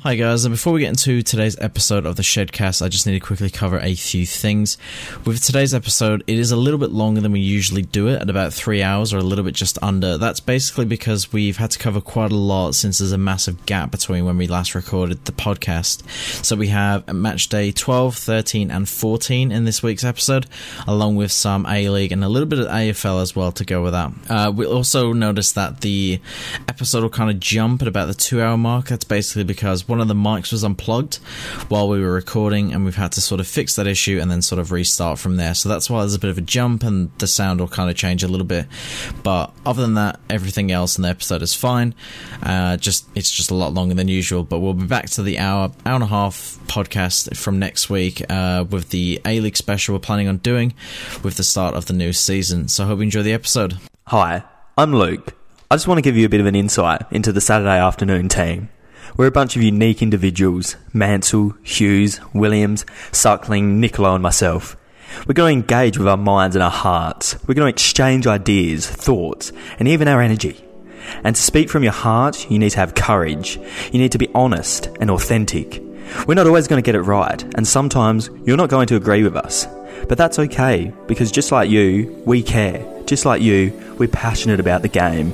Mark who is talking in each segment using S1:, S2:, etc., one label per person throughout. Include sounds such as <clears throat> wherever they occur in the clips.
S1: Hi guys, and before we get into today's episode of the Shedcast, I just need to quickly cover a few things. With today's episode, it is a little bit longer than we usually do it, at about three hours or a little bit just under. That's basically because we've had to cover quite a lot since there's a massive gap between when we last recorded the podcast. So we have match day 12, 13, and 14 in this week's episode, along with some A League and a little bit of AFL as well to go with that. Uh, we also noticed that the episode will kind of jump at about the two hour mark. That's basically because one of the mics was unplugged while we were recording, and we've had to sort of fix that issue and then sort of restart from there. So that's why there's a bit of a jump, and the sound will kind of change a little bit. But other than that, everything else in the episode is fine. Uh, just it's just a lot longer than usual, but we'll be back to the hour hour and a half podcast from next week uh, with the A League special we're planning on doing with the start of the new season. So I hope you enjoy the episode.
S2: Hi, I'm Luke. I just want to give you a bit of an insight into the Saturday afternoon team. We're a bunch of unique individuals Mansell, Hughes, Williams, Suckling, Nicola, and myself. We're going to engage with our minds and our hearts. We're going to exchange ideas, thoughts, and even our energy. And to speak from your heart, you need to have courage. You need to be honest and authentic. We're not always going to get it right, and sometimes you're not going to agree with us. But that's okay, because just like you, we care. Just like you, we're passionate about the game.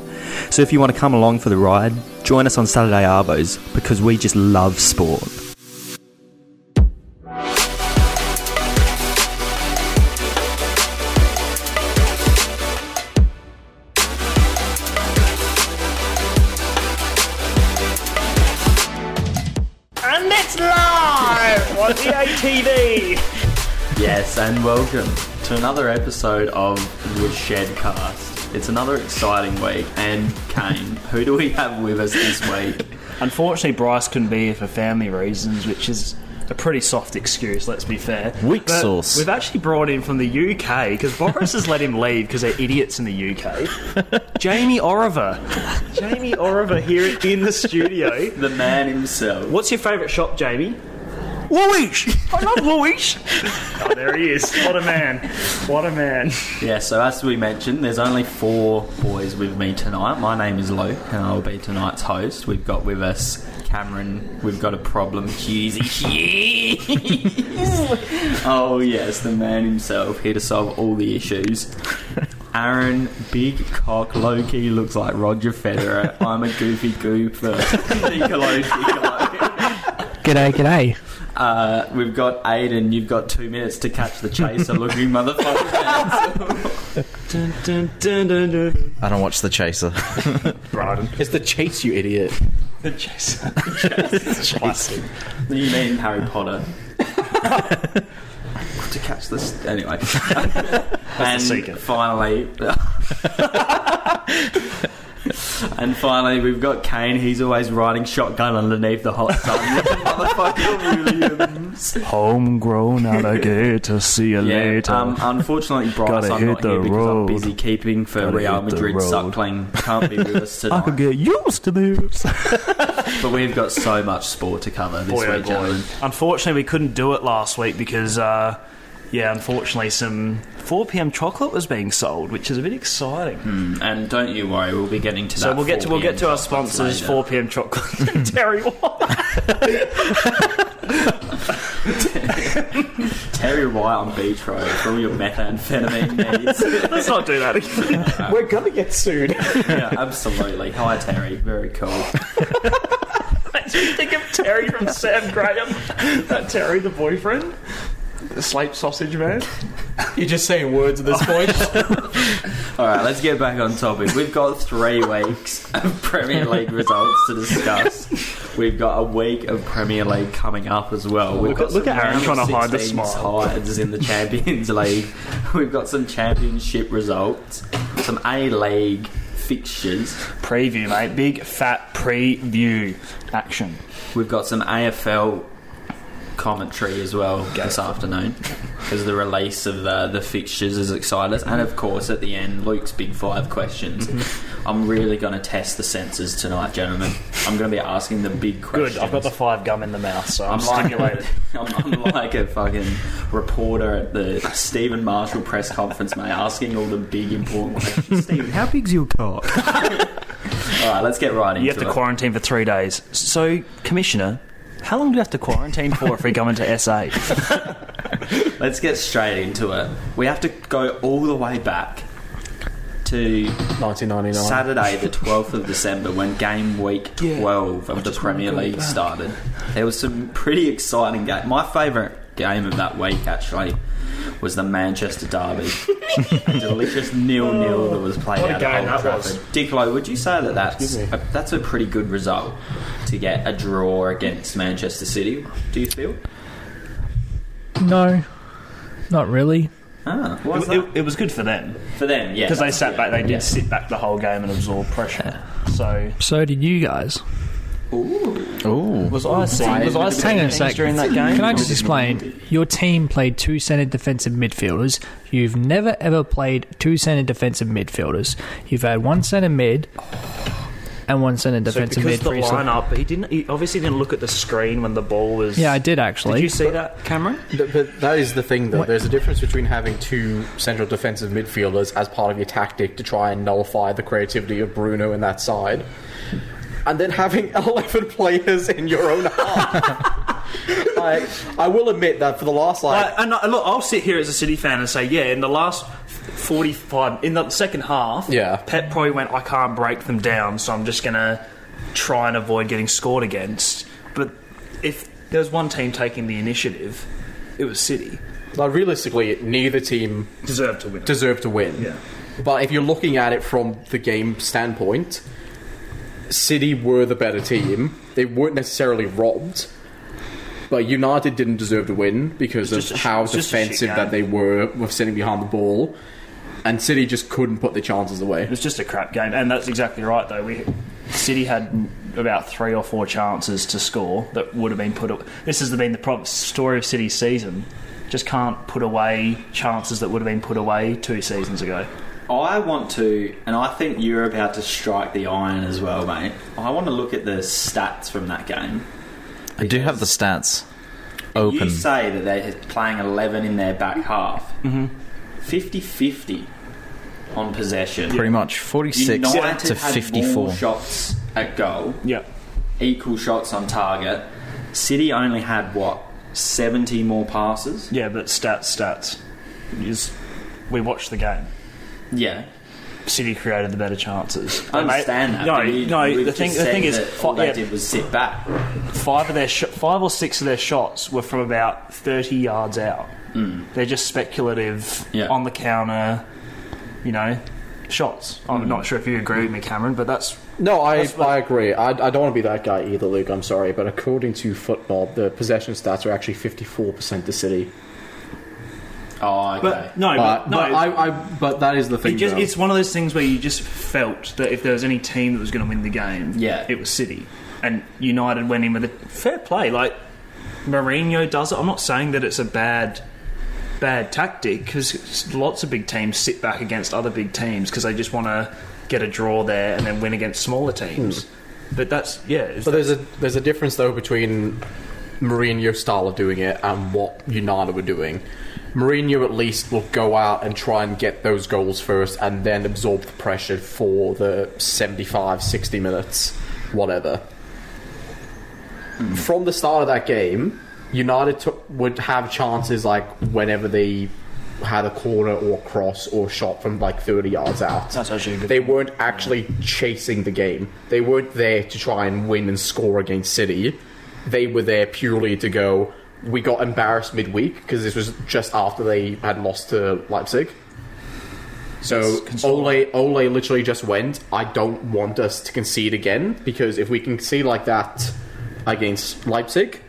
S2: So if you want to come along for the ride, join us on Saturday Arbos, because we just love sport.
S3: And it's live on E EATV.
S4: Yes, and welcome to another episode of Woodshedcast. It's another exciting week, and Kane, who do we have with us this week?
S3: Unfortunately, Bryce couldn't be here for family reasons, which is a pretty soft excuse, let's be fair.
S1: Weak
S3: But
S1: sauce.
S3: We've actually brought in from the UK because Boris has let him leave because they're idiots in the
S1: <laughs>
S3: UK. Jamie Oliver. Jamie Oliver here in the studio.
S4: The man himself.
S3: What's your favourite shop, Jamie? Woolies! I love Woolies! <laughs> oh, there he is. What a man. What a man.
S4: Yeah, so as we mentioned, there's only four boys with me tonight. My name is Luke, and I'll be tonight's host. We've got with us Cameron. We've got a problem, <laughs> Hughesy. Hughes. oh yes, the man himself here to solve all the issues. Aaron, big cock, low key looks like Roger Federer. I'm a goofy <laughs> goofer. Piccolo, piccolo.
S5: G'day, g'day.
S4: Uh, we've got Aiden. You've got two minutes to catch the chaser, looking motherfucker.
S1: I don't watch The Chaser.
S5: It's the chase, you idiot.
S3: <laughs>
S5: <laughs>
S4: You mean Harry
S3: <laughs>
S4: Potter? to catch this anyway. <laughs> and
S3: secret.
S4: finally, <laughs> and finally, we've got Kane. He's always riding shotgun underneath the hot
S3: <laughs>
S4: sun. Motherfucking Williams.
S3: Homegrown alligator. See you
S4: Yeah. Um, unfortunately, Bryce,
S3: Gotta
S4: I'm
S3: hit
S4: not
S3: the
S4: here because I'm
S3: road.
S4: busy keeping for
S3: Gotta
S4: Real
S3: hit the
S4: Madrid
S3: road.
S4: suckling. Can't be with
S3: <laughs>
S4: us
S5: I
S4: tonight.
S5: could get used to this.
S3: oh
S4: But we've got so much sport to cover this
S3: Boy, oh
S4: week,
S3: boy.
S4: gentlemen.
S3: Unfortunately, we couldn't do it last week because, uh, yeah, unfortunately, some 4 p.m. chocolate was being sold, which is a bit exciting.
S5: Hmm.
S4: And don't you worry, we'll be getting to that.
S3: So we'll get to
S4: 4
S3: we'll get to our
S4: PM
S3: sponsors,
S4: later.
S3: 4 p.m. chocolate. <laughs> Terry, what?
S4: Terry White on Betro for all your methamphetamine needs.
S3: Let's not do that again.
S5: We're gonna get sued.
S4: yeah, absolutely. Hi, Terry. Very cool.
S3: <laughs> you think of Terry from Sam Graham? <laughs> That Terry, the boyfriend, the slate sausage man.
S5: You're just saying words at
S1: <laughs>
S5: this point.
S4: All right, let's get back on topic. We've got three weeks of Premier League results to discuss. We've got a week of Premier League coming up as well. We've
S3: Look
S4: got
S3: at- look
S4: some
S3: at Aaron
S4: round
S3: trying to hide the
S4: 16
S3: smile.
S4: sides in the Champions <laughs> League. We've got some Championship results, some A League fixtures.
S3: Preview, mate. Big fat preview action.
S4: We've got some AFL commentary as well this afternoon because the release of the, the fixtures has excited us. And of course, at the end, Luke's big five questions.
S3: Mm-hmm.
S4: I'm really going to test the senses tonight, gentlemen. I'm going to be asking the big questions.
S3: Good. I've got the five gum in the mouth, so I'm,
S4: I'm like,
S3: stimulated.
S4: <laughs> I'm, I'm like a fucking reporter at the Stephen Marshall press conference, mate, asking all the big important questions. Stephen,
S2: How big's your cock?
S4: <laughs> all right, let's get right into
S3: <laughs> You have to
S4: it.
S3: quarantine for three days. So, Commissioner, how long do you have to quarantine for if we come into <laughs> SA?
S4: Let's get straight into it. We have to go all the way back to
S5: 1999.
S4: Saturday, the 12th of December, when game week 12 of the Premier League started. There was some pretty exciting game. My favourite game of that week, actually, was the Manchester Derby. a delicious nil nil that was played
S5: What a
S4: out
S5: game
S4: at Old
S5: that was.
S4: Trafford. Dicklow, would you say that that's
S5: Excuse me.
S4: a, that's a pretty good result to get a draw against Manchester City? Do you feel?
S6: No, not really.
S4: Ah, why is
S3: It,
S4: that?
S3: it, it was good for them
S4: For them, yeah.
S3: because they
S4: that's-
S3: sat back. They did
S4: yeah.
S3: sit back the whole game and absorb pressure. So
S6: So did you guys.
S1: Ooh.
S3: was I seeing? Was I seeing
S6: Hang on a
S3: things
S6: sec.
S3: during that game?
S6: Can I just explain? Your team played two centred defensive midfielders. You've never ever played two centred defensive midfielders. You've had one centre mid and one centre
S3: So
S6: defensive
S3: because
S6: mid.
S3: the
S6: for yourself.
S3: lineup, he didn't. He obviously didn't look at the screen when the ball was.
S6: yeah, I did
S3: Did
S6: actually.
S3: you see that, Cameron?
S5: Th- But that is the thing, though.
S6: What-
S5: There's a difference between having two central defensive midfielders as part of your tactic to try and nullify the creativity of Bruno in that side, and then having <laughs> 11 players in your own half. like, I will admit that for the last like
S3: Like, Uh, and I, look, I'll sit here as a City fan and say, yeah, in the last 45, in the second half,
S5: Yeah.
S3: Pep probably went, I can't break them down, so I'm just going to try and avoid getting scored against. But if there was one team taking the initiative, it was City.
S5: Like realistically, neither team
S3: Deserved to win. it.
S5: deserved to win.
S3: Yeah.
S5: But if you're looking at it from the game standpoint, City were the better team. They weren't necessarily robbed. But United didn't deserve to win because
S3: It's
S5: of
S3: just a sh-
S5: how
S3: it's just a shit
S5: defensive
S3: game.
S5: that they were with sitting behind the ball. And City just couldn't put their chances
S3: It
S5: away.
S3: was just a crap game, and that's exactly right, though. We City had about three or four chances to score that would have been put. a- This has been the prob- story of City's season. Just can't put away chances that would have been put away two seasons ago.
S4: I want to, and I think you're about to strike the iron as well, mate. I want to look at the stats from that game.
S1: I do have the stats open.
S4: You say that they're playing 11 in their back half. 50 50 on possession.
S1: Pretty much 46
S4: United
S1: to
S4: had
S1: 54.
S4: more shots at goal,
S3: Yeah.
S4: equal shots on target. City only had, what, 70 more passes?
S3: Yeah, but stats, stats. Is we watched the game.
S4: Yeah.
S3: City created the better chances.
S4: I understand that.
S3: No,
S4: but you-
S3: no.
S4: we've
S3: The thing,
S4: just
S3: the
S4: said
S3: thing is,
S4: that all
S3: fi-
S4: they
S3: yeah,
S4: did was sit back.
S3: five of their sh- five or six of their shots were from about thirty yards out. They're just speculative
S4: Yeah.
S3: on the counter, you know, shots. I'm not sure if you agree with me, Cameron, but that's
S5: No, I,
S3: That's what-
S5: I agree. I, I don't want to be that guy either, Luke. I'm sorry. But according to Football, the possession stats are actually 54% to City.
S4: Oh, okay.
S3: but no, but,
S5: But,
S3: no.
S5: but, I, I, but that is the thing.
S3: it just,
S5: though.
S3: it's one of those things where you just felt that if there was any team that was going to win the game,
S4: Yeah.
S3: it was City, and United went in with a fair play. Like Mourinho does it. I'm not saying that it's a bad bad tactic because lots of big teams sit back against other big teams because they just want to get a draw there and then win against smaller teams. But that's yeah, it's,
S5: Hmm. But there's a there's a difference though between Mourinho's style of doing it and what United were doing. Mourinho at least will go out and try and get those goals first and then absorb the pressure for the 75, 60 minutes, whatever. From the start of that game, United took would have chances like whenever they had a corner or cross or shot from like 30 yards out
S3: that's actually a good.
S5: they weren't actually chasing the game. They weren't there to try and win and score against City. They were there purely to go. We got embarrassed midweek because this was just after they had lost to Leipzig. So Ole Ole literally just went. I don't want us to concede again because if we concede like that against Leipzig,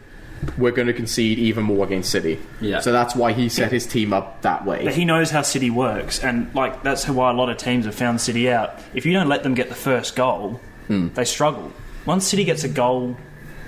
S5: we're going to concede even more against City.
S4: Yeah.
S5: So that's why he set his team up that way.
S3: But he knows how City works, and like that's why a lot of teams have found City out. If you don't let them get the first goal, they struggle. Once City gets a goal,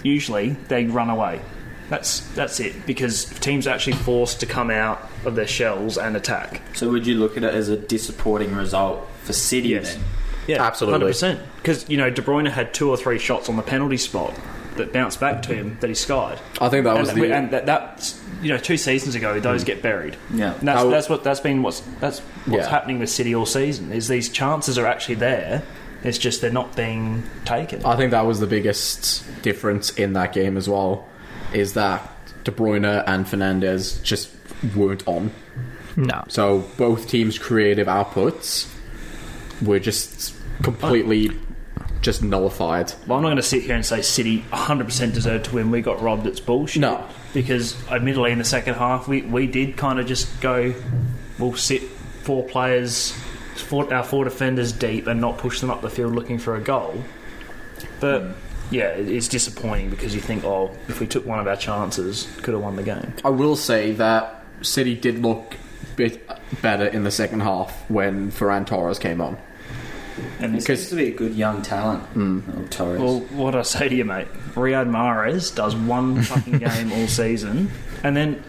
S3: usually they run away. That's that's it because teams are actually forced to come out of their shells and attack.
S4: So would you look at it as a disappointing result for City
S3: Yes.
S4: then?
S3: Yeah,
S5: Absolutely.
S3: hundred percent. Because you know De Bruyne had two or three shots on the penalty spot that bounced back to him that he skied.
S5: I think that was
S3: and,
S5: the Hmm.
S3: and that, that you know two seasons ago those get buried.
S4: Yeah.
S3: and that's,
S5: I would-
S3: that's what that's been what's that's what's
S5: Yeah.
S3: happening with City all season is these chances are actually there. It's just they're not being taken.
S5: I think that was the biggest difference in that game as well. is that De Bruyne and Fernandez just weren't on.
S6: No.
S5: So both teams' creative outputs were just completely just nullified.
S3: Well, I'm not going to sit here and say City 100% deserved to win. We got robbed. It's bullshit.
S5: No.
S3: Because, admittedly, in the second half, we, we did kind of just go, we'll sit four players, four, our four defenders deep and not push them up the field looking for a goal. But, yeah, it, it's disappointing because you think, oh, if we took one of our chances, could have won the game.
S5: I will say that City did look a bit better in the second half when Ferran Torres came on.
S4: And this
S5: Because- Hmm.
S4: seems to be a good young talent. Oh, Torres.
S3: Well, what did I say to you, mate? Riyad Mahrez does one
S5: <laughs>
S3: fucking game all season, and then,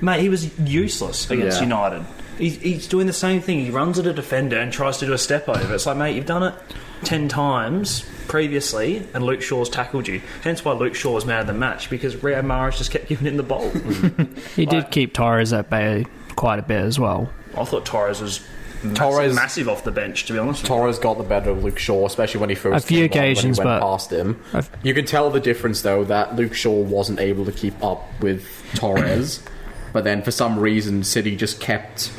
S3: mate, he was useless against
S5: Yeah.
S3: United. He, he's doing the same thing. He runs at a defender and tries to do a step over. It's like, mate, you've done it ten times previously, and Luke Shaw's tackled you. Hence why Luke Shaw was man of the match because Riyad Mahrez just kept giving him the ball.
S5: Hmm.
S6: He did keep Torres at bay quite a bit as well.
S3: I thought Torres was. Torres
S5: Torres-
S3: massive off the bench, to be honest. with you.
S5: Torres got the better of Luke Shaw, especially when he first
S6: A few
S5: came on, when he
S6: occasions,
S5: went
S6: but-
S5: past him.
S6: I've-
S5: You can tell the difference though that Luke Shaw wasn't able to keep up with Torres, <clears throat> but then for some reason City just kept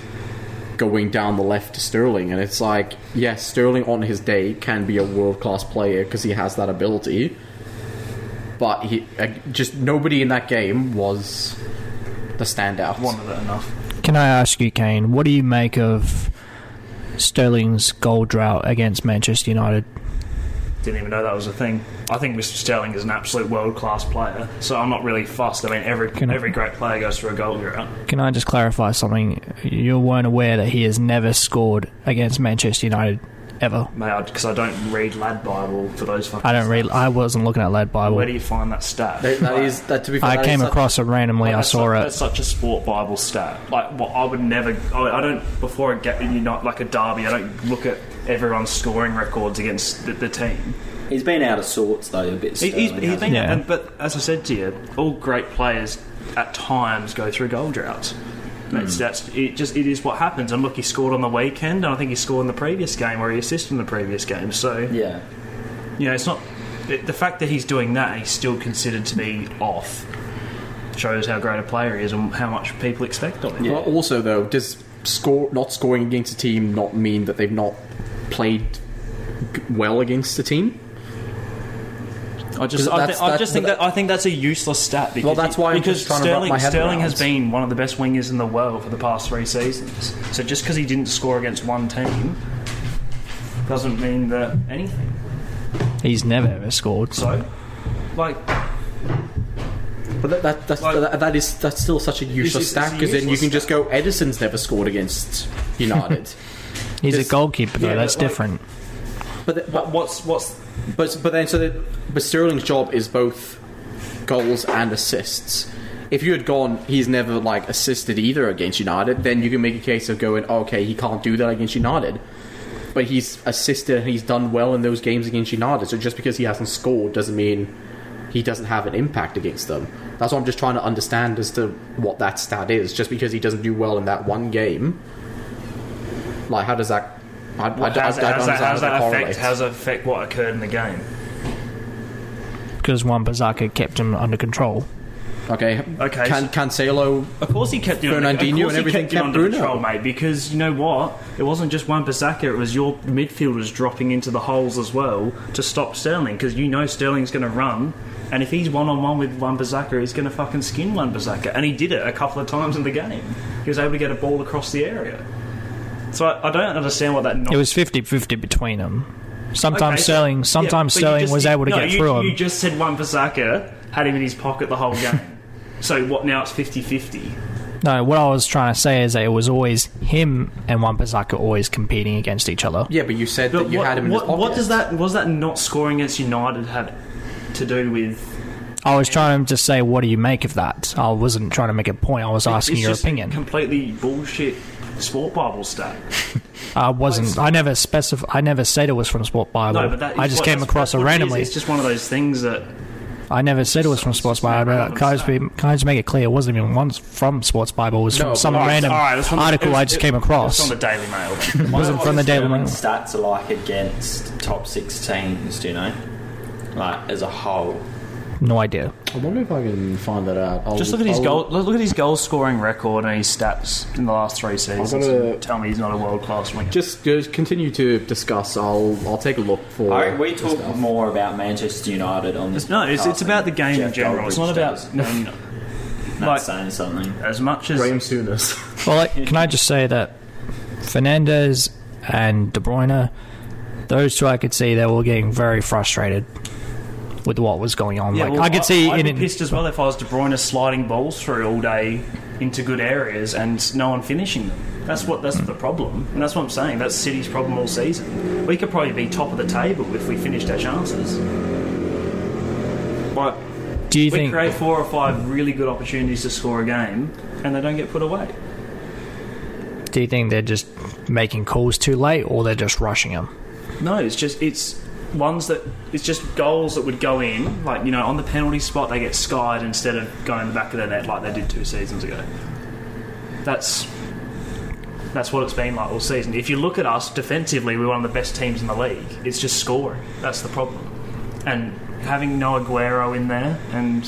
S5: going down the left to Sterling, and it's like yes, Sterling on his day can be a world class player because he has that ability, but he uh, just nobody in that game was the standout.
S3: Wanted it enough.
S6: Can I ask you, Kane, what do you make of Sterling's goal drought against Manchester United?
S3: Didn't even know that was a thing. I think Mr. Sterling is an absolute world class player, so I'm not really fussed. I mean, every
S6: Can I-
S3: every great player goes through a goal uh, drought.
S6: Can I just clarify something? You weren't aware that he has never scored against Manchester United ever.
S3: Mate, because I don't read Lad Bible for those fucking.
S6: I don't
S3: stats.
S6: read. I wasn't looking at Lad Bible.
S3: Where do you find that stat?
S5: That- that
S3: Like,
S5: is that to be. fair,
S6: I
S5: that
S6: came
S5: is-
S6: across it randomly.
S3: like,
S6: I
S3: that's
S6: saw
S3: su-
S6: it.
S3: That's such a sport Bible stat. Like, what I would never. I, I don't. Before a get you not like a derby, I don't look at everyone's scoring records against the, the team.
S4: He's been out of sorts though a bit.
S3: He,
S4: Sterling,
S3: he's, he's
S4: hasn't
S3: been,
S6: Yeah.
S3: and, but as I said to you, all great players at times go through goal droughts. That's, that's it. Just it is what happens. And look, he scored on the weekend, and I think he scored in the previous game, or he assisted in the previous game. So
S4: he? Yeah.
S3: you know, it's not the, the fact that he's doing that. and He's still considered to be off. Shows how great a player he is and how much people expect of him.
S5: Well, also, though, does score not scoring against a team not mean that they've not played g- well against the team?
S3: I just, I,
S5: That's-
S3: thi- I
S5: that's-
S3: just think that I think that's a useless stat. Because
S5: Well, that's why I'm
S3: because
S5: just trying to wrap
S3: Sterling
S5: my head
S3: Sterling
S5: around.
S3: has been one of the best wingers in the world for the past three seasons. So just because he didn't score against one team doesn't mean that anything.
S6: He's never ever scored.
S3: So, like,
S5: But that, that, that's,
S3: Like-
S5: that, that is that's still such a useless
S3: it's- it's
S5: stat
S3: a
S5: because then you
S3: useless
S5: can just go Edison's never scored against
S3: <laughs>
S5: United.
S6: He's
S5: Just-
S6: a goalkeeper though.
S3: Yeah,
S6: that's
S3: but, like-
S6: different.
S5: but, th- but
S3: what's what's
S5: but but then so that but Sterling's job is both goals and assists. If you had gone, he's never like assisted either against United. Then you can make a case of going, okay, he can't do that against United. But he's assisted and he's done well in those games against United. So just because he hasn't scored doesn't mean he doesn't have an impact against them. That's what I'm just trying to understand as to what that stat is. Just because he doesn't do well in that one game, like how does that? I, I, I,
S3: how's,
S5: I don't
S3: how's that,
S5: understand how
S3: how's that affect
S5: correlates.
S3: how's that affect what occurred in the game?
S6: Because Juan Bazaka kept him under control.
S5: Okay.
S3: Okay,
S5: Can Cancelo?
S3: Of course he kept doing it.
S5: Fernandinho
S3: Of course
S5: and
S3: he
S5: everything
S3: kept him
S5: kept
S3: under
S5: Bruno.
S3: control, mate. Because you know what? It wasn't just one Bissaka. It was your midfielders dropping into the holes as well to stop Sterling. Because you know Sterling's going to run, and if he's one on one with one Bissaka, he's going to fucking skin one Bissaka. And he did it a couple of times in the game. He was able to get a ball across the area. So I, I don't understand what that.
S6: It was 50-50 between them. Sometimes
S3: Okay, so-
S6: Sterling, sometimes
S3: yeah, but you
S6: Sterling
S3: just-
S6: was able to
S3: no,
S6: get
S3: you,
S6: through
S3: You
S6: him.
S3: just said one Bissaka had him in his pocket the whole game. so what? Now it's 50-50.
S6: No, what I was trying to say is that it was always him and Juan Bazaka always competing against each other.
S5: Yeah, but you said
S3: But
S5: that you
S3: what,
S5: had him in
S3: what,
S5: his pocket.
S3: what does that? Was that not scoring against United had to do with?
S6: I was trying to just say, what do you make of that? I wasn't trying to make a point. I was asking
S3: It's
S6: your
S3: just a
S6: opinion.
S3: Completely bullshit. Sport Bible stat.
S6: I wasn't. I never specif- I never said it was from Sport Bible.
S3: No, but that is
S6: I just
S3: what-
S6: came
S3: that's-
S6: across
S3: that's
S6: it
S3: what is.
S6: randomly.
S3: It's just one of those things that
S6: I never said it was from Sports Bible.
S3: not
S6: Can I, just be, can I just make it clear? It wasn't even once from Sports Bible. It was from
S5: No,
S6: some
S5: all right,
S6: random
S3: All right, it was from the-
S6: article
S3: it was-
S6: I just
S3: it-
S6: came across.
S3: It was on the Daily Mail. then.
S6: It wasn't from the Daily
S4: Sterling's
S6: Mail.
S4: Stats are like against top six teams. Do you know? Like as a whole.
S6: No idea.
S5: I wonder if I can find that out.
S3: <laughs>
S5: I'll,
S3: Just look at his
S5: I'll-
S3: goal. Look at his goal scoring record and his stats in the last three seasons.
S5: I'm gonna-
S3: and tell me he's not a world class winger.
S5: Just, just continue to discuss. I'll I'll take a look for.
S4: I, we talk more about Manchester United on this.
S3: It's- no, it's, it's
S4: podcast
S3: about the
S4: than
S3: game in
S4: Jeff
S3: general. It's not
S4: Goldbridge does.
S3: about <laughs> um,
S4: That's
S3: like
S4: saying something.
S3: as much as
S5: Graham Sooners.
S6: Well, like, can I just say that Fernandez and De Bruyne, those two I could see they were getting very frustrated with what was going on. like
S3: well,
S6: I could see
S3: I'd
S6: in
S3: be
S6: it.
S3: pissed as well if I was De Bruyne sliding balls through all day into good areas and no one finishing them. That's what that's the problem, and that's what I'm saying. That's City's problem all season. We could probably be top of the table if we finished our chances. But
S6: Do you
S3: we
S6: think?
S3: create four or five really good opportunities to score a game, and they don't get put away.
S6: Do you think they're just making calls too late, or they're just rushing them?
S3: No, it's just it's ones that it's just goals that would go in, like you know, on the penalty spot they get skied instead of going in the back of their net like they did two seasons ago. That's that's what it's been like all season. If you look at us defensively, we're one of the best teams in the league. It's just scoring. That's the problem. And having no Aguero in there and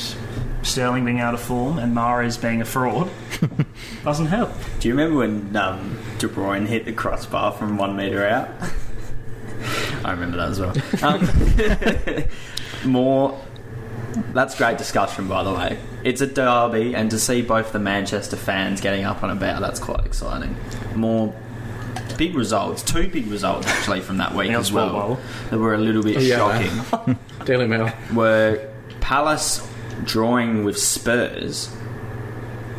S3: Sterling being out of form and Mares being a fraud doesn't help.
S4: Do you remember when um, De Bruyne hit the crossbar from one metre out? <laughs> I remember that as well. <laughs> Um, more. That's great discussion, by the way. It's a derby, and to see both the Manchester fans getting up and about, that's quite exciting. More big results, two big results actually from that week
S3: Yeah,
S4: as
S3: well,
S4: well,
S3: well.
S4: that were a little bit
S5: Yeah.
S4: shocking
S5: Daily Mail.
S4: were Palace drawing with Spurs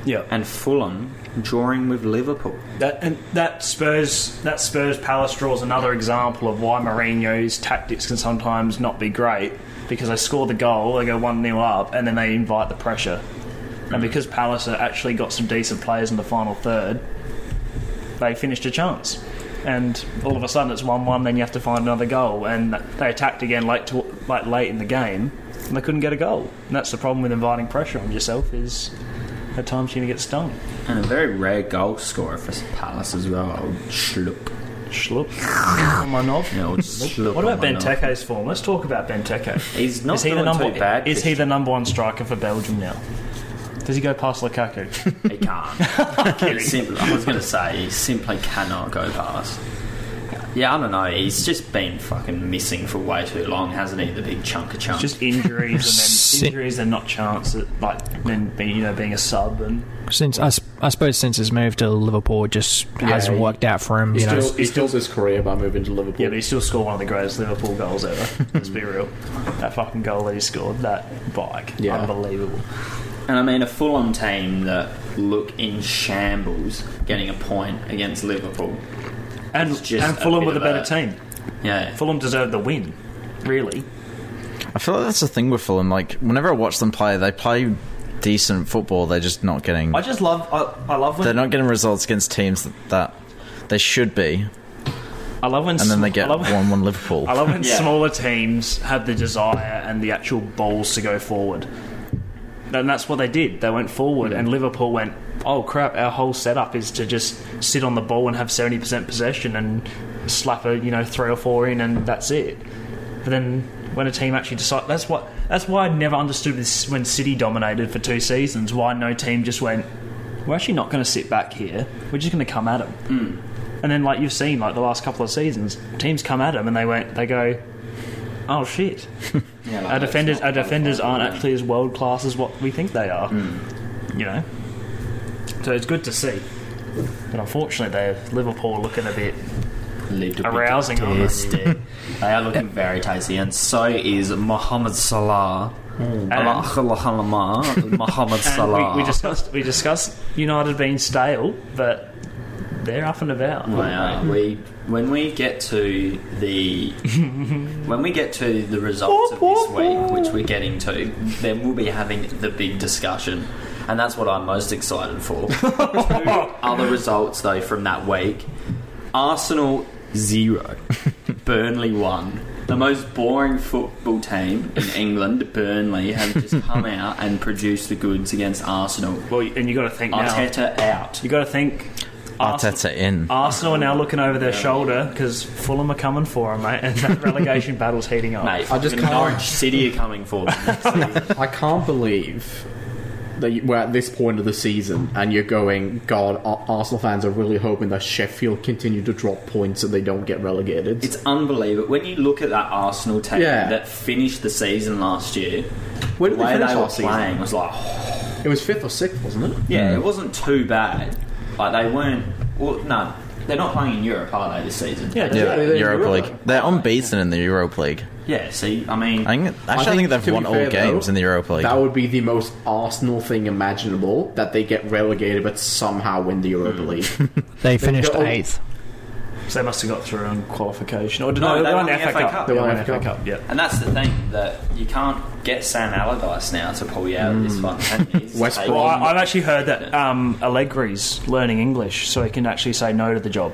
S3: Yeah.
S4: and Fulham drawing with Liverpool.
S3: That and that Spurs that Spurs Palace draw is another example of why Mourinho's tactics can sometimes not be great because they score the goal, they go one 0 up, and then they invite the pressure. And because Palace have actually got some decent players in the final third, they finished a chance. And all of a sudden it's one one. Then you have to find another goal, and they attacked again late to, like late in the game, and they couldn't get a goal. And that's the problem with inviting pressure on yourself is at times you're going to get stung.
S4: And a very rare goal scorer for Palace as well, old Schlupp.
S3: Schlup on my knob.
S4: You know, Schlupp
S3: What about
S4: on my knob.
S3: Benteke's form? Let's talk about Benteke.
S4: He's not
S3: is he the
S4: doing
S3: number,
S4: too bad.
S3: Is he the number one striker for Belgium now? Does he go
S4: <laughs>
S3: past Lukaku?
S4: He
S3: <laughs>
S4: can't. He simply, I was going to say, he simply cannot go past. Yeah, I don't know. He's just been fucking missing for way too long, hasn't he? The big chunk of chunk.
S3: Just injuries and
S6: Sit.
S3: then injuries and not chance at like then being you know being a sub and
S6: Since I, s- I suppose since his move to Liverpool, it just hasn't
S5: he-
S6: worked out for him.
S5: He
S6: You know,
S5: still he steals his career by moving to Liverpool.
S3: yeah, but he still scored one of the greatest Liverpool goals ever. Let's be real. That fucking goal that he scored, that bike,
S5: Yeah.
S3: unbelievable.
S4: And I mean, a Fulham team that look in shambles getting a point against Liverpool.
S3: And
S4: It's just
S3: and
S4: a
S3: Fulham
S4: bit
S3: were the
S4: of
S3: better
S4: a-
S3: team.
S4: Yeah.
S3: Fulham deserved the win, really.
S1: I feel like that's the thing with Fulham. Like, whenever I watch them play, they play decent football. They're just not getting.
S3: I just love I, I love when
S1: They're not getting results against teams that, that they should be,
S3: I love when
S1: and then
S3: sm-
S1: they get
S3: I love-
S1: one-one Liverpool.
S3: <laughs> I love when
S4: Yeah.
S3: smaller teams have the desire and the actual balls to go forward. And that's what they did. They went forward, and Liverpool went, oh crap, our whole setup is to just sit on the ball and have 70% possession and slap a, you know, three or four in, and that's it. But then when a team actually decide that's what that's why I never understood this when City dominated for two seasons, why no team just went, we're actually not going to sit back here, we're just going to come at them. And then, like you've seen, like the last couple of seasons, teams come at them and they went, they go, "Oh shit,
S4: yeah like,
S3: our
S4: that's
S3: defenders,
S4: not
S3: our
S4: qualified,
S3: defenders aren't
S4: yeah.
S3: actually as world class as what we think they are."
S4: Hmm.
S3: You know, so it's good to see. But unfortunately, they Liverpool are looking a bit.
S4: Little bit
S3: arousing, aren't they?
S4: tasty. they are looking very tasty, and so is Mohamed Salah.
S3: <laughs>
S4: Alakhalakhalama, Mohamed
S3: Hmm. And
S4: Salah.
S3: we, we discussed we discussed United being stale, but they're up and about.
S4: Wow, we when we get to
S5: <laughs>
S4: the when we get to the results of this week, which we're getting to, then we'll be having the big discussion, and that's what I'm most excited
S5: <laughs>
S4: for. Two other results though from that week: Arsenal
S5: <laughs>
S4: zero, Burnley one. The most boring football team in England, Burnley, have just
S5: <laughs>
S4: come out and produced the goods against Arsenal.
S3: Well, and you got to think now.
S4: Arteta out.
S3: You got to think
S1: Arteta in.
S3: Arsenal are now looking over their shoulder because Fulham are coming for them, mate, and that
S4: <laughs>
S3: relegation battle's heating up.
S4: Mate,
S5: I just
S4: fucking
S5: can't-
S4: Norwich City are coming for them.
S5: I can't believe that you- we're at this point of the season and you're going, God, Ar- Arsenal fans are really hoping that Sheffield continue to drop points so they don't get relegated.
S4: It's unbelievable. When you look at that Arsenal team
S5: Yeah.
S4: that finished the season last year,
S5: Where
S4: the
S5: did they
S4: way
S5: finish
S4: they were
S5: last season?
S4: playing was like, oh,
S5: It was fifth or sixth, wasn't it?
S4: yeah,
S3: Hmm.
S4: it wasn't too bad. Like they weren't. Well, no, they're not playing in Europe, are they, this season?
S3: Yeah,
S1: Yeah,
S5: they're in
S1: Europa
S5: Europa.
S1: League. They're unbeaten in the Europa League.
S4: Yeah. See, I mean,
S1: I think, actually, I think,
S5: to
S1: they've
S5: be
S1: won all
S5: fair, though,
S1: games in the Europa League.
S5: That would be the most Arsenal thing imaginable that they get relegated but somehow win the Europa
S3: Hmm.
S5: League.
S6: They finished
S5: got-
S6: eighth.
S3: So they must have got through on qualification. Or
S4: No,
S3: no, they,
S4: they won
S3: won the
S4: the
S3: FA
S4: FA
S3: Cup.
S4: Cup.
S3: They
S5: They
S3: won
S5: won
S3: the
S5: FA
S3: FA Cup. Yeah.
S4: and that's the thing that you can't get Sam Allardyce now to pull you out of this one. can you?
S3: <laughs>
S4: He's
S5: West
S4: taken-
S3: Hmm. Well, I, I've actually heard that um, Allegri's learning English so he can actually say no to the job.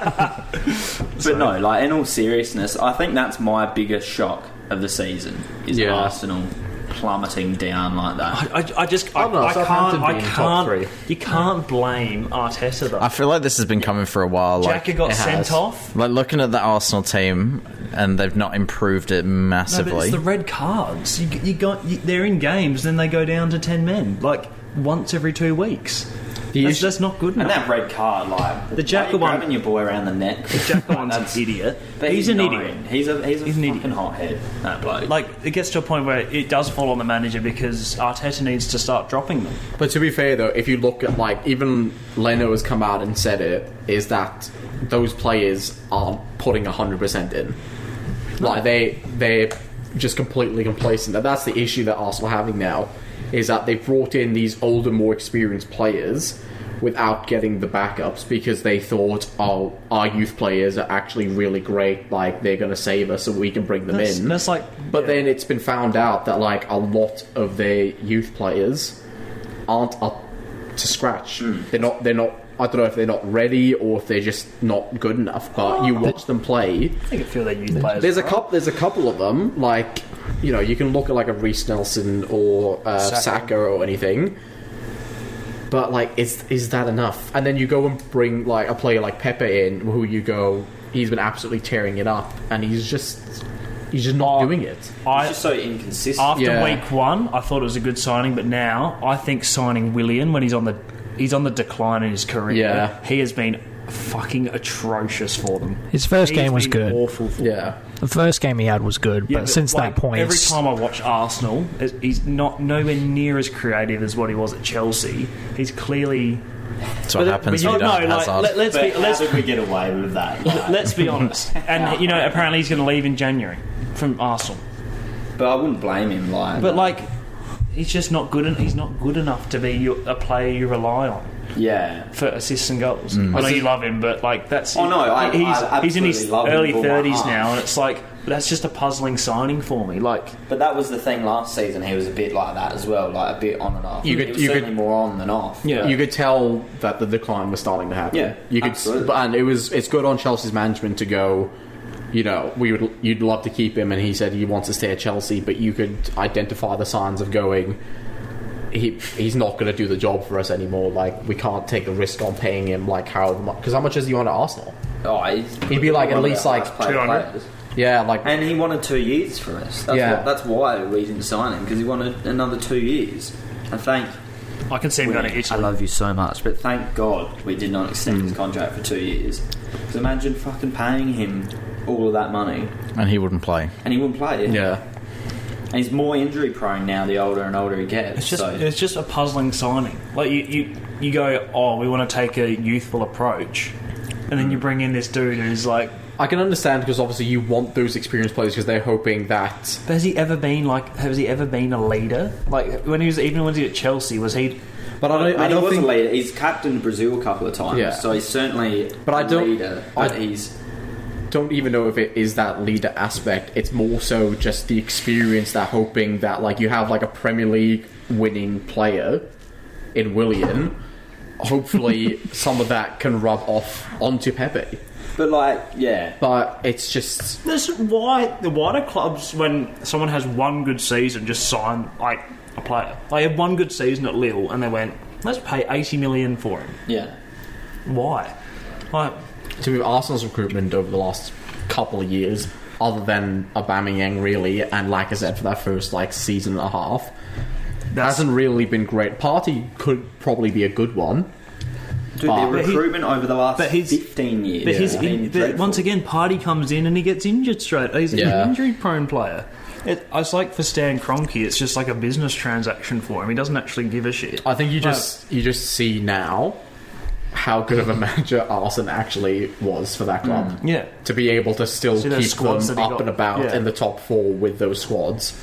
S4: But no, like in all seriousness, I think that's my biggest shock of the season is
S5: Yeah.
S4: Arsenal plummeting down like that.
S3: I, I just, I,
S5: I don't know,
S3: I can't,
S5: Southampton
S3: I
S5: being top
S3: can't,
S5: three.
S3: you can't blame Arteta though.
S1: I feel like this has been coming for a while. Like,
S3: Jacker got
S5: it has.
S3: sent off.
S1: like looking at the Arsenal team, and they've not improved it
S3: No, but it's
S1: massively.
S3: the red cards. You, you got, you, they're in games, then they go down to ten men, like once every two weeks. That's, that's not good
S4: And that <laughs>
S3: enough.
S4: red card, like
S3: The
S4: like,
S3: Jackal one-
S4: grabbing your boy around the neck. The
S3: Jackal one's an idiot.
S4: <laughs> But
S3: He's
S4: he's,
S3: an
S4: not.
S3: idiot.
S4: He's a he's a
S3: He's an
S4: fucking
S3: idiot.
S4: hothead. That bloke.
S3: Like it gets to a point where it does fall on the manager because Arteta needs to start dropping them.
S5: But to be fair, though, if you look at like even Leno has come out and said it is that those players aren't putting hundred percent in. Like they they're just completely complacent. That that's the issue that Arsenal are having now is that they've brought in these older, more experienced players without getting the backups because they thought, oh, our youth players are actually really great. Like they're going to save us, so we can bring them
S3: That's,
S5: in.
S3: that's like,
S5: But
S3: yeah.
S5: then it's been found out that like a lot of their youth players aren't up to scratch.
S3: Hmm.
S5: They're not. They're not. I don't know if they're not ready or if they're just not good enough. But you watch them play.
S3: I think a few of their youth players.
S5: There's a couple. There's a couple of them. Like you know, you can look at like a Reese Nelson or uh,
S3: Saka.
S5: Saka. or anything. But like, is is that enough? And then you go and bring like a player like Pepe in, who you go, he's been absolutely tearing it up, and he's just he's just
S3: Oh.
S5: not doing it.
S4: he's
S3: I,
S4: just so inconsistent.
S3: after
S5: Yeah.
S3: week one, I thought it was a good signing, but now I think signing Willian when he's on the he's on the decline in his career.
S5: Yeah.
S3: he has been fucking atrocious for them.
S6: His first
S3: He's
S6: game was
S3: been
S6: good.
S3: Awful. For them.
S5: Yeah.
S6: The first game he had was good,
S3: Yeah,
S6: but, since
S3: like,
S6: that point,
S3: every
S6: it's-
S3: time I watch Arsenal, it- he's not nowhere near as creative as what he was at Chelsea. He's clearly.
S1: That's what happens
S3: but
S1: when
S3: you
S1: you don't have
S3: know, like,
S1: Hazard.
S3: let, us
S4: but
S3: be
S4: how
S3: let's
S4: did we get away with that? Like,
S3: Let's be honest. And you know, apparently he's going to leave in January from Arsenal.
S4: but I wouldn't blame him. Like,
S3: But like, he's just not good. En- he's not good enough to be your, a player you rely on
S4: yeah.
S3: for assists and goals.
S4: Mm.
S3: I know you love him, but like that's
S4: Oh, no, I-
S3: he's
S4: I
S3: he's in his
S4: absolutely love him
S3: early
S4: with all my
S3: thirties
S4: heart.
S3: now, and it's like that's just a puzzling signing for me. Like,
S4: But that was the thing last season. He was a bit like that as well, like a bit on and off.
S5: You could-
S4: It was
S5: you could-
S4: certainly more on than off.
S3: Yeah.
S5: you could tell that the decline was starting to happen.
S4: Yeah,
S5: you could,
S4: absolutely.
S5: but- and it was it's good on Chelsea's management to go. You know, we would you'd love to keep him, and he said he wants to stay at Chelsea, but you could identify the signs of going. He he's not going to do the job for us anymore. Like we can't take a risk on paying him like how much because how much is he on at Arsenal?
S4: Oh, he's-
S5: He'd be like at
S4: one of
S5: least
S4: our
S5: like
S4: highest paid
S3: 200.
S4: players.
S5: Yeah, like
S4: And he wanted two years for us. That's
S5: Yeah.
S4: what, that's why we didn't sign him because he wanted another two years. And thank.
S3: I can see him going to
S4: I
S3: Italy.
S4: love you so much, but thank God we did not extend
S5: Hmm.
S4: his contract for two years. Because imagine fucking paying him all of that money
S1: and he wouldn't play.
S4: and he wouldn't play it.
S5: yeah,
S4: And he's more injury prone now the older and older he gets.
S3: It's just
S4: so.
S3: it's just a puzzling signing. Like you, you you go, oh, we want to take a youthful approach, and then you bring in this dude who's like,
S5: I can understand because obviously you want those experienced players because they're hoping that
S3: But has he ever been like? Has he ever been a leader? Like when he was even when he was at Chelsea, was he?
S5: But I
S4: I,
S5: don't, I
S4: mean, he
S5: don't
S4: was
S5: think
S4: a leader. He's captained Brazil a couple of times,
S5: Yeah.
S4: so he's certainly
S5: But I
S4: a
S5: don't-
S4: leader.
S5: I-
S4: But he's
S5: don't even know if it is that leader aspect. It's more so just the experience that hoping that like you have like a Premier League winning player in Willian. Hopefully, some of that can rub off onto Pepe.
S4: But like, yeah,
S5: But it's just
S3: This is why the wider clubs, when someone has one good season, just sign like a player. They had one good season at Lille, and they went, Let's pay 80 million for him.
S4: Yeah.
S3: Why? Like,
S5: To be Arsenal's recruitment over the last couple of years, other than Aubameyang really, and Lacazette for that first like season and a half,
S3: That's-
S5: hasn't really been great. Party could probably be a good one.
S4: Dude,
S5: But-
S4: the
S3: But he-
S4: recruitment over the last
S3: but he's-
S4: 15 years.
S3: but, his
S4: has been
S3: in, but
S4: dreadful.
S3: once again, Party comes in and he gets injured straight. He's
S5: Yeah.
S3: an injury-prone player. It, it's like for Stan Kroenke, it's just like a business transaction for him. He doesn't actually give a shit.
S5: I think you just you just see now how good of a <laughs> manager Arsene actually was for that club.
S4: Mm.
S3: yeah.
S5: To be able to still
S3: See those
S5: keep
S3: squads
S5: them
S3: that he
S5: up
S3: got-
S5: and about
S3: yeah.
S5: in the top four with those squads,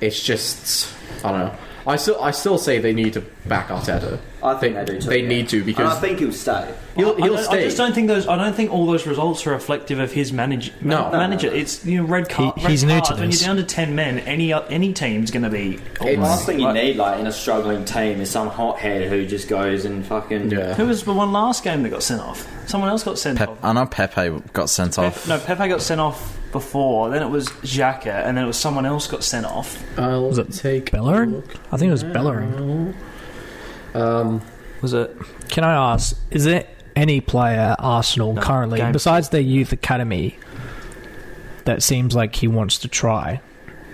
S5: it's just I don't know. I still I still say they need to back Arteta.
S4: I think they do too.
S5: They
S4: yeah.
S5: need to
S4: And I
S5: because
S4: think he'll stay.
S5: he'll,
S3: I,
S5: he'll
S3: don't- I
S5: stay.
S3: just don't think those. I don't think all those results are reflective of his manage,
S5: No.
S3: man-
S5: No,
S3: manager.
S4: no, no.
S3: It's you know red card.
S6: He- he's
S3: red
S6: new
S3: cards.
S6: to
S3: When
S6: this.
S3: you're down to ten men, any o- any team's going to be.
S4: The last
S5: It's-
S4: thing you
S3: Like-
S4: need, like in a struggling team, is some hothead who just goes and fucking
S5: yeah.
S3: Who was the one last game that got sent off? Someone else got sent
S1: Pep-
S3: off.
S1: I know Pepe got sent off.
S3: Pep, no, Pepe got sent off before. Then it was Xhaka, and then it was someone else got sent off.
S5: I'll
S6: Was it
S5: take
S6: Bellerin? I think it was Bellerin.
S5: Um,
S3: Was it?
S6: Can I ask, is there any player at Arsenal
S3: No,
S6: currently,
S3: game-
S6: besides their youth academy, that seems like he wants to try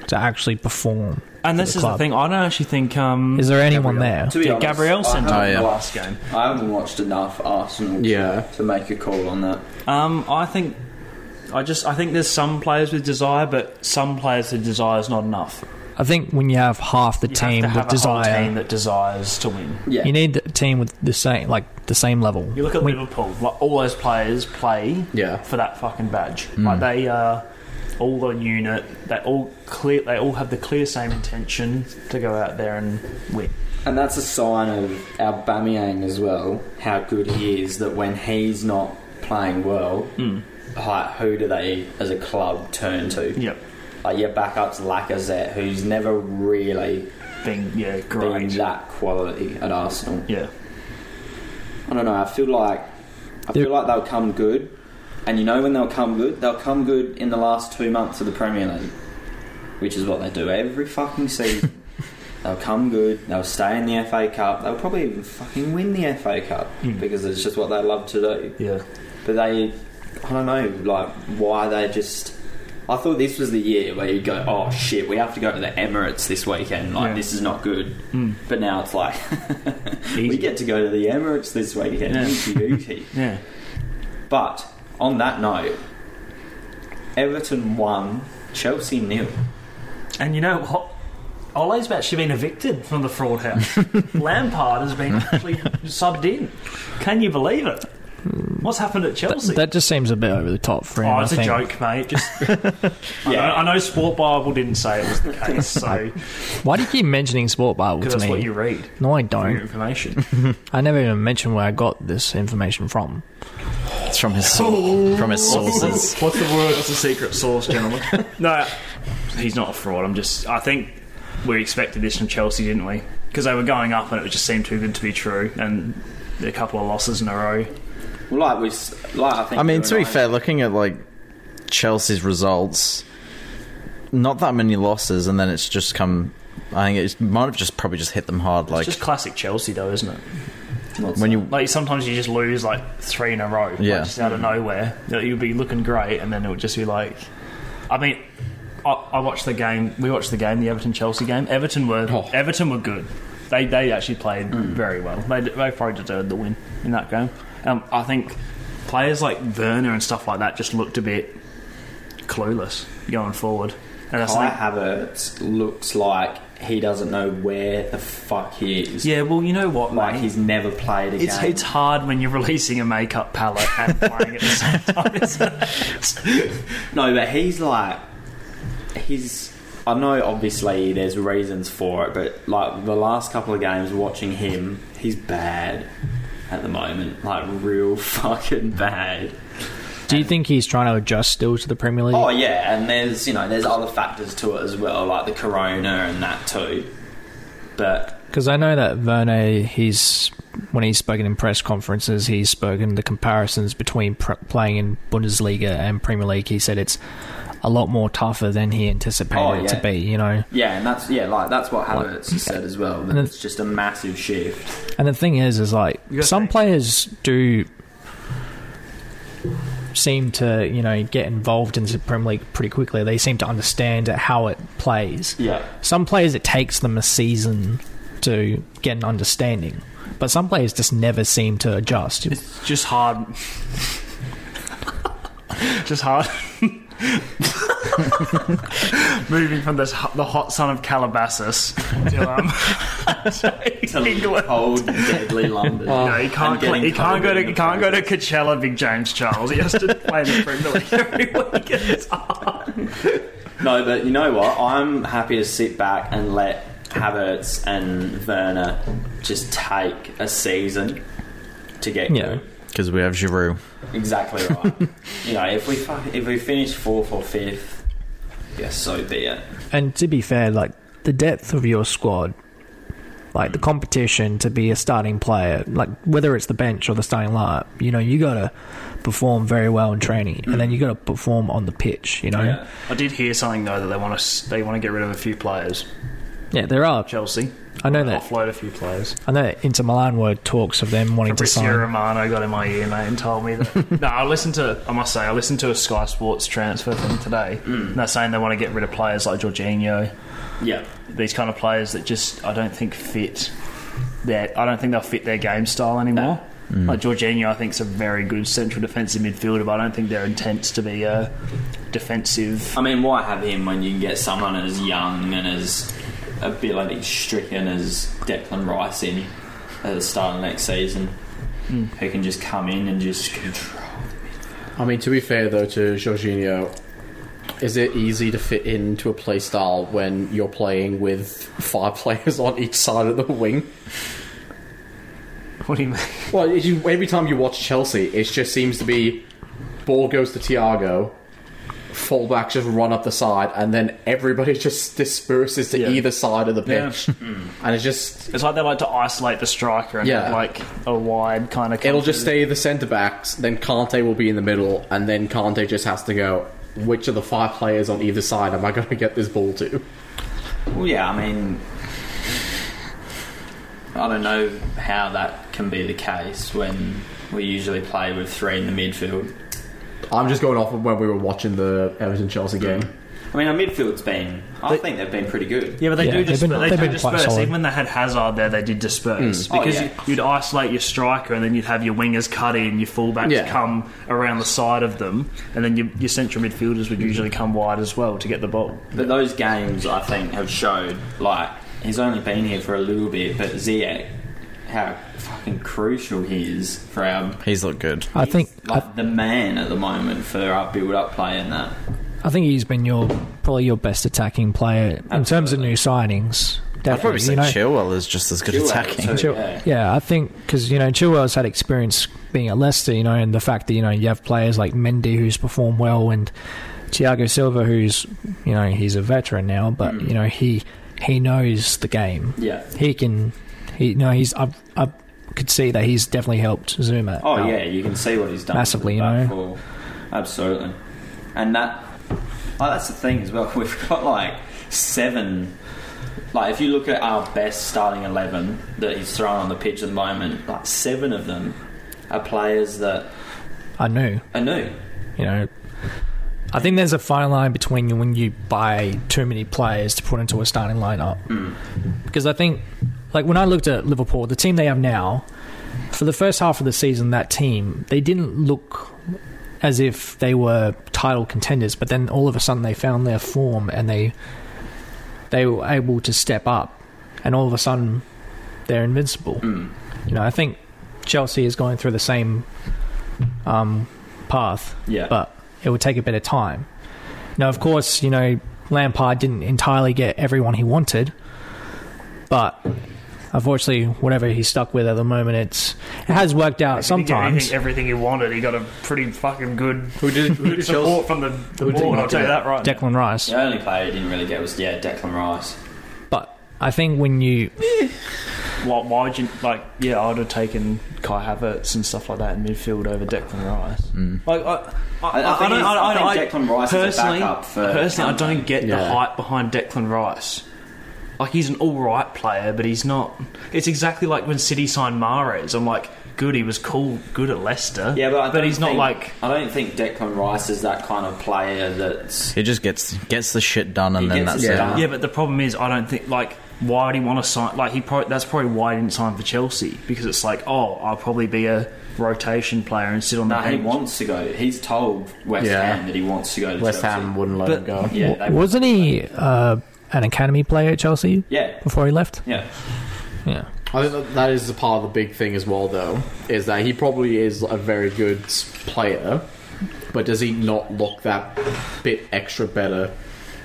S6: to actually perform?
S3: And
S6: For
S3: this
S6: the
S3: is the
S6: club.
S3: thing. I don't actually think. Um,
S6: Is there anyone there?
S4: To be
S3: Yeah,
S4: honest,
S3: Gabriel
S4: I
S3: sent
S4: haven't
S1: Oh, yeah.
S4: watched-
S3: last game.
S4: I haven't watched enough Arsenal
S5: Yeah.
S4: to make a call on that.
S3: Um, I think. I just I think there's some players with desire, but some players with desire is not enough.
S6: I think when you have half the
S3: You
S6: team
S3: have to have
S6: with
S3: a whole
S6: desire,
S3: team that desires to win.
S4: Yeah,
S6: you need a team with the same, like the same level.
S3: You look at
S6: When-
S3: Liverpool, like all those players play
S5: Yeah.
S3: for that fucking badge. Like they uh all the unit, they all clear they all have the clear same intention to go out there and win.
S4: and that's a sign of our Bamiyang as well. How good he is that when he's not playing well, like, who do they as a club turn to?
S3: Yep.
S4: Like your backup's Lacazette, who's never really
S3: Being yeah,
S4: been
S3: great.
S4: that quality at Arsenal.
S3: Yeah.
S4: I don't know. I feel like I feel like they'll come good, and you know when they'll come good, they'll come good in the last two months of the Premier League, which is what they do every fucking
S3: <laughs>
S4: season. they'll come good. They'll stay in the FA Cup. They'll probably even fucking win the FA Cup
S3: Hmm.
S4: because it's just what they love to do.
S3: Yeah.
S4: But they, I don't know, like why they just. I thought this was the year where you go, oh shit, we have to go to the Emirates this weekend. Like
S3: Yeah.
S4: this is not good. But now it's like we
S3: Mm. Easy.
S4: get to go to the Emirates this weekend.
S3: Yeah.
S4: Ookey dookey.
S3: Yeah.
S4: but on that note, Everton won, Chelsea nil.
S3: And you know what? Ole's actually been evicted from the fraud house. Lampard has been actually subbed in. Can you believe it? What's happened at Chelsea?
S6: that just seems a bit over the top for him.
S3: Oh,
S6: I
S3: it's a
S6: think.
S3: joke, mate. Just, <laughs> I, know,
S4: Yeah.
S3: I know Sport Bible didn't say it was the case, so
S6: Why do you keep mentioning Sport Bible
S3: because
S6: to
S3: that's
S6: me?
S3: what you read.
S6: no, I
S3: for your
S6: don't.
S3: information.
S6: I never even mentioned where I got this information from.
S1: It's from his sor- from his sources.
S3: <laughs> <laughs> What's the word? What's the secret source, <laughs> gentlemen? no, he's not a fraud. I'm just. I think we expected this from Chelsea, didn't we? Because they were going up, and it just seemed too good to be true. And a couple of losses in a row.
S4: Well, like we, s- like I think.
S1: I mean,
S4: you
S1: to be
S4: and
S1: fair, looking at like Chelsea's results, not that many losses, and then it's just come. I think it might have just probably just hit them hard. Like
S3: It's just classic Chelsea, though, isn't it?
S1: when you
S3: Like sometimes you just lose like three in a row, like,
S1: Yeah.
S3: just out of nowhere. Like, You'll be looking great, and then it would just be like, I mean, I, I watched the game. We watched the game, the Everton Chelsea game. Everton were
S5: Oh.
S3: Everton were good. They they actually played very well. They they probably deserved the win in that game. Um, I think players like Werner and stuff like that just looked a bit clueless going forward. And that's
S4: Kai
S3: like,
S4: Havertz looks like he doesn't know where the fuck he is.
S3: yeah, well, you know what,
S4: Like
S3: mate?
S4: he's never played a
S3: It's
S4: game.
S3: it's hard when you're <laughs> releasing a makeup palette <laughs> and playing at the same time. isn't it?
S4: No, but he's like, he's. I know obviously there's reasons for it, but like the last couple of games watching him, he's bad at the moment. Like real <laughs> fucking bad.
S6: Do you think he's trying to adjust still to the Premier League?
S4: Oh yeah, and there's you know there's other factors to it as well, like the corona and that too. But
S6: Because I know that Verne, he's when he's spoken in press conferences, he's spoken the comparisons between pr- playing in Bundesliga and Premier League. He said it's a lot more tougher than he anticipated
S4: Oh,
S6: it to
S4: yeah.
S6: be. You know,
S4: Yeah, and that's yeah, like that's what Havertz has said as well. That it's just a massive shift.
S6: And the thing is, is like
S3: You gotta
S6: some
S3: think.
S6: players do seem to, you know, get involved in the Premier League pretty quickly. They seem to understand how it plays.
S4: Yeah,
S6: Some players, it takes them a season to get an understanding, but some players just never seem to adjust.
S3: It's just hard. just <laughs> hard. Moving from this ho- the hot sun of Calabasas to <laughs> um,
S4: to
S3: England. <laughs>
S4: cold, deadly London.
S3: you know, he can't
S4: And
S3: play, he
S4: getting
S3: can't go
S4: covered
S3: to
S4: in
S3: he
S4: the
S3: can't go to
S4: process.
S3: Coachella, Big James Charles. He has to play in the Premier League <laughs> every weekend.
S4: No, but you know what? I'm happy to sit back and let Havertz and Werner just take a season to get
S6: Yeah.
S4: good.
S1: because we have Giroud.
S4: Exactly right. you know, if we fuck, if we finish fourth or fifth, yeah, so be it.
S6: And to be fair, like the depth of your squad, like the competition to be a starting player, like whether it's the bench or the starting lineup, you know, you gotta perform very well in training, and then you gotta perform on the pitch. You know,
S4: Yeah.
S6: yeah,
S3: I did hear something though that they want to they want to get rid of a few players.
S6: there are.
S3: Chelsea.
S6: I know that.
S3: Offload a few players.
S6: I know that Inter Milan were talks of them wanting to
S3: Fabrizio
S6: sign.
S3: Romano got in my ear, mate, and told me that. no, I listened to. I must say, I listened to a Sky Sports transfer thing today. And they're saying they want to get rid of players like Jorginho,
S4: Yeah,
S3: these kind of players that just I don't think fit. Their, I don't think they'll fit their game style anymore. Like Jorginho, I think is a very good central defensive midfielder, but I don't think they're intents to be a defensive.
S4: I mean, why have him when you can get someone as young and as ability stricken as Declan Rice in at the start of next season, who can just come in and just control.
S5: I mean, to be fair though to Jorginho, is it easy to fit into a play style when you're playing with five <laughs> players on each side of the wing?
S3: What do you mean?
S5: Well, it's just- every time you watch Chelsea, it just seems to be ball goes to Thiago, fullbacks just run up the side, and then everybody <laughs> just disperses to
S3: Yeah.
S5: either side of the
S3: Yeah.
S5: pitch, and it's just
S3: It's like they like to isolate the striker and
S5: Yeah.
S3: have, like a wide kind of.
S5: it'll just stay the centre backs. Then Kante will be in the middle, and then Kante just has to go. Which of the five players on either side am I going to get this ball to?
S4: Well, yeah, I mean, I don't know how that can be the case when we usually play with three in the midfield.
S5: I'm just going off of when we were watching the Everton Chelsea game.
S4: I mean, our midfield's been, I think they've been pretty good.
S3: Yeah, but they
S6: Yeah,
S3: do
S6: they've
S3: disperse.
S6: been-
S3: they
S6: they've
S3: do
S6: been quite
S3: disperse.
S6: solid.
S3: Even when they had Hazard there, they did disperse
S5: Hmm.
S4: Oh,
S3: because
S4: yeah.
S3: you, you'd isolate your striker, and then you'd have your wingers cut in, your fullbacks
S5: Yeah.
S3: come around the side of them, and then your, your central midfielders
S6: Hmm.
S3: would usually come wide as well to get the ball.
S4: But those games, I think, have showed like he's only been here for a little bit, but Ziyech, how fucking crucial he is for our.
S1: He's looked good.
S6: I think
S4: like the man at the moment for our build-up play in that.
S6: I think he's been your probably your best attacking player in terms of new signings. Definitely,
S1: I'd probably say
S6: you know?
S1: Chilwell is just as good
S4: Chilwell,
S1: attacking.
S4: too.
S6: Chil-
S4: Yeah.
S6: yeah. I think because you know Chilwell's had experience being at Leicester, you know, and the fact that you know you have players like Mendy who's performed well and Thiago Silva who's you know he's a veteran now, but you know he he knows the game.
S4: Mm. Yeah.
S6: He can, he no, he's I I could see that he's definitely helped Zuma.
S4: Oh
S6: out.
S4: yeah, you can see what he's done
S6: Massively,
S4: with the
S6: you
S4: back
S6: know.
S4: four. absolutely. And that, oh, that's the thing as well. <laughs> We've got like seven. Like if you look at our best starting eleven that he's thrown on the pitch at the moment, like seven of them are players that
S6: I knew.
S4: are new.
S6: you know. I think there's a fine line between when you buy too many players to put into a starting lineup. Because I think, like, when I looked at Liverpool, the team they have now, for the first half of the season, that team, they didn't look as if they were title contenders, but then all of a sudden they found their form and they they were able to step up, and all of a sudden they're invincible. You know, I think Chelsea is going through the same um, path
S4: Yeah,
S6: but it would take a bit of time. Now, of course, you know, Lampard didn't entirely get everyone he wanted, but unfortunately, whatever he's stuck with at the moment, it's it has worked out
S3: If he did
S6: sometimes.
S3: anything- everything he wanted, he got a pretty fucking good
S5: Who did? Who did Chelsea?
S3: support from the, the
S5: Who did
S3: board.
S5: he
S3: I'll tell you that right. now.
S6: Declan Rice,
S4: the only player he didn't really get was yeah Declan Rice.
S6: but I think when you
S3: why, why would you like? Yeah, I'd have taken Kai Havertz and stuff like that in midfield over Declan Rice. Like, I, I,
S4: I- I think
S3: don't,
S4: he's-
S3: I,
S4: I
S3: don't-
S4: think Declan Rice is a
S3: personally,
S4: backup for
S3: personally, I don't
S4: Kante.
S3: get the
S5: Yeah.
S3: hype behind Declan Rice. Like he's an all right player, but he's not. It's exactly like when City signed Mares. I'm like, good, he was cool, good at Leicester.
S4: Yeah, but I don't
S3: he's not
S4: think-
S3: like.
S4: I don't think Declan Rice is that kind of player that's
S1: It just gets gets the shit done, and
S4: He
S1: then
S4: gets
S1: that's
S4: it
S1: it.
S4: done.
S3: Yeah, but the problem is, I don't think like why would he want to sign? Like he probably that's probably why he didn't sign for Chelsea because it's like, oh, I'll probably be a rotation player and sit on
S4: No,
S3: the
S4: he
S3: bench.
S4: wants to go. He's told West
S5: Yeah.
S4: Ham that he wants to go to
S5: West
S4: Chelsea.
S5: Ham wouldn't let
S3: But-
S5: him go.
S4: Yeah, they,
S6: Wasn't he uh, an academy player at Chelsea
S4: yeah,
S6: before he left?
S4: yeah.
S6: Yeah.
S5: I think that, that is a part of the big thing as well, though, is that he probably is a very good s- player, but does he not look that bit extra better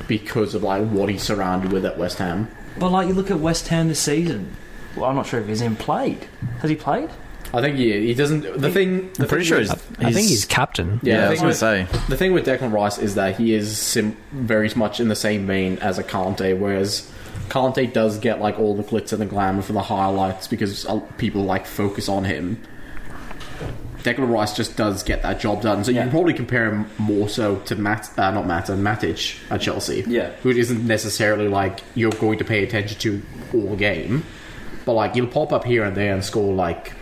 S5: because of like what he's surrounded with at West Ham?
S3: But like you look at West Ham this season. Well, I'm not sure if he's even played. Has he played?
S5: I think he, he doesn't. The thing, the
S1: I'm pretty
S5: thing
S1: sure
S5: is-
S1: he's.
S6: I think he's captain.
S1: Yeah,
S5: yeah.
S1: I
S5: the
S1: was
S5: thing
S1: gonna
S5: with-
S1: say.
S5: The thing with Declan Rice is that he is sim- very much in the same vein as a Conte, whereas Conte does get like all the glitz and the glamour for the highlights because uh, people like focus on him. Declan Rice just does get that job done, so you
S4: Yeah.
S5: can probably compare him more so to Matt, uh, not Matt, uh, Matic at Chelsea,
S4: Yeah.
S5: who isn't necessarily like you're going to pay attention to all game, but like he'll pop up here and there and score like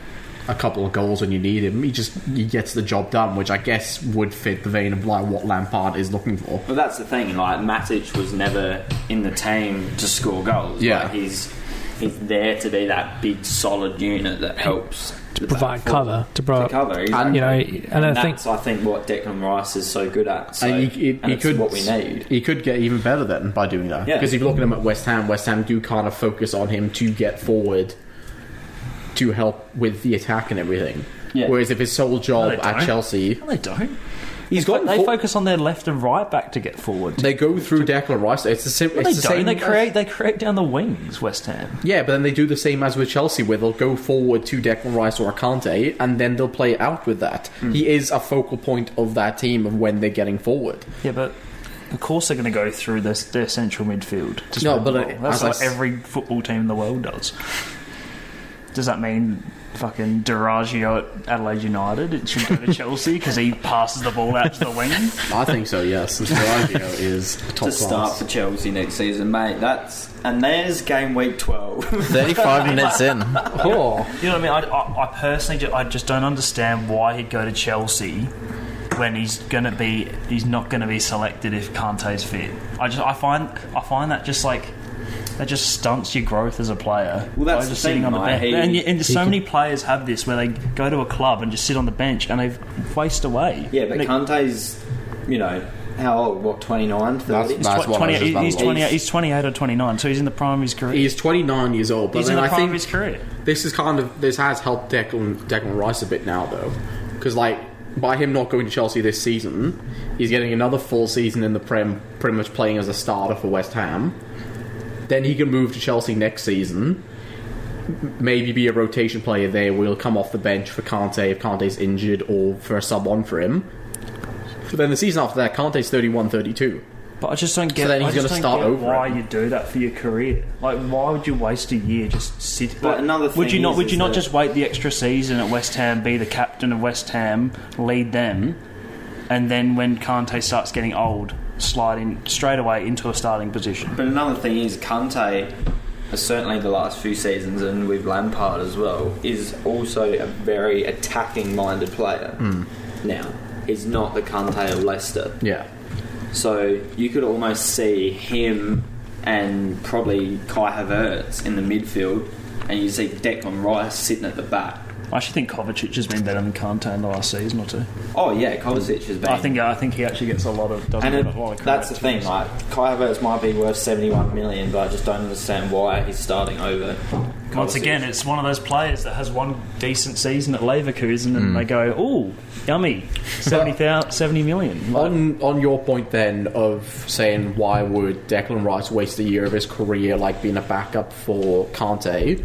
S5: a couple of goals when you need him. He just he gets the job done, which I guess would fit the vein of like what Lampard is looking for.
S4: But that's the thing. Like Matic was never in the team to score goals.
S5: Yeah.
S4: Like, he's he's there to be that big solid unit that helps to
S6: Provide cover to bro.
S4: To cover, exactly.
S6: you know, and I think-
S4: that's I think what Declan Rice is so good at. So,
S5: and he, he,
S4: and
S5: he
S4: it's
S5: could
S4: what we need.
S5: He could get even better then by doing that.
S4: Yeah.
S5: Because if you look at him at West Ham, West Ham do kind of focus on him to get forward, to help with the attack and everything.
S4: Yeah.
S5: Whereas if his sole job
S3: they
S5: at
S3: don't.
S5: Chelsea,
S3: No, they don't.
S5: he's
S3: But
S5: got
S3: they focus on their left and right back to get forward.
S5: They go through Declan Rice. It's the same.
S3: No,
S5: it's
S3: they
S5: the
S3: don't.
S5: same
S3: They
S5: as-
S3: create. They create down the wings. West Ham.
S5: Yeah, but then they do the same as with Chelsea, where they'll go forward to Declan Rice or Kante, and then they'll play out with that.
S4: Hmm.
S5: He is a focal point of that team of when they're getting forward.
S3: Yeah, but of course they're going to go through their, their central midfield. to
S5: No,
S3: spread the
S5: but, uh,
S3: ball. that's
S5: as I
S3: what
S5: s-
S3: every football team in the world does. Does that mean fucking Duragio at Adelaide United? It should go
S5: <laughs>
S3: to Chelsea because he passes the ball out to the wing.
S5: I think so.
S4: <laughs>
S5: Yes, Sergio is top
S4: to start for Chelsea next season, mate. That's and there's game week twelve. <laughs>
S1: Thirty-five minutes
S3: <laughs>
S1: in.
S5: Oh,
S3: You know what I mean? I, I, I personally, just, I just don't understand why he'd go to Chelsea when he's gonna be, he's not gonna be selected if Kante's fit. I just, I find, I find that just like. That just stunts your growth as a player.
S4: Well, that's
S3: By just
S4: the thing,
S3: sitting on the
S4: mate.
S3: bench.
S4: He-
S3: and, you- and so many players have this where they go to a club and just sit on the bench and they waste away.
S4: yeah, but
S3: Like,
S4: Kante's, you know, how old? What 29, 30?
S5: That's- that's
S3: tw-
S5: what I was
S3: 28
S5: just about
S3: he's,
S5: to say.
S3: 28, he's 28 or 29, so he's in the prime of his career.
S5: he's 29 years old, but
S3: he's in
S5: then
S3: the
S5: I
S3: prime of
S5: think
S3: his career.
S5: this is kind of this has helped Declan Declan Rice a bit now though, because like by him not going to Chelsea this season, he's getting another full season in the Prem, pretty much playing as a starter for West Ham. Then he can move to Chelsea next season. M- Maybe be a rotation player there. Will come off the bench for Kante if Kante's injured or for a sub on for him. But then the season after that, Kante's 31 32.
S3: But I just don't get.
S5: So then
S3: I
S5: he's
S3: just
S5: gonna
S3: don't
S5: start
S3: get
S5: over
S3: Why
S5: it.
S3: you do that for your career? Like, why would you waste a year just sit?
S4: But
S3: like,
S4: another
S3: would
S4: thing
S3: you not?
S4: is-
S3: Would you
S4: is
S3: not
S4: that-
S3: just wait the extra season at West Ham, be the captain of West Ham, lead them, and then when Kante starts getting old, slide in straight away into a starting position?
S4: But another thing is Kante, uh, certainly the last few seasons, and with Lampard as well, is also a very attacking-minded player.
S5: Hmm.
S4: Now he's not the Kante of Leicester,
S5: Yeah.
S4: so you could almost see him and probably Kai Havertz in the midfield, and you see Declan Rice sitting at the back.
S3: I actually think Kovacic has been better than Kante in the last season or two.
S4: Oh yeah, Kovacic has been.
S3: I think I think he actually gets a lot of. Doesn't
S4: And
S3: get
S4: it-
S3: a lot of
S4: that's
S3: credit,
S4: the
S3: to be
S4: thing,
S3: honest.
S4: like Kai Havertz might be worth seventy-one million, but I just don't understand why he's starting over.
S3: Once
S4: Kovacic.
S3: again, it's one of those players that has one decent season at Leverkusen and they go, "Oh, yummy, 70, thou- 70 million. Like,
S5: On on your point then of saying why would Declan Rice waste a year of his career like being a backup for Kante?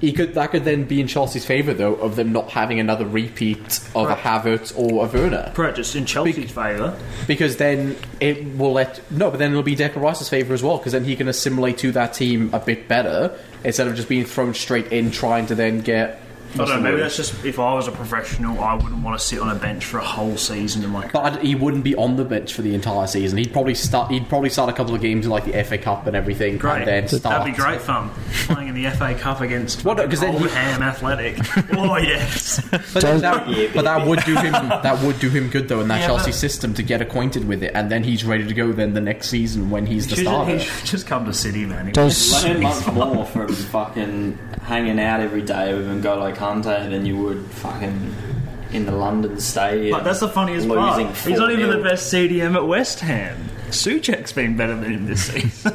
S5: He could that could then be in Chelsea's favour though of them not having another repeat of
S3: Right.
S5: a Havertz or a Werner
S3: Probably just in Chelsea's favour.
S5: because then it will let no, but then it'll be Declan Rice's favour as well because then he can assimilate to that team a bit better instead of just being thrown straight in trying to then get.
S3: I don't know, Oh, maybe that's just if I was a professional, I wouldn't want to sit on a bench for a whole season in my career.
S5: But I'd- he wouldn't be on the bench for the entire season. He'd probably start. He'd probably start a couple of games in like the FA Cup and everything,
S3: Great.
S5: and then start.
S3: That'd be great fun. Playing in the FA Cup against
S5: Well,
S3: well,
S5: no, 'cause then
S3: Old
S5: you-
S3: Ham
S5: <laughs>
S3: Athletic. oh, yes.
S5: But, then that, but that would do <laughs> him. That would do him good though in that
S3: Yeah,
S5: Chelsea
S3: but-
S5: system to get acquainted with it, and then he's ready to go. Then the next season when he's
S3: He
S5: the
S3: should-
S5: starter.
S3: he should just come to City, man. He-
S1: Does
S4: Learn much
S3: <laughs>
S4: more from fucking hanging out every day with N'Golo Kante than you would fucking in the London stadium.
S3: But that's the funniest
S4: Losing
S3: part. He's not even
S4: 4-0.
S3: the best CDM at West Ham. Suchek's been better than him
S5: <laughs>
S3: this season.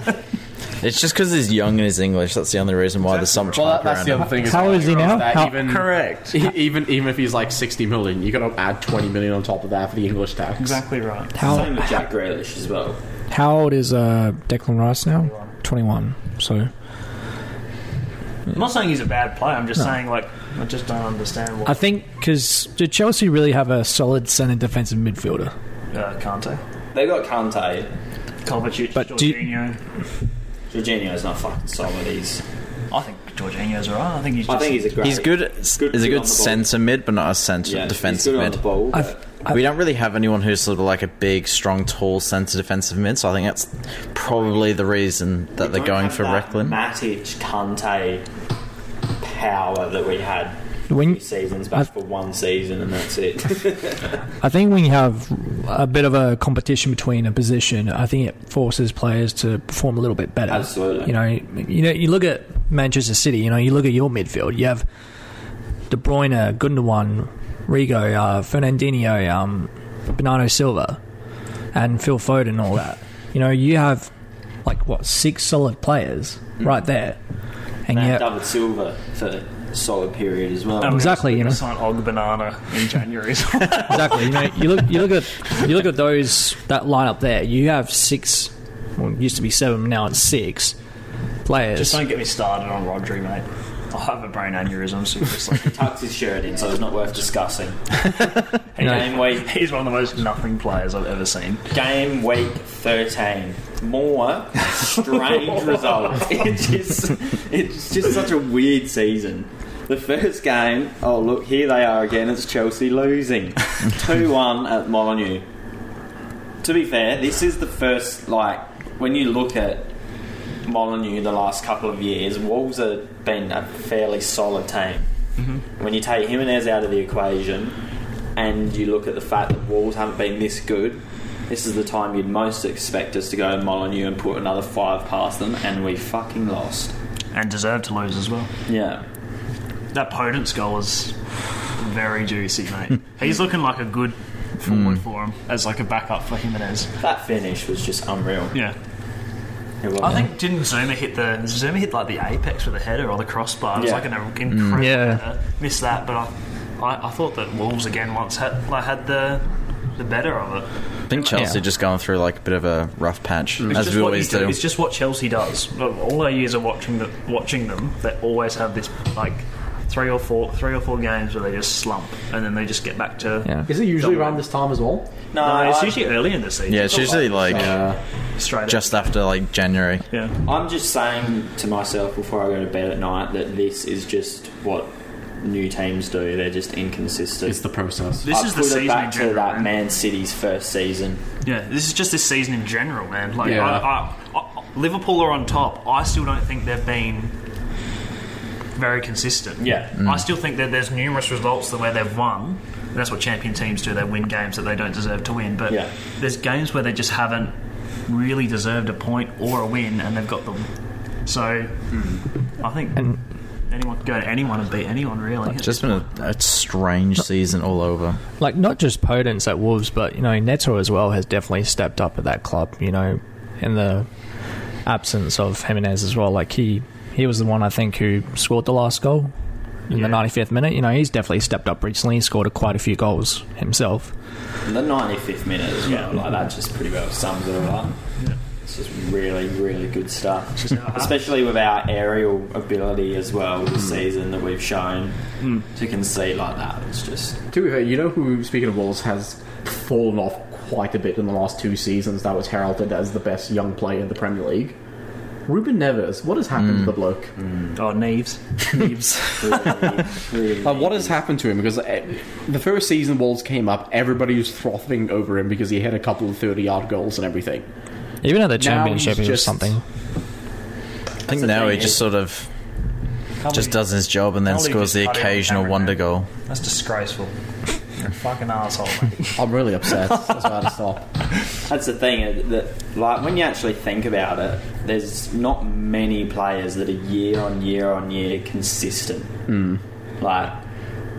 S1: it's just because he's young and he's English. That's the only reason why there's so much
S5: Well, that,
S1: hype
S5: that's
S1: around
S5: the
S1: him.
S5: other thing.
S6: How
S5: well,
S6: old is he now?
S5: that
S6: How-
S5: even,
S3: Correct.
S5: e- Even even if he's like sixty million, you got to add twenty million on top of that for the English tax.
S3: Exactly right.
S6: How
S4: Same with Jack Grealish as well.
S6: how old is uh, Declan Rice now? Twenty one. So
S3: I'm not saying he's a bad player. I'm just saying, like, I just don't understand
S6: I
S3: what
S6: think because did Chelsea really have a solid centre defensive midfielder?
S3: uh, Kante,
S4: They got Kante.
S3: Kovacic,
S6: But do you-
S3: Jorginho.
S4: Jorginho's not fucking solid. He's.
S3: I think Jorginho's alright. I think he's. Just,
S4: I think he's a great.
S1: He's good.
S4: good
S1: He's a
S4: on the
S1: good
S4: ball.
S1: centre mid, but not a centre
S4: Yeah, he's
S1: defensive
S4: good on
S1: mid.
S4: the ball.
S6: I've, I,
S1: we don't really have anyone who's sort of like a big, strong, tall centre defensive mid. So I think that's probably the reason that they're
S4: don't
S1: going
S4: have
S1: for
S4: that
S1: Recklin.
S4: Matic, Kante, power that we had
S6: when
S4: two seasons back for one season, and that's
S1: <laughs>
S4: it.
S6: I think when you have a bit of a competition between a position, I think it forces players to perform a little bit better.
S4: Absolutely.
S6: You know, you know, you look at Manchester City. You know, you look at your midfield. You have De Bruyne, Gundogan, Rigo, uh, Fernandinho, um, Bernardo Silva, and Phil Foden, and all that. You know, you have like what six solid players right there, and
S4: And
S6: yet
S4: David Silva for a solid period as well.
S3: I'm
S1: Um,
S3: gonna-
S6: Exactly, you
S3: I'm gonna
S6: know.
S3: sign Og Banana in January. so-
S4: <laughs>
S6: exactly. You know, you look, you look at, you look at those that lineup there. You have six. Well, it used to be seven. Now it's six players.
S3: just don't get me started on Rodri, mate. I'll have a brain aneurysm
S4: <laughs>
S3: seriously.
S4: tucked his shirt in, so it's not worth discussing. game
S3: Anyway,
S4: week,
S3: he's one of the most nothing players I've ever seen.
S4: game week thirteen. More strange results. It's just, it's just such a weird season. The first game, oh look, here they are again. It's Chelsea losing two one at Molyneux. To be fair, this is the first like when you look at Molyneux the last couple of years, Wolves have been a fairly solid team.
S3: Mm-hmm.
S4: When you take Jimenez out of the equation and you look at the fact that Wolves haven't been this good, this is the time you'd most expect us to go to Molyneux and put another five past them, and we fucking lost.
S3: And deserved to lose as well.
S4: Yeah.
S3: That Potence goal is very juicy,
S6: <laughs>
S3: mate. He's looking like a good
S4: Hmm.
S3: forward for him as like a backup for Jimenez.
S4: That finish was just unreal.
S3: Yeah.
S4: It was.
S3: I think didn't Zuma hit the Zuma hit like the apex with a header or the crossbar? It was
S4: Yeah.
S3: like an incredible
S6: Yeah.
S3: header. Missed that, but I, I, I thought that Wolves again once had like, had the the better of it.
S1: I think Chelsea
S6: Yeah.
S1: just going through like a bit of a rough patch, as
S3: just
S1: we
S3: what
S1: always
S3: you
S1: do.
S3: It's just what Chelsea does. Look, All our years of watching them, watching them, they always have this like three or four three or four games where they just slump and then they just get back to.
S1: Yeah.
S5: Is it usually around this time as well?
S4: no,
S3: No, it's
S4: I-
S3: usually early in the season.
S1: yeah, it's usually like
S3: straight
S1: just after like January.
S3: up. Yeah.
S4: I'm just saying to myself before I go to bed at night that this is just what new teams do. They're just inconsistent.
S5: It's the process.
S3: This
S4: I
S3: is the
S4: put
S3: season
S4: it
S3: in
S4: back to
S3: general.
S4: that
S3: man.
S4: Man City's first season.
S3: Yeah, this is just this season in general, man. Like
S5: Yeah.
S3: I, I, I, Liverpool are on top. I still don't think they've been very consistent.
S4: Yeah.
S3: I still think that there's numerous results that where they've won. And that's what champion teams do. They win games that they don't deserve to win. But
S4: Yeah.
S3: there's games where they just haven't really deserved a point or a win, and they've got them. So I think anyone could go to anyone and beat anyone really.
S1: It's just been a, a strange season all over.
S6: like not just Potence at Wolves, but you know Neto as well has definitely stepped up at that club. You know, in the absence of Jimenez as well, like he he was the one I think who scored the last goal in
S3: Yeah.
S6: the 95th minute. You know, he's definitely stepped up recently. He scored quite a few goals himself.
S4: The 95th minute as well, like that just pretty well sums it all up. It's It's just really, really good stuff. <laughs> Especially with our aerial ability as well
S3: Hmm.
S4: this season that we've shown to concede like that. It's
S3: <laughs>
S4: just
S5: To be fair, you know who, speaking of Wolves, has fallen off quite a bit in the last two seasons that was heralded as the best young player in the Premier League? Ruben Neves. What has happened to the bloke?
S3: Oh, Neves. Neves.
S4: really, really
S5: Like, what has happened to him? Because eh, the first season Wolves came up, everybody was frothing over him because he had a couple of 30 yard goals and everything.
S6: Even at the
S5: Now
S6: championship,
S5: he's
S6: he was
S5: just-
S6: something.
S1: I think
S4: the
S1: now
S4: thing,
S1: he just
S4: is-
S1: sort of just does his job and then
S3: I'll leave
S1: scores
S3: this
S1: the
S3: party on
S1: occasional
S3: camera,
S1: wonder
S3: man.
S1: goal.
S3: That's disgraceful. You're a fucking asshole. Mate.
S5: I'm really <laughs> upset. That's why I had to stop.
S4: That's the thing uh, that, like, when you actually think about it, there's not many players that are year on year on year consistent.
S5: Hmm.
S4: Like,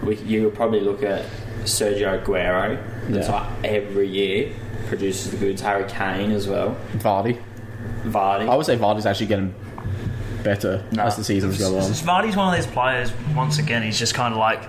S4: we, you could probably look at Sergio Aguero. That's
S5: Yeah.
S4: like every year produces the goods. Harry Kane as well.
S5: Vardy.
S4: Vardy.
S5: I would say Vardy's actually getting better as the seasons go on.
S3: Vardy's one of those players, once again, he's just kind of like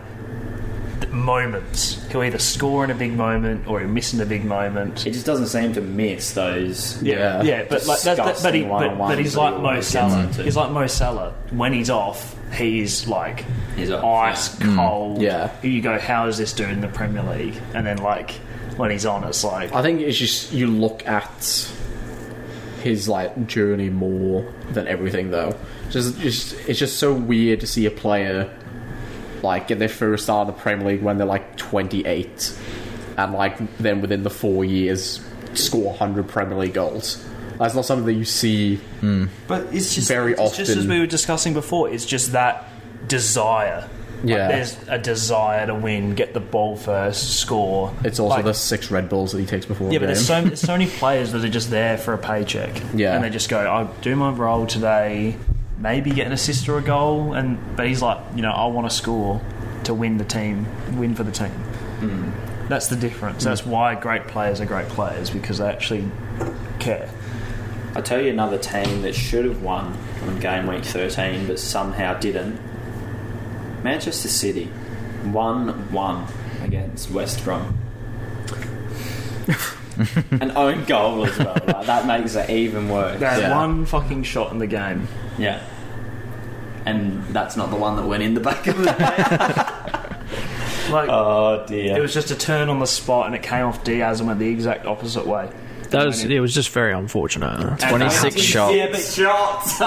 S3: th- moments. He'll either score in a big moment or he'll miss in a big moment.
S4: It just doesn't seem to miss those.
S3: Yeah,
S5: Yeah.
S3: yeah, but like that, that- but, he,
S4: Disgusting
S3: but, but
S4: one-on-ones
S3: he's
S4: that
S3: like
S4: he
S3: Mo
S4: always
S3: Salah.
S4: gets into.
S3: He's like Mo Salah. When he's off, he's like
S4: He's off, Mm,
S3: ice cold.
S5: Yeah.
S3: you go, how is this dude in the Premier League? And then like when he's on, it's like
S5: I think it's just you look at his like journey more than everything though. Just, just it's just so weird to see a player like get their first start in the Premier League when they're like 28, and like then within the four years score 100 Premier League goals. That's not something that you see.
S3: But it's just
S5: Very
S3: it's Just
S5: often-
S3: as we were discussing before, it's just that desire. Like,
S5: Yeah.
S3: there's a desire to win, get the ball first, score.
S5: It's also
S3: Like-
S5: the six Red Bulls that he takes before.
S3: yeah,
S5: a
S3: but there's
S5: game.
S3: so, there's so many players that are just there for a paycheck.
S5: Yeah.
S3: and they just go, I do my role today, maybe get an assist or a goal, and but he's like, you know, I want to score to win the team, win for the team.
S5: Hmm.
S3: That's the difference. That's why great players are great players because they actually care.
S4: I'll tell you another team that should have won on game week 13 but somehow didn't. Manchester City 1 1 against West Brom. An own goal as well. Like, that makes it even worse.
S3: They had
S5: Yeah.
S3: one fucking shot in the game.
S4: Yeah. And that's not the one that went in the back of the net.
S3: Like
S4: oh dear.
S3: It was just a turn on the spot, and it came off Diaz and went the exact opposite way.
S6: That was, it was just very unfortunate.
S1: 26 shots
S4: Yeah, but shots.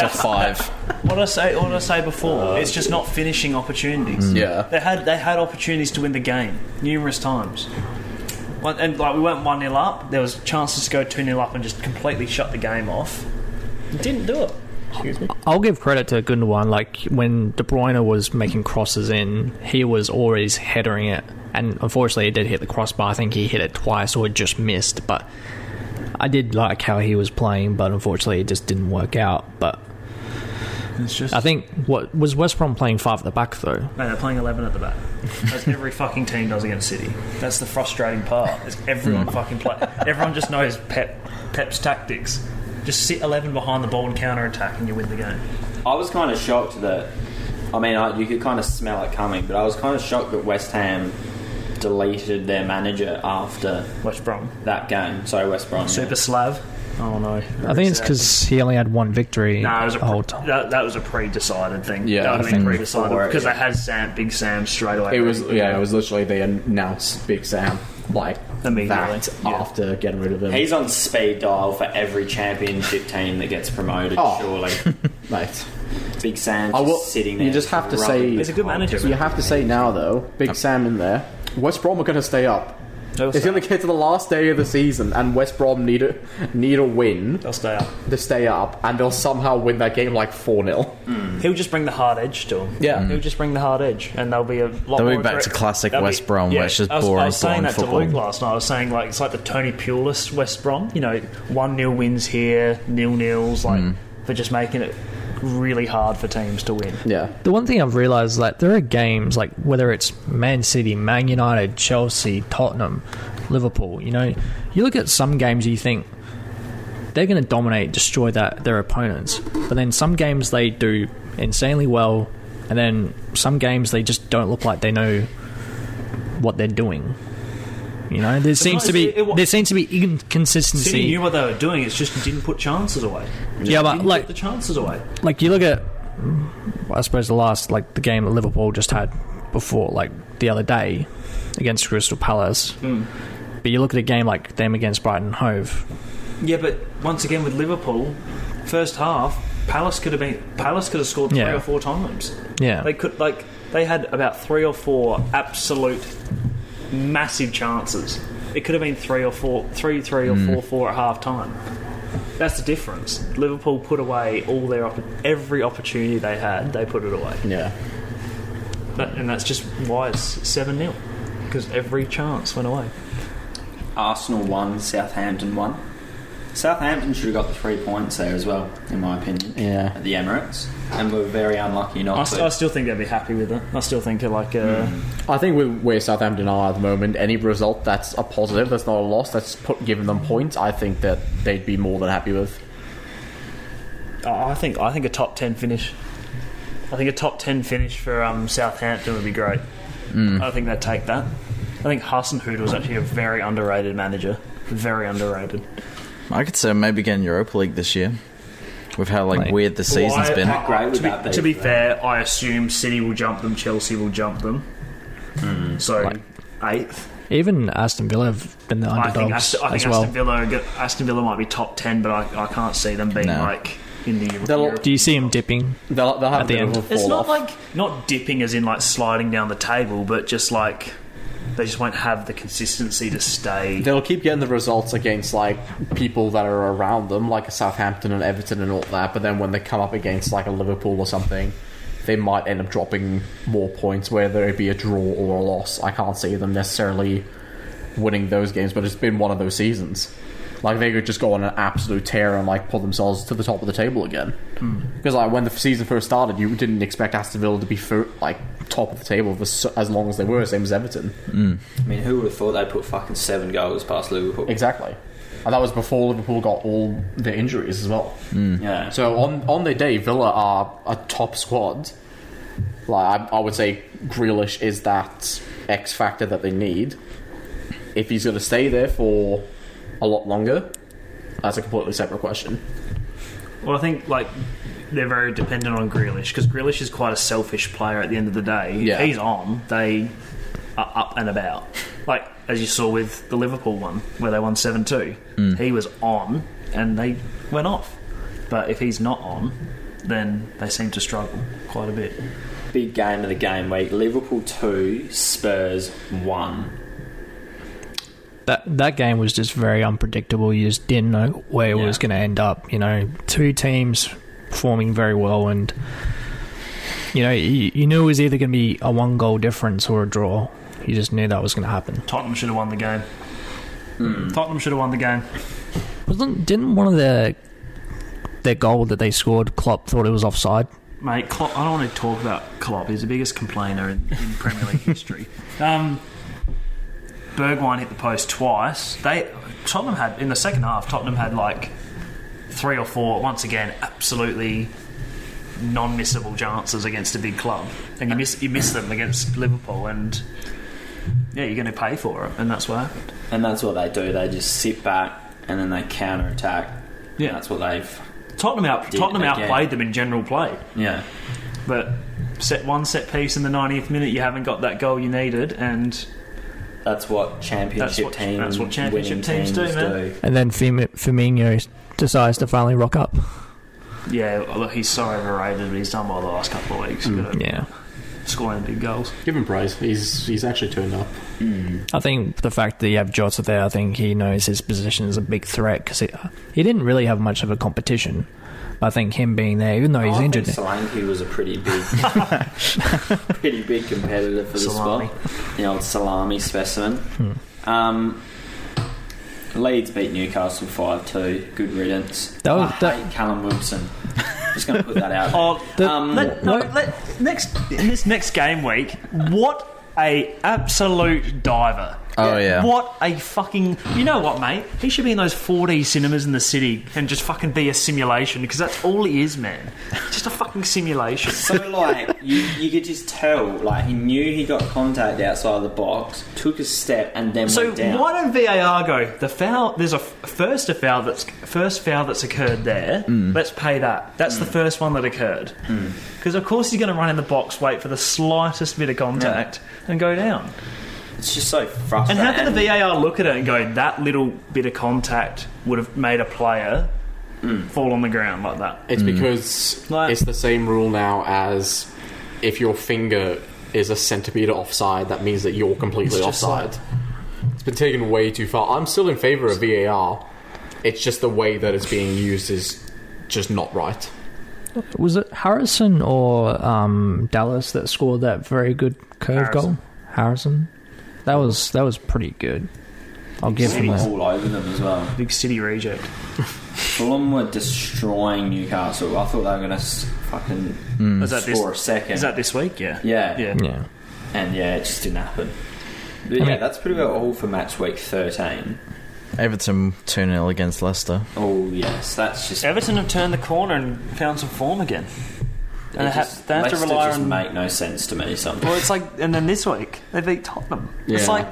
S1: to 5.
S3: What I say, what I say before, it's just not finishing opportunities.
S5: Yeah.
S3: they had they had opportunities to win the game numerous times. One, and like we went one 0 up, there was chances to go two 0 up and just completely shut the game off. Didn't do it.
S6: I'll give credit to Gundogan. Like when De Bruyne was making crosses in, he was always headering it, and unfortunately, it did hit the crossbar. I think he hit it twice or it just missed. But I did like how he was playing, but unfortunately, it just didn't work out. But
S3: It's just
S6: I think what was West Brom playing five at the back though.
S3: Man, they're playing 11 at the back. <laughs> That's every fucking team does against City. That's the frustrating part. Is everyone fucking play. Everyone just knows Pep Pep's tactics. Just sit 11 behind the ball and counter attack, and you win the game.
S4: I was kind of shocked that. I mean, I, you could kind of smell it coming, but I was kind of shocked that West Ham deleted their manager after
S3: West Brom,
S4: that game. Sorry, West Brom. yeah.
S3: Super Slav. Oh no.
S6: I think it's because he only had one victory
S3: No, it was a
S6: the
S3: pre-
S6: whole time.
S3: that, that was a pre-decided thing.
S5: Yeah,
S3: that
S5: I
S3: would have
S5: think
S3: been pre-decided
S4: before,
S3: because
S4: yeah.
S3: they had Sam, Big Sam, straight away.
S5: It was yeah, it was literally they announced Big Sam like
S3: Immediately,
S5: that
S3: yeah.
S5: after getting rid of him.
S4: He's on speed dial for every championship team that gets promoted,
S5: Oh. <laughs>
S4: surely.
S5: Mate.
S4: Big Sam
S5: I
S4: just
S5: will-
S4: sitting
S5: you
S4: there.
S5: just have to
S4: rubbing
S5: say-
S3: He's a good manager.
S5: So you have to say now, though, Big Sam in there. West Brom are going to stay up.
S3: They'll
S5: It's
S3: stay
S5: going to get to the last day of the season, and West Brom need a need a win
S3: They'll stay up.
S5: to stay up, and they'll somehow win that game like four 0
S1: Hmm.
S3: He'll just bring the hard edge to him.
S5: Yeah.
S3: he'll just bring the hard edge, and they'll be a lot.
S1: They'll be
S3: more
S1: back to
S3: direct-
S1: classic
S3: they'll
S1: West Brom, where it's just
S3: I was,
S1: boring,
S3: I was saying
S1: boring
S3: that
S1: football.
S3: to Luke last night. I was saying like it's like the Tony Pulis West Brom. You know, one 0 wins here, nil nils, like
S1: Hmm.
S3: for just making it really hard for teams to win.
S5: Yeah,
S6: The one thing I've realized is that there are games like whether it's Man City, Man United, Chelsea, Tottenham, Liverpool. You know, you look at some games you think they're going to dominate, destroy that their opponents, but then some games they do insanely well, and then some games they just don't look like they know what they're doing. You know, there seems to be
S3: it- it wa-
S6: there seems to be inconsistency.
S3: City knew what they were doing. It's just didn't put chances away. Just
S6: Yeah, but,
S3: didn't
S6: like-
S3: put the chances away.
S6: like you look at I suppose the last like the game that Liverpool just had before like the other day against Crystal Palace.
S3: Hmm.
S6: But you look at a game like them against Brighton Hove.
S3: Yeah, but once again with Liverpool, first half Palace could have been Palace could have scored three
S6: Yeah.
S3: or four times.
S6: Yeah.
S3: They could like they had about three or four absolute massive chances. It could have been three or four, three, three or
S6: Hmm.
S3: four, four at half time. That's the difference. Liverpool put away all their opp- every opportunity they had. They put it away,
S5: Yeah.
S3: That- and that's just why it's seven 0 because every chance went away.
S4: Arsenal won, Southampton won. Southampton should have got the three points there as well, in my opinion.
S5: Yeah.
S4: At the Emirates, and we were very unlucky
S3: I,
S4: not
S3: s-
S4: to.
S3: I still think they'd be happy with it. I still think they're like uh,
S6: Hmm.
S5: I think with where Southampton are at the moment, any result that's a positive, that's not a loss, that's put, giving them points, I think that they'd be more than happy with.
S3: I I think I think a top ten finish. I think a top ten finish for um, Southampton would be great.
S6: Hmm.
S3: I think they'd take that. I think Hassan Hood was actually a very underrated manager. Very underrated.
S1: I could say maybe getting Europa League this year. With how like
S6: Mate.
S1: weird the season's
S3: Well, I-
S1: been.
S3: I-
S4: Great
S3: to,
S4: without
S3: be,
S4: these,
S3: to be
S4: though.
S3: fair, I assume City will jump them, Chelsea will jump them. So
S6: Hmm. Like-
S3: eighth.
S6: Even Aston Villa have been the
S3: I
S6: underdogs
S3: think, Aston, I think
S6: as well.
S3: Aston Villa are go- Aston Villa might be top ten, but I, I can't see them being
S1: No.
S3: like in the.
S5: They'll-
S3: Euro-
S6: Do you see them dipping?
S5: They'll, they'll have
S6: At
S5: a
S6: the
S5: bit
S6: end.
S5: of a fall
S3: It's not
S5: off.
S3: like not dipping as in like sliding down the table, but just like they just won't have the consistency to stay.
S5: They'll keep getting the results against like people that are around them, like Southampton and Everton and all that. But then when they come up against like a Liverpool or something, they might end up dropping more points, whether it be a draw or a loss. I can't see them necessarily winning those games, but it's been one of those seasons. Like they could just go on an absolute tear and like pull themselves to the top of the table again. Because like when the season first started, you didn't expect Aston Villa to be fir- like top of the table for so- as long as they were, same as Everton.
S4: I mean, who would have thought they put fucking seven goals past Liverpool?
S5: Exactly. And that was before Liverpool got all their injuries as well.
S4: Yeah.
S5: So on on their day, Villa are a top squad. Like I, I would say, Grealish is that X factor that they need. If he's going to stay there for a lot longer, that's a completely separate question.
S3: Well, I think like they're very dependent on Grealish because Grealish is quite a selfish player. At the end of the day, If
S5: Yeah.
S3: he's on. They are up and about. Like as you saw with the Liverpool one where they won seven two, he was on and they went off. But if he's not on, then they seem to struggle quite a bit.
S4: Big game of the game week. Liverpool 2, Spurs 1.
S6: That that game was just very unpredictable. You just didn't know where it
S4: Yeah.
S6: was going to end up. You know, two teams performing very well, and you know, you, you knew it was either going to be a one goal difference or a draw. You just knew that was going to happen.
S3: Tottenham should have won the game. Tottenham should have won the game.
S6: Wasn't didn't one of the their goal that they scored? Klopp thought it was offside.
S3: Mate, Klopp, I don't want to talk about Klopp. He's the biggest complainer in, in Premier
S4: <laughs>
S3: League history. Um, Bergwijn hit the post twice. They Tottenham had in the second half. Tottenham had like three or four. Once again, absolutely non-missable chances against a big club, and you miss you miss them against Liverpool, and yeah, you're going to pay for it, and that's what happened.
S4: And that's what they do. They just sit back and then they counter attack.
S3: Yeah.
S4: That's what they've.
S3: Tottenham out
S4: Did
S3: Tottenham
S4: again.
S3: outplayed them in general play.
S4: Yeah.
S3: But set one set piece in the 90th minute, you haven't got that goal you needed, and
S4: That's what
S3: That's
S4: championship
S3: what-
S4: teams.
S3: that's what championship
S4: winning
S3: teams do, man.
S6: And then Firmi- Firmino decides to finally rock up.
S3: yeah, look, he's so overrated, but he's done well the last couple of weeks. You know,
S6: Mm, Yeah,
S3: Scoring big goals.
S5: Give him praise. He's he's actually turned up.
S6: I think the fact that you have Jota there, I think he knows his position is a big threat because he, he didn't really have much of a competition. I think him being there, even though he's
S4: I
S6: injured,
S4: Think Solanke was a pretty
S3: <laughs>
S4: big, <laughs> pretty big competitor for the
S3: Salami.
S4: spot. The old salami specimen.
S6: Hmm.
S4: Um, Leeds beat Newcastle five two. Good riddance.
S6: That was-
S4: I
S6: that-
S4: hate Callum Wilson. Just going to put that
S3: <laughs>
S4: out.
S3: Oh,
S6: The-
S4: um,
S3: let, no, let, next in this next game week, what a absolute diver!
S1: Oh, yeah.
S3: What a fucking. You know what, mate? He should be in those 4D cinemas in the city and just fucking be a simulation because that's all he is, man. Just a fucking simulation.
S4: So like you, you could just tell like he knew he got contact outside the box, took a step, and then
S3: So
S4: went down.
S3: why don't VAR go? The foul. There's a f- first a foul that's first foul that's occurred there.
S4: Mm.
S3: Let's pay that. That's the first one that occurred. Because of course he's going to run in the box, wait for the slightest bit of contact, and go down.
S4: It's just so
S3: And
S4: frustrating.
S3: how can the VAR look at it and go, that little bit of contact would have made a player
S4: Mm.
S3: fall on the ground like that?
S5: It's because
S3: Like-
S5: it's the same rule now as if your finger is a centimetre offside, that means that you're completely
S3: It's just
S5: offside. it's been taken way too far. I'm still in favour of VAR. It's just the way that it's being used is just not right.
S6: Was it Harrison or um, Dallas that scored that very good curve
S3: Harrison.
S6: goal? Harrison. That was that was pretty good. I'll give him
S4: City
S6: that.
S4: all over them as well.
S3: Big city reject.
S4: Fulham were destroying Newcastle. I thought they were going to fucking
S3: Is that this?
S4: score Mm. a second.
S3: Is that this week? Yeah.
S4: yeah,
S3: Yeah.
S6: Yeah.
S4: and yeah, it just didn't happen. But yeah,
S6: mean-
S4: that's pretty well all for match week thirteen.
S1: Everton 2 0 against Leicester.
S4: Oh yes, that's just.
S3: Everton have turned the corner and found some form again.
S4: it
S3: and they have-
S4: just-
S3: they have to
S4: Leicester
S3: rely
S4: just
S3: on-
S4: make no sense to me. Sometimes.
S3: Well, it's like, and then this week they beat Tottenham. It's
S5: Yeah.
S3: like,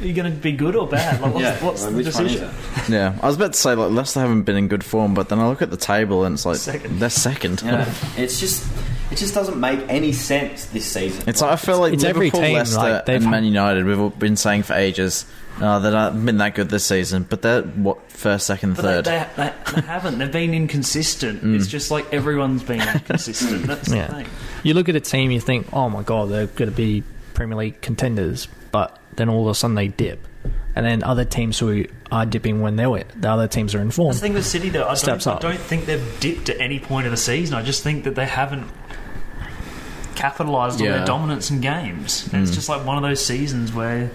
S3: are you going to be good or bad? Like, what's,
S4: yeah,
S3: what's
S4: well,
S3: the
S4: which
S3: decision?
S4: One is
S1: <laughs>
S4: it?
S1: Yeah, I was about to say like Leicester haven't been in good form, but then I look at the table and it's like
S3: Second.
S1: they're second.
S4: You know, it's just it just doesn't make any sense this season.
S1: <laughs> It's like I feel like
S6: It's every
S1: Liverpool,
S6: team,
S1: Leicester,
S6: like, they've-
S1: and Man United. We've all been saying for ages, oh, they haven't been that good this season, but they're what first, second,
S3: But
S1: third.
S3: they, they, they, they haven't. They've been inconsistent. It's just like everyone's been inconsistent. That's
S6: Yeah.
S3: the thing.
S6: You look at a team, you think, oh my god, they're going to be Premier League contenders, but then all of a sudden they dip, and then other teams who are dipping when they're the other teams are in form.
S3: That's the thing with City, though. I
S6: Steps
S3: don't,
S6: up.
S3: I don't think they've dipped at any point of the season. I just think that they haven't capitalised on
S5: Yeah.
S3: their dominance in games. And It's just like one of those seasons where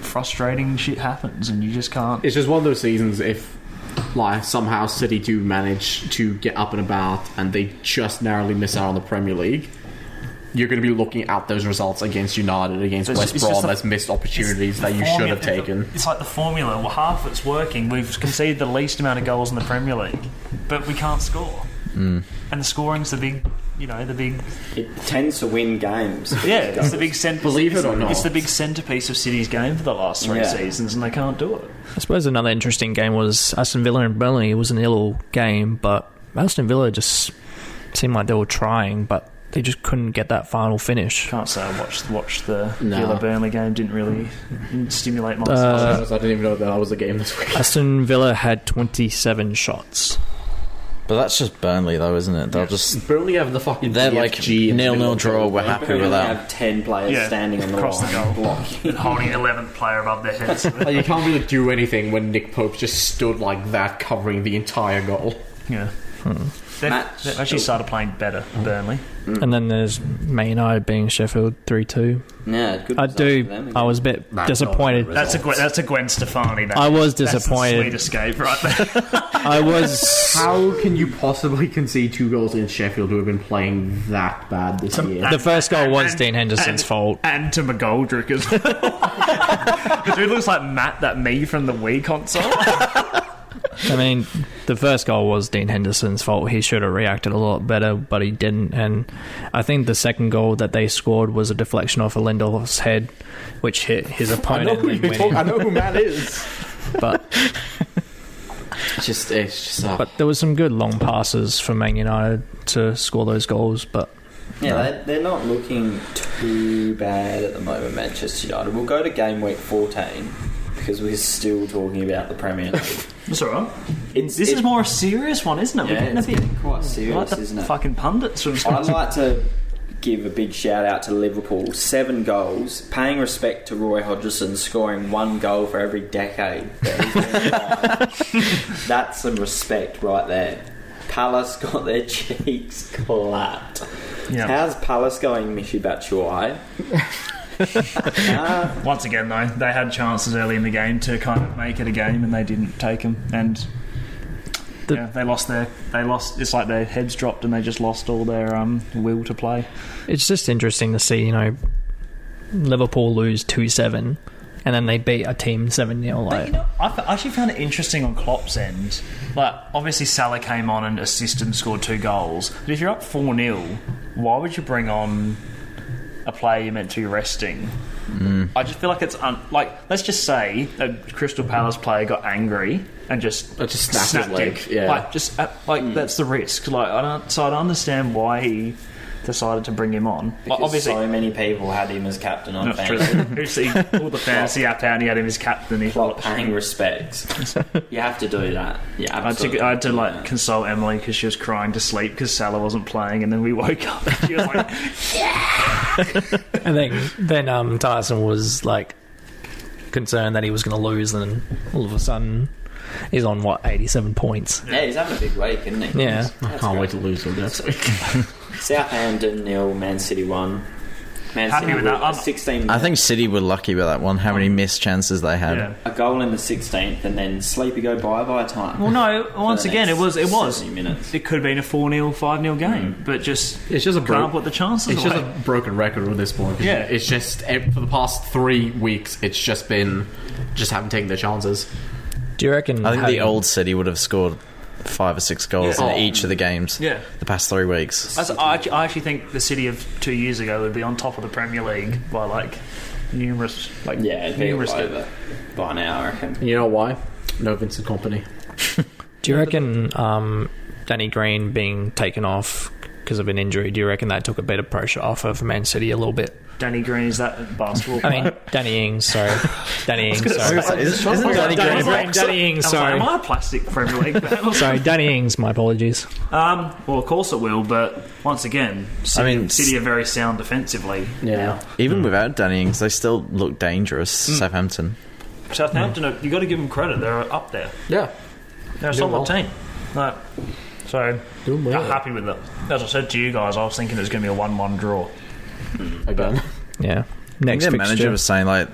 S3: frustrating shit happens and you just can't.
S5: It's just one of those seasons if like somehow City do manage to get up and about and they just narrowly miss out on the Premier League. You're going to be looking at those results against United, against
S3: It's-
S5: West
S3: it's just
S5: Brom,
S3: the-
S5: as missed
S3: It's
S5: opportunities
S3: the
S5: that you should
S3: formula-
S5: have taken.
S3: It's like the formula. Well, half of it's working. We've conceded the least amount of goals in the Premier League, but we can't score.
S5: Hmm.
S3: And the scoring's the big, you know, the big
S4: It tends to win games.
S3: Yeah, it's the big cent-
S5: Believe it or
S3: it's- it's
S5: not.
S3: the big centerpiece of City's game for the last three
S4: Yeah.
S3: seasons, and they can't do it.
S6: I suppose another interesting game was Aston Villa and Burnley. It was an ill game, but Aston Villa just seemed like they were trying, but they just couldn't get that final finish.
S3: Can't say I watched watched the
S5: No.
S3: Villa Burnley game. Didn't really stimulate my.
S6: Uh,
S5: I didn't even know that was a game this <laughs> week.
S6: Aston Villa had 27 shots.
S1: But that's just Burnley, though, isn't it? They'll just
S5: Burnley have the fucking
S1: they're like
S5: DFG in the
S1: nil
S5: middle
S1: nil
S5: of the
S1: draw.
S5: field.
S1: We're happy
S4: We
S1: with
S4: only
S1: that.
S4: have ten players
S3: Yeah,
S4: standing on the
S3: across the
S4: line,
S3: goal.
S4: blocking.
S3: and holding eleventh player above their heads.
S5: Like, you can't really do anything when Nick Pope just stood like that, covering the entire goal.
S3: <laughs> yeah.
S5: Hmm.
S3: They've,
S4: Match-
S3: they've actually started playing better,
S5: Oh.
S3: Burnley.
S6: And then there's Man United being Sheffield 3 2.
S4: <laughs> Yeah, good
S6: I
S4: result for them
S6: do.
S4: again.
S6: I was a bit
S5: That's
S6: disappointed.
S5: not
S3: That's a Gwen, that's a Gwen Stefani. That,
S6: I was
S3: That's the
S6: disappointed.
S3: sweet escape right there.
S6: I was.
S5: How can you possibly concede two goals in Sheffield who have been playing that bad this year?
S6: The first goal was
S3: And-
S6: Dean Henderson's
S3: and-
S6: fault.
S3: and to McGoldrick as well. <laughs> the dude looks like Matt, that me from the Wii console.
S6: I mean, the first goal was Dean Henderson's fault. He should have reacted a lot better, but he didn't. And I think the second goal that they scored was a deflection off of Lindelof's head, which hit his opponent. and went in.
S5: I know
S6: <laughs>
S5: who Matt is.
S6: But
S5: It's just, it's just. Uh,
S6: but there was some good long passes for Man United to score those goals. But
S4: Yeah, they, they're not looking too bad at the moment, Manchester United. We'll go to game week 14 because we're still talking about the Premier League.
S3: That's all right.
S4: It's-
S3: this
S4: it-
S3: is more a serious one, isn't it? We're
S4: Yeah,
S3: getting a
S4: it's
S3: bit
S4: getting quite serious,
S3: like the
S4: isn't it?
S3: Fucking pundits from
S4: I'd like to give a big shout out to Liverpool. Seven goals, paying respect to Roy Hodgson, scoring one goal for every decade. that he's been
S3: <laughs>
S4: alive. That's some respect right there. Palace got their <laughs> cheeks clapped.
S3: <laughs> Yeah.
S4: How's Palace going, Mishi Batshuayi? Ah,
S3: Once again, though, they had chances early in the game to kind of make it a game, and they didn't take them. And
S6: The-
S3: yeah, they lost their they lost. It's like their heads dropped, and they just lost all their um, will to play.
S6: it's just interesting to see, you know, Liverpool lose two seven, and then they beat a team seven 0
S3: But, you
S6: Like,
S3: know, I f- I actually found it interesting on Klopp's end. Like, obviously Salah came on and assisted and scored two goals. But if you're up four 0 why would you bring on a player you're meant to be resting?
S5: Mm.
S3: I just feel like it's un- like let's just say a Crystal Palace player got angry and just
S5: Uh, just snapped his leg,
S3: it.
S5: yeah. Mm.
S3: like just uh, like that's the risk. Like I don't, so I don't understand why he decided to bring him on. Like, obviously,
S4: so many people had him as captain on
S3: not true.
S4: <laughs> fantasy.
S3: <laughs> Obviously, all the fantasy app down, he had him as captain. He
S4: While
S3: thought,
S4: paying
S3: <laughs>
S4: respect, you have to do that. Yeah,
S3: I had,
S4: absolutely.
S3: to, I had to like console Emily because she was crying to sleep because Salah wasn't playing, and then we <laughs> woke up and she was like,
S6: and then then um, Tyson was like concerned that he was going to lose, and all of a sudden he's on what eighty seven points.
S4: Yeah, he's having a big week, isn't he?
S6: Yeah.
S4: That's
S5: Can't wait
S4: great.
S5: to lose all this.
S4: Southampton nil, Man City one. Man
S3: Happy
S4: City
S3: with that.
S4: were 16.
S1: I think City were lucky with that one. How many missed chances they had?
S3: yeah.
S4: a goal in the 16th, and then sleepy go bye bye time.
S3: Well, no.
S4: For
S3: Once
S4: the
S3: again, it
S4: next
S3: was it was
S4: 70 minutes.
S3: it could have been a four 0 five 0 game, but just
S5: It's just a
S3: can't
S5: broke-
S3: put the chances
S5: It's
S3: away.
S5: just a broken record at this point. 'cause
S3: Yeah.
S5: it's just eh, for the past three weeks, it's just been just haven't taken their chances.
S6: Do you reckon?
S1: I think
S6: having-
S1: the old City would have scored five or six goals
S5: Yeah.
S1: in
S5: Oh.
S1: each of the games.
S3: Yeah.
S1: The past three weeks.
S3: That's- I, actu- I actually think the city of two years ago would be on top of the Premier League by like numerous like
S4: Yeah, it'd be all
S3: numerous.
S4: over by now, I reckon.
S5: And you know why? No Vincent Company.
S6: Do you reckon um, Danny Green being taken off because of an injury? Do you reckon that took a bit of pressure off her for Man City a little bit?
S3: Danny Green is that basketball.
S6: I
S3: player?
S6: mean, Danny
S1: <laughs>
S6: Ings, sorry, Danny Ings, sorry,
S1: Isn't- isn't
S3: I
S1: Danny
S3: was like- I
S1: Green
S3: was like-
S6: Danny Ings,
S3: I was like,
S6: sorry.
S3: Am I a plastic Premier League? <laughs> fan?
S6: sorry, Danny Ings. My apologies.
S3: Um, well, of course it will, but once again, City,
S1: mean,
S3: City are very sound defensively.
S5: Yeah.
S6: Hmm.
S1: Even without Danny Ings, they still look dangerous. Southampton.
S3: now. Southampton, are you got to give them credit; they're up there.
S5: Yeah.
S3: They're a
S5: Doing
S3: solid
S5: well.
S3: team. Like, so
S5: Doing well.
S3: I'm happy with them. As I said to you guys, I was thinking it was going to be a one-one draw.
S5: Again.
S6: Yeah,
S1: I think
S6: next
S1: their
S6: fixture.
S1: manager was saying like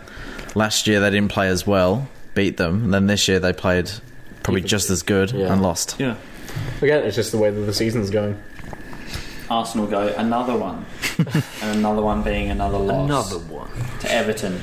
S1: last year they didn't play as well, beat them, and then this year they played probably just as good
S5: Yeah.
S1: and lost.
S3: Yeah,
S5: Again, it's just the way that the season's going.
S4: Arsenal go another
S3: <laughs>
S4: one, and another one being another loss
S3: one.
S4: to Everton.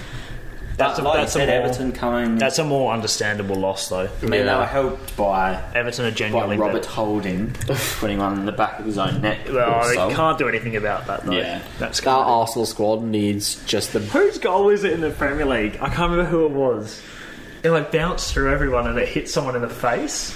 S3: That's
S4: But
S3: a-
S4: like
S3: that's
S4: you
S3: a
S4: said,
S3: more-
S4: Everton coming.
S3: That's a more understandable loss, though.
S4: I mean,
S5: Yeah.
S4: they were helped by,
S3: Everton are
S4: by
S3: genuinely
S4: Robert
S3: better. <laughs>
S4: Holding putting one in the back of his own net.
S3: Well, they
S4: So-
S3: can't do anything about that, though. <laughs>
S4: Yeah.
S3: that's
S5: That Arsenal squad needs just the.
S3: Whose goal is it in the Premier League? I can't remember who it was. It like bounced through everyone and it hit someone in the face.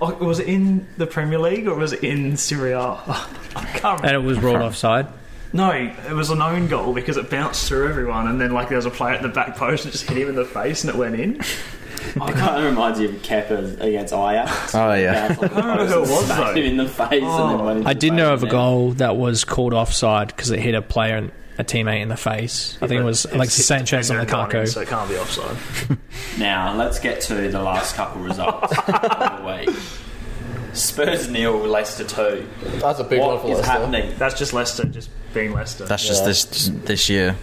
S3: Or was it in the Premier League or was it in Serie A? <laughs> I can't
S6: and
S3: remember.
S6: it was ruled offside.
S3: No, it was an own goal because it bounced through everyone and then like there was a player at the back post and just hit him in the face and it went in.
S4: It kind of reminds you of Kepa against Ajax.
S1: Oh, yeah.
S4: Bounced off the
S3: I don't know
S4: post
S3: who it
S4: and
S3: was,
S4: smacked
S3: though.
S6: <laughs>
S4: him <laughs> in the face and then went into
S6: I did know of a
S4: the
S6: goal that was called offside because it hit a player, and a teammate in the face. I think it was
S3: It's
S6: Alexis
S3: hit
S6: Sanchez and
S3: defender and gone in,
S6: Lukaku.
S3: So it can't be offside.
S4: net. Now let's get to the last couple results. of the week. Spurs nil, Leicester two.
S5: That's a big
S4: What is happening?
S3: That's just Leicester, just being
S1: <laughs>
S3: Leicester.
S1: That's just
S5: Yeah.
S1: this this year.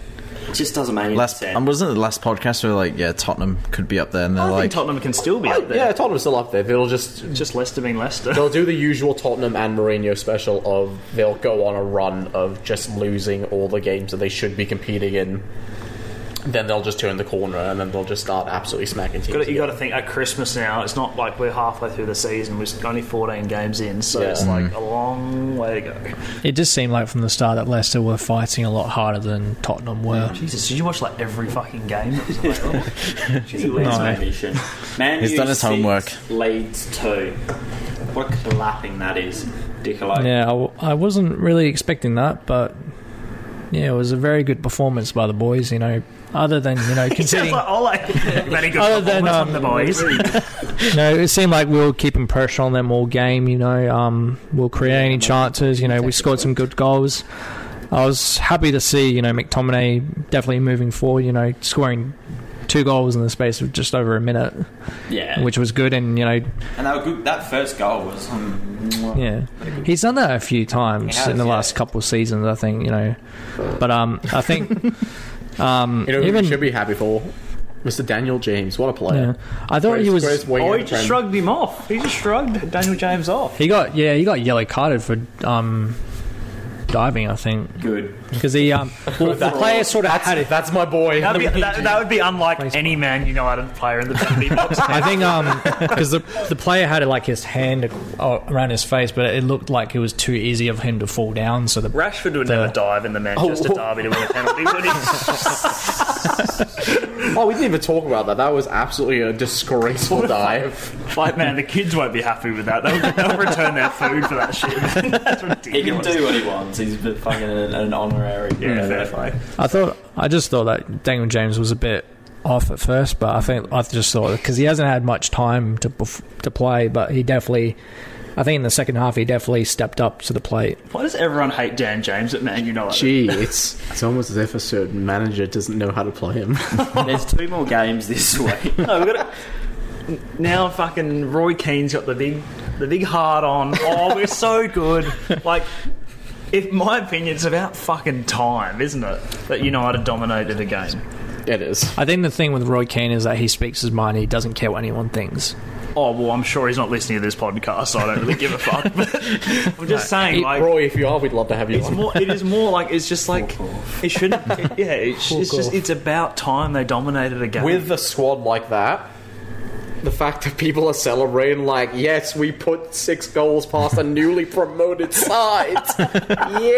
S4: It just doesn't make any
S1: Last
S4: sense.
S1: and wasn't it the last podcast where like yeah Tottenham could be up there and they're
S3: I
S1: like Oh,
S3: think Tottenham can still be up there.
S5: Yeah, Tottenham's still up there. They'll just
S3: Just Leicester being Leicester.
S5: they'll do the usual Tottenham and Mourinho special of they'll go on a run of just losing all the games that they should be competing in. Then they'll just turn the corner and then they'll just start absolutely smacking teams.
S3: Gotta, you got to think at Christmas now. It's not like we're halfway through the season. We're only 14 games in, so
S5: Yeah.
S3: it's like a long way to go.
S6: It just seemed like from the start that Leicester were fighting a lot harder than Tottenham were.
S3: Jesus, did you watch like every fucking game?
S1: <laughs>
S3: That was
S4: It's a Leeds mission. Man
S1: He's
S4: U
S1: done his
S4: six,
S1: homework.
S4: Leeds two. What clapping that is, Dicolo.
S6: Yeah, I, w- I wasn't really expecting that, but yeah, it was a very good performance by the boys. You know, other than you <laughs> know
S3: Sounds
S6: conceding,
S3: like Ole. <laughs> Very good
S6: Other than,
S3: performance from the
S6: um,
S3: boys.
S6: you know, it seemed like we were keeping pressure on them all game. You know, um, we'll create any chances. You know, we scored some good goals. I was happy to see you know McTominay definitely moving forward. You know, scoring two goals in the space of just over a minute,
S4: yeah.
S6: which was good. And you know,
S4: and that, good, that first goal was. Um,
S6: Yeah, he's done that a few times
S4: He has,
S6: in the
S4: yeah.
S6: last couple of seasons, I think. You know, but um,
S4: <laughs>
S6: I think um,
S5: You know who
S6: even
S5: we should be happy for? Mr. Daniel James. What a
S6: yeah,
S5: player.
S6: I thought he
S5: Greatest-
S6: was
S5: greatest winger
S3: Oh,
S5: in
S3: he
S5: the
S3: just
S5: Prem.
S3: shrugged him off. He just shrugged Daniel James off.
S6: he got yeah he got yellow carded for um diving. I think
S4: Good.
S6: because the um, well, the players sort of had it.
S5: That's my boy.
S3: That'd be, that, that would be unlike any Man United player <laughs> in the penalty box.
S6: I think um because the the player had it like his hand ac- uh, around his face, but it looked like it was too easy of him to fall down. So the
S3: Rashford would never dive in the Manchester
S5: Oh,
S3: derby to win a penalty, would he?
S5: <laughs>
S3: <laughs>
S5: Oh, we didn't even talk about that. That was absolutely a <laughs> disgraceful dive.
S3: Like, man, the kids won't be happy with that. They'll, they'll return their food for that shit. <laughs> That's
S4: He can
S3: ridiculous.
S4: do what he wants. He's been fucking an, an honorary.
S3: Yeah, fair play.
S6: I thought I just thought that Daniel James was a bit off at first, but I think I just thought because he hasn't had much time to perf- to play, but he definitely. I think in the second half he definitely stepped up to the plate.
S3: Why does everyone hate Dan James at Man United?
S5: Gee, it's it's almost as if a certain manager doesn't know how to play him.
S4: There's two more games this <laughs> week.
S3: No, we've got to- Now fucking Roy Keane's got the big, the big heart on. Oh, we're so good. Like, if my opinion, it's about fucking time, isn't it? That United dominated a game.
S5: it is.
S6: I think the thing with Roy Keane is that he speaks his mind. He doesn't care what anyone thinks.
S3: Oh well, I'm sure he's not listening to this podcast, so I don't really give a fuck. But I'm just saying, like,
S5: Roy, if you are, we'd love to have you
S3: It's
S5: on.
S3: more. It is more like it's just like it shouldn't. it- yeah, it's, it's just it's about time they dominated a game.
S5: With a squad like that, the fact that people are celebrating, like, yes, we put six goals past a <laughs> newly promoted side.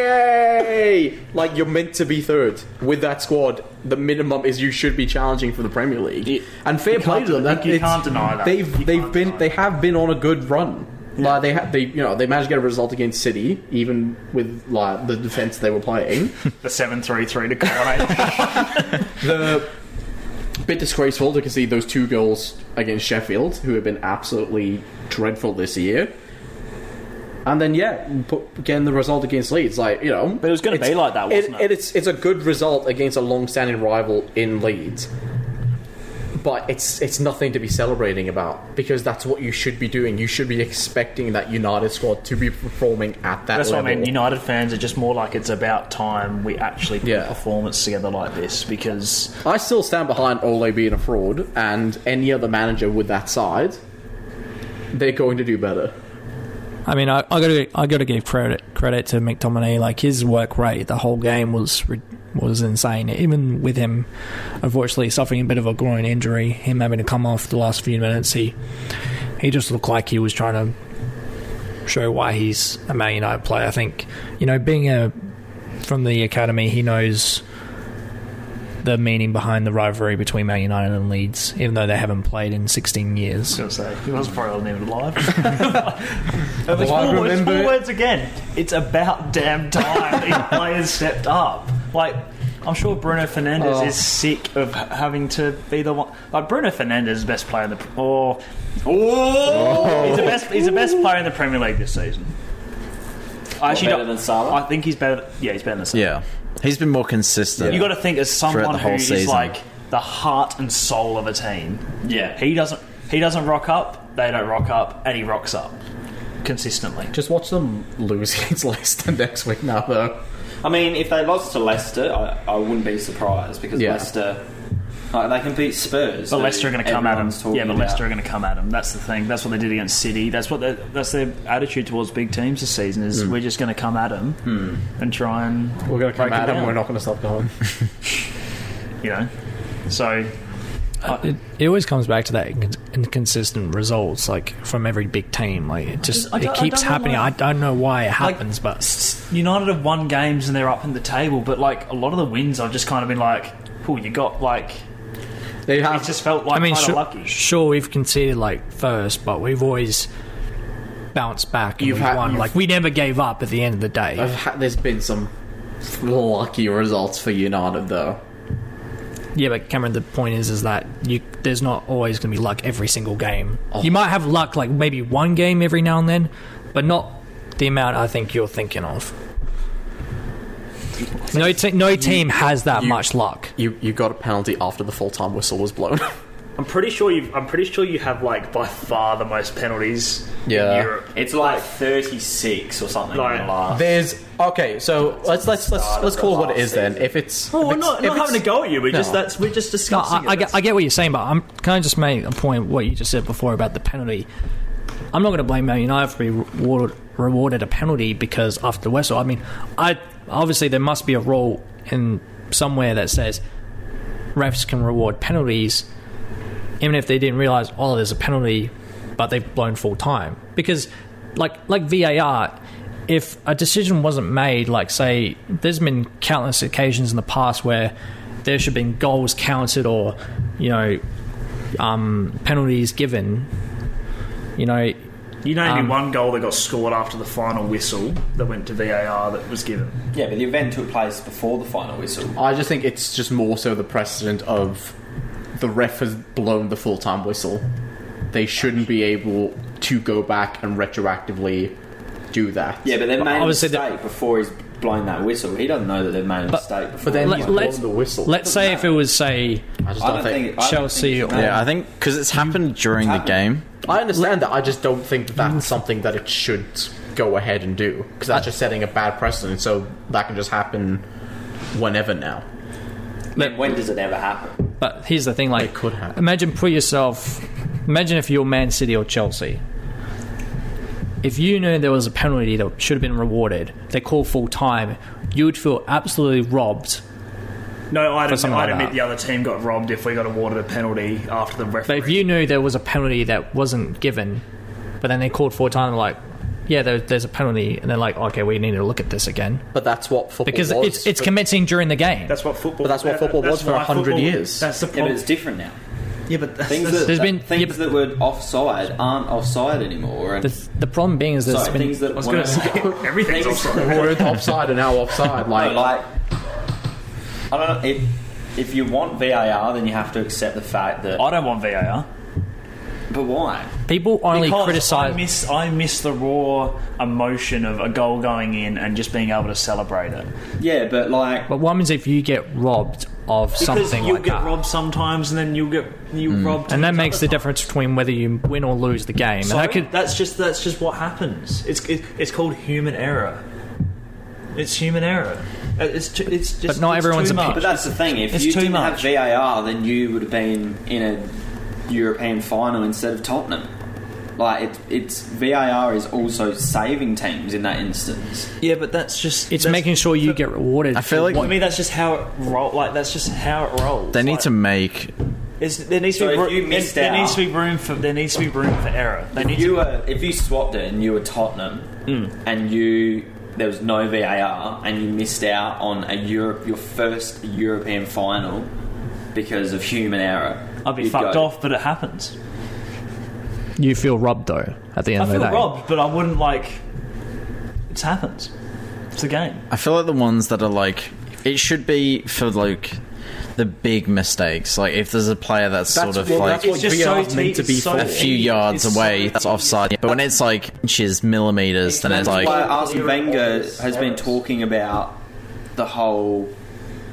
S5: Yay! Like, you're meant to be third. With that squad, the minimum is you should be challenging for the Premier League. and fair play
S3: can't-
S5: to them. That,
S3: you
S5: it's-
S3: can't deny that.
S5: They've
S3: You
S5: they've
S3: can't
S5: been
S3: deny
S5: they have been on a good run. Like they ha- they you know they managed to get a result against City even with like the defense they were playing.
S3: the seven three three to <laughs> coronate.
S5: the Uh, bit disgraceful to see those two goals against Sheffield, who have been absolutely dreadful this year. And then yeah, put, getting the result against Leeds, like you know, but
S3: it was gonna be like that, wasn't it?
S5: It's it's a good result against a long-standing rival in Leeds, but it's it's nothing to be celebrating about because that's what you should be doing. You should be expecting that United squad to be performing at that
S3: That's
S5: level.
S3: what I mean. United fans are just more like it's about time we actually put
S5: Yeah.
S3: a performance together like this because
S5: I still stand behind Ole being a fraud, and any other manager with that side, they're going to do better.
S6: I mean, I, I gotta I gotta give credit credit to McTominay. Like his work rate, the whole game was re- was insane. Even with him, unfortunately suffering a bit of a groin injury, him having to come off the last few minutes, he he just looked like he was trying to show why he's a Man United player. I think you know, being a from the academy, he knows the meaning behind the rivalry between Man United and Leeds, even though they haven't played in 16 years.
S3: I was gonna say he was probably not even alive. <laughs> it's,
S5: I
S3: four words, it's
S5: remember
S3: four
S5: it.
S3: words again. It's about damn time <laughs> these players stepped up. Like I'm sure Bruno Fernandez
S5: Oh.
S3: is sick of h- having to be the one. Like Bruno Fernandez is the best player in the. pr- Or he's the best. He's the best player in the Premier League this season. I actually
S4: better
S3: don't-
S4: than Salah?
S3: I think he's better. Yeah, he's better than Salah.
S1: Yeah, he's been more consistent.
S3: You got to think as someone
S1: the
S3: who
S1: whole
S3: is
S1: season.
S3: like the heart and soul of a team.
S4: Yeah.
S3: He doesn't. He doesn't rock up. They don't rock up, and he rocks up consistently.
S5: Just watch them lose <laughs> against Leicester next week now, though.
S4: I mean, if they lost to Leicester, I, I wouldn't be surprised because
S5: Yeah.
S4: Leicester, like, they can beat Spurs.
S3: But
S4: who
S3: Leicester are going to come at him.
S4: everyone's talking
S3: Yeah, but Leicester are
S4: about.
S3: going to come at him. That's the thing. That's what they did against City. That's what they, that's their attitude towards big teams this season. Is we're just going to come at them
S4: Hmm.
S3: and try and
S5: We're going to come
S3: Break it
S5: at them.
S3: down.
S5: We're not going to stop going.
S3: you know. So
S6: it, it always comes back to that incons- inconsistent results, like from every big team. Like it just
S3: I don't-
S6: it
S3: I
S6: keeps
S3: don't know
S6: happening.
S3: why-
S6: I don't know why it
S3: Like,
S6: happens, but
S3: s- United have won games and they're up in the table. But like a lot of the wins, I've just kind of been like, "Cool, you got like."
S5: <laughs> They have.
S4: Um,
S3: It just felt like
S6: I mean,
S3: kind
S6: sure,
S3: of lucky.
S6: sure we've conceded like first, but we've always bounced back and
S5: You've
S6: we've
S5: had-
S6: won.
S5: you've-
S6: like we never gave up at the end of the day.
S5: I've had, there's been some lucky results for United, though.
S6: yeah, but Cameron, the point is, is that you there's not always going to be luck every single game. You might have luck like maybe one game every now and then, but not the amount I think you're thinking of. No, te- no team has that
S5: you-
S6: much luck.
S5: You you got a penalty after the full time whistle was blown.
S3: I'm pretty sure you. I'm pretty sure you have like by far the most penalties
S5: Yeah.
S3: in Europe.
S4: It's like 36 or something.
S3: Like-
S4: in the last.
S5: there's okay. So let's let's let's
S4: Start of
S5: let's
S4: the
S5: call it what it
S4: last
S5: is then.
S4: season.
S5: If it's
S3: Well,
S5: if
S3: we're
S5: it's-
S3: not,
S5: if
S3: not
S5: it's-
S3: having a go at you. We're just
S5: No.
S3: that's we're just
S6: No,
S3: discussing.
S6: I, I
S3: it.
S6: get, I get what you're saying, but I'm can I just make a point what you just said before about the penalty. I'm not going to blame Man United for being rewarded rewarded a penalty because after the whistle. I mean, I obviously there must be a rule in somewhere that says refs can reward penalties, even if they didn't realize oh there's a penalty, but they've blown full time because like like VAR. If a decision wasn't made, like say, there's been countless occasions in the past where there should have been goals counted or, you know, um, penalties given. You know,
S3: You know, only
S6: Um,
S3: one goal that got scored after the final whistle that went to VAR that was given.
S4: Yeah, but the event took place before the final whistle.
S5: I just think it's just more so the precedent of the ref has blown the full time whistle. They shouldn't be able to go back and retroactively do that.
S4: Yeah, but they've made a
S6: obviously
S4: mistake
S6: the-
S4: before he's blown that whistle. He doesn't know that they've made a
S6: But-
S4: mistake before.
S5: But then
S6: Let-
S5: he's
S6: let's-
S5: blown the whistle.
S6: let's say if it was say
S5: I just
S4: I
S5: don't,
S4: don't
S5: think.
S4: think I don't
S6: Chelsea
S4: think it's
S6: or-
S4: made.
S1: Yeah, I think because it's happened during the game.
S5: I understand that. I just don't think that that's something that it should go ahead and do because that's just setting a bad precedent. So that can just happen whenever now.
S4: Then when does it ever happen?
S6: But here's the thing: like,
S5: It could happen.
S6: imagine put yourself, imagine if you're Man City or Chelsea. If you knew there was a penalty that should have been rewarded, they call full time, you would feel absolutely robbed.
S3: No, I'd,
S6: something
S3: I'd
S6: like
S3: admit
S6: that.
S3: the other team got robbed if we got awarded a penalty after the
S6: But
S3: referee.
S6: if you knew there was a penalty that wasn't given, but then they called full time, they're like, yeah, there, there's a penalty, and they're like, okay, we need to look at this again
S5: But that's what football
S6: because
S5: was.
S6: it's it's
S5: But-
S6: commencing during the game.
S3: that's what football.
S5: But that's what
S3: that-
S5: football
S3: that's
S5: was for
S3: why
S5: 100
S3: football-
S5: years.
S3: That's the
S4: Yeah,
S3: problem.
S4: but it's different now.
S3: Yeah, but that's,
S4: Things
S3: that's-
S4: that,
S6: There's
S4: that-
S6: been-
S4: things
S6: yeah, but-
S4: that were offside aren't offside anymore. And
S6: the, the problem being is there's
S4: sorry,
S6: been
S4: things that
S3: I was
S4: weren't-
S3: going to say everything's
S4: <laughs> Things-
S3: offside.
S5: We're in offside and now offside.
S4: No,
S5: Like,
S4: like I don't know if if you want VAR, then you have to accept the fact that.
S3: I don't want VAR.
S4: But why?
S6: people only
S3: Because
S6: criticize.
S3: I miss, I miss the raw emotion of a goal going in and just being able to celebrate it.
S4: Yeah, but like
S6: but what happens if you get robbed of something
S3: you'll
S6: like
S3: get
S6: that? Mm.
S3: robbed sometimes, and then you'll get you robbed,
S6: and that makes the
S3: other time.
S6: difference between whether you win or lose the game.
S3: So
S6: and that could,
S3: that's just that's just what happens. It's it, it's called human error. It's human error. Uh, It's ju- it's just
S6: But not
S3: it's
S6: everyone's
S3: too
S6: a
S3: much.
S6: pig.
S4: But that's the thing. If
S3: It's
S4: you
S3: too
S4: didn't
S3: much.
S4: have VAR, then you would have been in a European final instead of Tottenham. Like it, it's VAR is also saving teams in that instance.
S3: yeah, but that's just
S6: it's
S3: that's-
S6: making sure you get rewarded.
S1: I feel
S6: for
S1: like-
S3: For me, that's just how it roll. Like that's just how it rolls.
S1: They
S3: Like,
S1: need to make
S3: It's, there needs
S4: So
S3: to be
S4: if
S3: roo-
S4: you
S3: there-
S4: missed
S3: there,
S4: out-
S3: needs to be room for there needs to be room for error. They need
S4: If you
S3: to,
S4: were, if you swapped it and you were Tottenham,
S3: Hmm.
S4: and you there was no VAR and you missed out on a Europe your first European final because of human error.
S3: I'd be
S4: you'd
S3: fucked
S4: go,
S3: off, but it happens.
S6: you feel robbed though at the end
S3: I
S6: of
S3: feel
S6: the day.
S3: robbed, but I wouldn't like. It happens. It's a game.
S1: I feel like the ones that are like it should be for like the big mistakes. Like if there's a player that's, sort of
S5: well,
S1: like
S5: that's what
S3: just
S5: VR is
S3: so
S5: meant to
S3: te-
S5: be
S3: so
S5: for.
S1: a few yards
S3: It's
S1: away,
S3: so-
S1: that's offside. But when it's like inches, millimeters, then it's
S4: That's
S1: like
S4: why Arsene Wenger
S3: errors.
S4: has been talking about the whole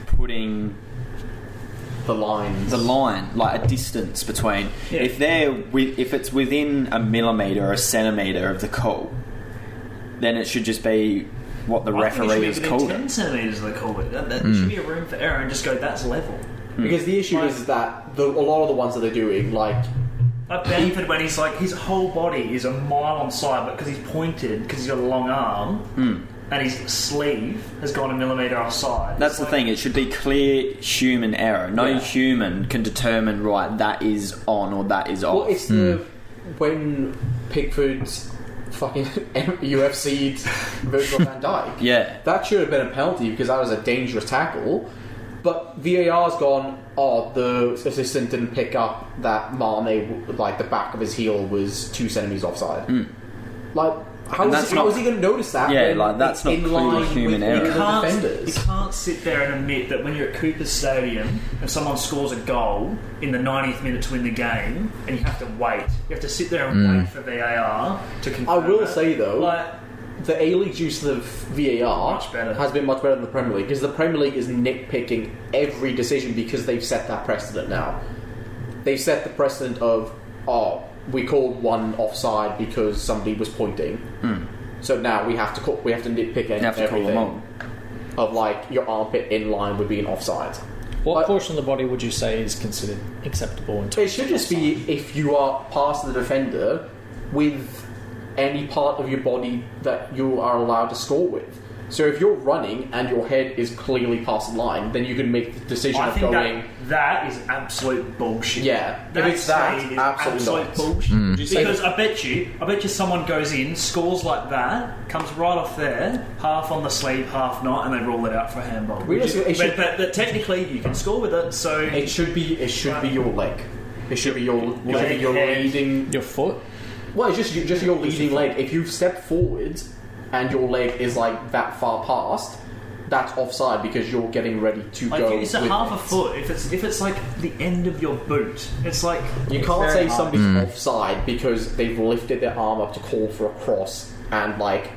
S4: putting
S5: the lines.
S4: the line, like a distance between.
S3: Yeah.
S4: If they're with, if it's within a millimeter or a centimeter of the call, then it should just be what the
S3: I think it should
S4: referee
S3: be
S4: has
S3: within
S4: called
S3: Ten
S4: it.
S3: centimeters, they call it. That, that
S5: Hmm.
S3: there should be a room for error, and just go. That's level.
S5: Because the issue is that the, a lot of the ones that they're doing, like
S3: Like Benford, when he's like his whole body is a mile on side, but because he's pointed, because he's got a long arm,
S5: Hmm.
S3: and his sleeve has gone a millimeter offside.
S4: That's the thing. It should be clear human error. No human can determine right that is on or that is off.
S5: Well, it's the when Pickford's fucking <laughs> UFC'd Virgil <laughs> van Dyke.
S4: Yeah.
S5: That should have been a penalty because that was a dangerous tackle. But VAR's gone, oh, the assistant didn't pick up that Mane, like the back of his heel was two centimetres offside. Like, how
S4: And
S5: is,
S4: that's
S5: he, how
S4: not-
S5: is he going to notice that?
S4: Yeah,
S5: when
S4: like, that's
S5: it's
S4: not
S5: in
S4: clearly
S5: line
S4: human
S5: with
S4: error.
S5: the
S4: You
S3: You
S5: other
S3: can't, you
S5: defenders.
S3: can't sit there and admit that when you're at Cooper Stadium and someone scores a goal in the 90th minute to win the game, and you have to wait. You have to sit there and wait for VAR to
S5: Hmm. I
S3: confirm.
S5: will
S3: it.
S5: say though,
S3: like,
S5: the A League use of VAR
S3: Much better.
S5: has been much better than the Premier League because the Premier League is nitpicking every decision because they've set that precedent now. They've set the precedent of oh, we called one offside because somebody was pointing, so now we have to call, we have to nitpick
S4: You Hmm. have to call
S5: everything
S4: them on.
S5: of like your armpit in line would be an offside.
S6: What
S5: I-
S6: portion of the body would you say is considered acceptable? In
S5: It should just be if you are past the defender with any part of your body that you are allowed to score with. So if you're running and your head is clearly past the line, then you can make the decision
S3: I
S5: of
S3: think
S5: going.
S3: that, that is absolute bullshit.
S5: Yeah. If
S3: That
S5: it's that,
S3: saying is
S5: absolutely
S3: absolute
S5: not.
S3: bullshit. Because I bet you, I bet you someone goes in, scores like that, comes right off there, half on the sleeve, half not, and they rule it out for a handball.
S5: Realistically,
S3: Which- but,
S5: it
S3: but, but technically, you can score with it, so
S5: It should be. It should be your leg. It should be your. It should be your
S3: Leg, head.
S5: leading.
S6: Your foot?
S5: Well, it's just just your leading leg. If you've stepped forwards and your leg is like that far past, that's offside because you're getting ready to
S3: like
S5: go.
S3: it's a
S5: with
S3: half
S5: it.
S3: a foot. If it's if it's like the end of your boot, it's like
S5: You
S3: it's
S5: can't
S3: very
S5: say
S3: hard.
S5: somebody's offside because they've lifted their arm up to call for a cross and like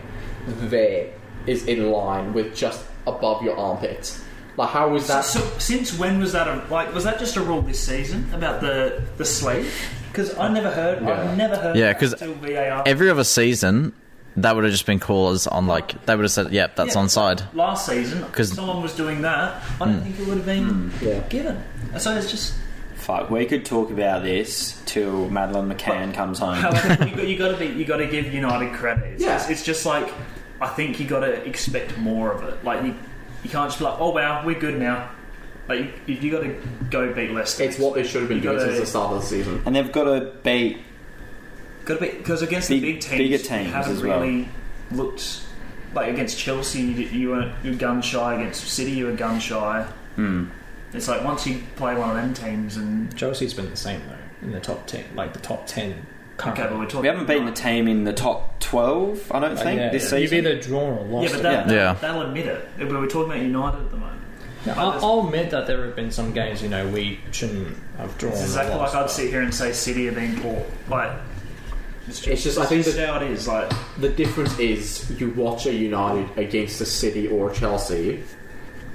S5: there is in line with just above your armpit. Like how is that?
S3: So, since when was that? A, like, was that just a rule this season about the the sleeve? Because I never heard.
S5: Yeah.
S3: I've never heard.
S1: Yeah,
S3: that
S1: 'cause
S3: until VAR.
S1: Every other season, that would have just been called as on like they would have said, "Yep, that's
S3: Yeah.
S1: onside."
S3: last season,
S1: 'Cause-
S3: someone was doing that. I don't think it would have
S4: Hmm.
S3: been
S5: Yeah.
S3: given. So it's just.
S4: Fuck, we could talk about this till Madeline McCann comes home.
S3: However, you, got, you got to be. You got to give United credit. It's,
S5: Yeah.
S3: it's, it's just like I think you got to expect more of it. Like you, you can't just be like, oh wow, we're good now. Like you, you got to go beat Leicester.
S5: It's what they should have been
S3: You
S5: doing
S3: gotta-
S5: since the start of the season.
S4: And they've got to beat.
S3: Got to be because against the
S4: Big-
S3: big teams,
S4: bigger teams
S3: you haven't
S4: as well.
S3: really looked like against Chelsea. You, you were you were gun shy against City. You were gun shy.
S4: Hmm.
S3: It's like once you play one of them teams, and
S6: Chelsea's been the same, though, in the top 10. Like, the top 10
S3: okay, but we're talking.
S4: We haven't beaten a team in the top 12, I don't think, this
S6: You've
S4: season.
S6: either drawn or
S3: Yeah,
S6: lost.
S3: but
S6: it.
S3: that,
S1: Yeah.
S3: they'll admit it. We were talking about United at the moment.
S6: I'll, I'll admit that there have been some games, you know, we shouldn't have drawn.
S3: It's
S6: or
S3: exactly like
S6: lost,
S3: I'd
S6: but-
S3: sit here and say City are being poor. Like, it's just,
S5: It's just- I think
S3: it's
S5: that-
S3: how it is. Like,
S5: The difference is you watch a United against a City or a Chelsea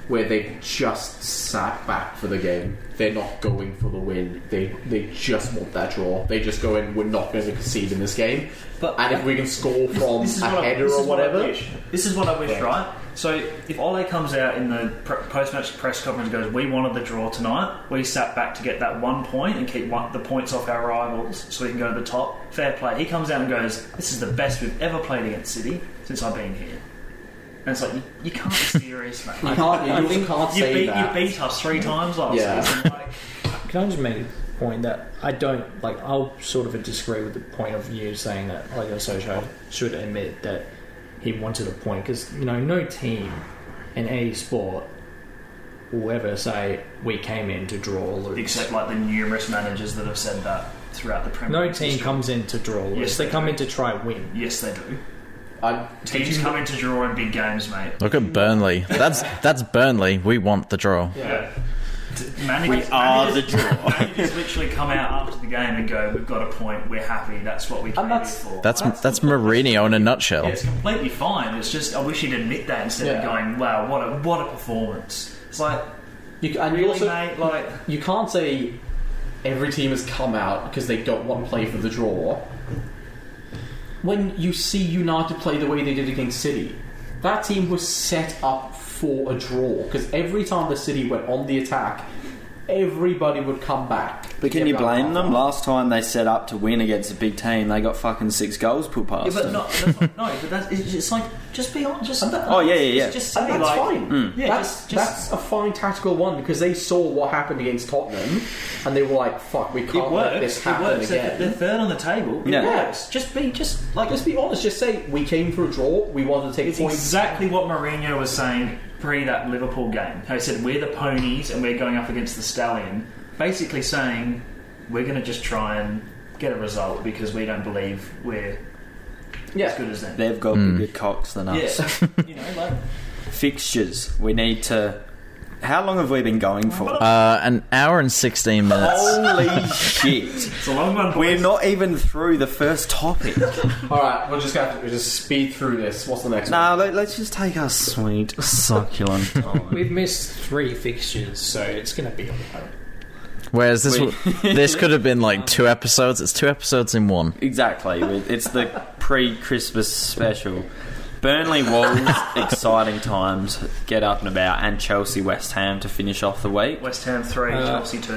S5: where they just sat back for the game. They're not going for the win. They they just want that draw. They just go in, we're not going to concede in this game.
S3: But-
S5: and if we can score from
S3: this is
S5: a
S3: what I,
S5: header
S3: this
S5: or
S3: is what I
S5: whatever.
S3: wish. This is what I wish, right? So if Ole comes out in the pre- post-match press conference and goes, "We wanted the draw tonight. We sat back to get that one point and keep one, the points off our rivals, so we can go to the top." Fair play. He comes out and goes, "This is the best we've ever played against City since I've been here." And it's like you, you can't be serious, mate.
S5: You can't, you can't
S3: You
S5: say
S3: beat, you
S5: that.
S3: beat us three times last
S5: Yeah.
S3: season. Like,
S6: Can I just make a point that I don't like? I'll sort of disagree with the point of you saying that like Osorio should admit that he wanted a point because you know no team in any sport will ever say we came in to draw or lose.
S3: except like the numerous managers that have said that throughout the Premier
S6: no
S3: League
S6: team
S3: history.
S6: comes in to draw. Or lose.
S3: Yes,
S6: they
S3: they
S6: come
S3: do.
S6: in to try and win.
S3: Yes, they do.
S5: I, did
S3: Teams
S5: you-
S3: come in to draw in big games, mate.
S1: Look at Burnley. That's that's Burnley. We want the draw.
S3: Yeah. Managers,
S4: We are
S3: managers-
S4: the draw.
S3: <laughs> managers literally come out after the game and go, "We've got a point. We're happy. That's what we came here
S5: that's-
S3: for."
S1: That's that's Mourinho in a nutshell.
S3: it's completely fine. It's just I wish he'd admit that instead of
S5: Yeah.
S3: going, "Wow, what a what a performance!" It's like
S5: you, and you
S3: really,
S5: also
S3: mate. Like
S5: you can't say every team has come out because they don't want to play for the draw. When you see United play the way they did against City, that team was set up for a draw because every time the City went on the attack, everybody would come back.
S4: But can you
S5: Everyone
S4: blame
S5: come
S4: them?
S5: back.
S4: Last time they set up to win against a big team, they got fucking six goals put past
S3: Yeah, but
S4: them.
S3: not, that's not, no, but that's it's just like just be on, just
S4: Oh, yeah, yeah, yeah.
S3: Just, just say
S5: And that's
S3: like,
S5: fine.
S3: Yeah,
S5: that's,
S3: just, just
S5: that's a fine tactical one because they saw what happened against Tottenham, and they were like, "Fuck, we can't
S3: it
S5: let
S3: works.
S5: this
S3: It
S5: happen
S3: works. They're,
S5: again."
S3: they're third on the table. It
S4: Yeah.
S3: works. Just be just
S5: Like, just be honest. Just say we came for a draw. We wanted to take
S3: It's
S5: points.
S3: exactly what Mourinho was saying pre that Liverpool game. How he said, We're the ponies and we're going up against the Stallion. Basically saying, We're going to just try and get a result because we don't believe we're as
S5: yeah,
S3: good as them.
S4: They've got bigger cocks than us.
S3: Yeah. you know, like,
S4: <laughs> Fixtures. We need to. How long have we been going for?
S1: Uh, an hour and sixteen minutes.
S4: <laughs> Holy shit.
S3: it's a long one.
S4: We're
S3: boys.
S4: not even through the first <laughs> topic.
S5: All right, we're just gonna have to just speed through this. What's the next
S4: no, let, us just take our sweet, <laughs> succulent time.
S6: We've missed three fixtures, so it's going to be all right.
S1: Whereas this w- this could have been like two episodes. It's two episodes in one.
S4: exactly. we- It's the pre Christmas special. Burnley Wolves, exciting times. Get up and about. And Chelsea West Ham to finish off the week.
S3: West Ham 3,
S6: Uh,
S3: Chelsea 2.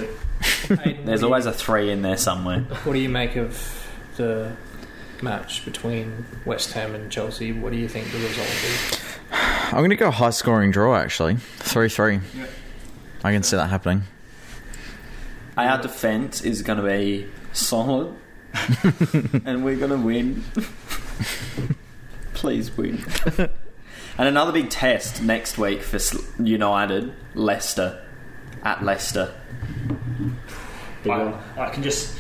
S4: <laughs>
S6: Aiden,
S4: There's
S6: what
S4: always a three in there somewhere.
S6: do you- What do you make of the match between West Ham and Chelsea, what do you think the result will
S1: I'm going to go high scoring draw, actually. 3 3. I can see that happening.
S4: Our defence is going to be solid, and we're going to win. Please win. and another big test next week for S- United, Leicester, at Leicester, Big one.
S3: I, I can just.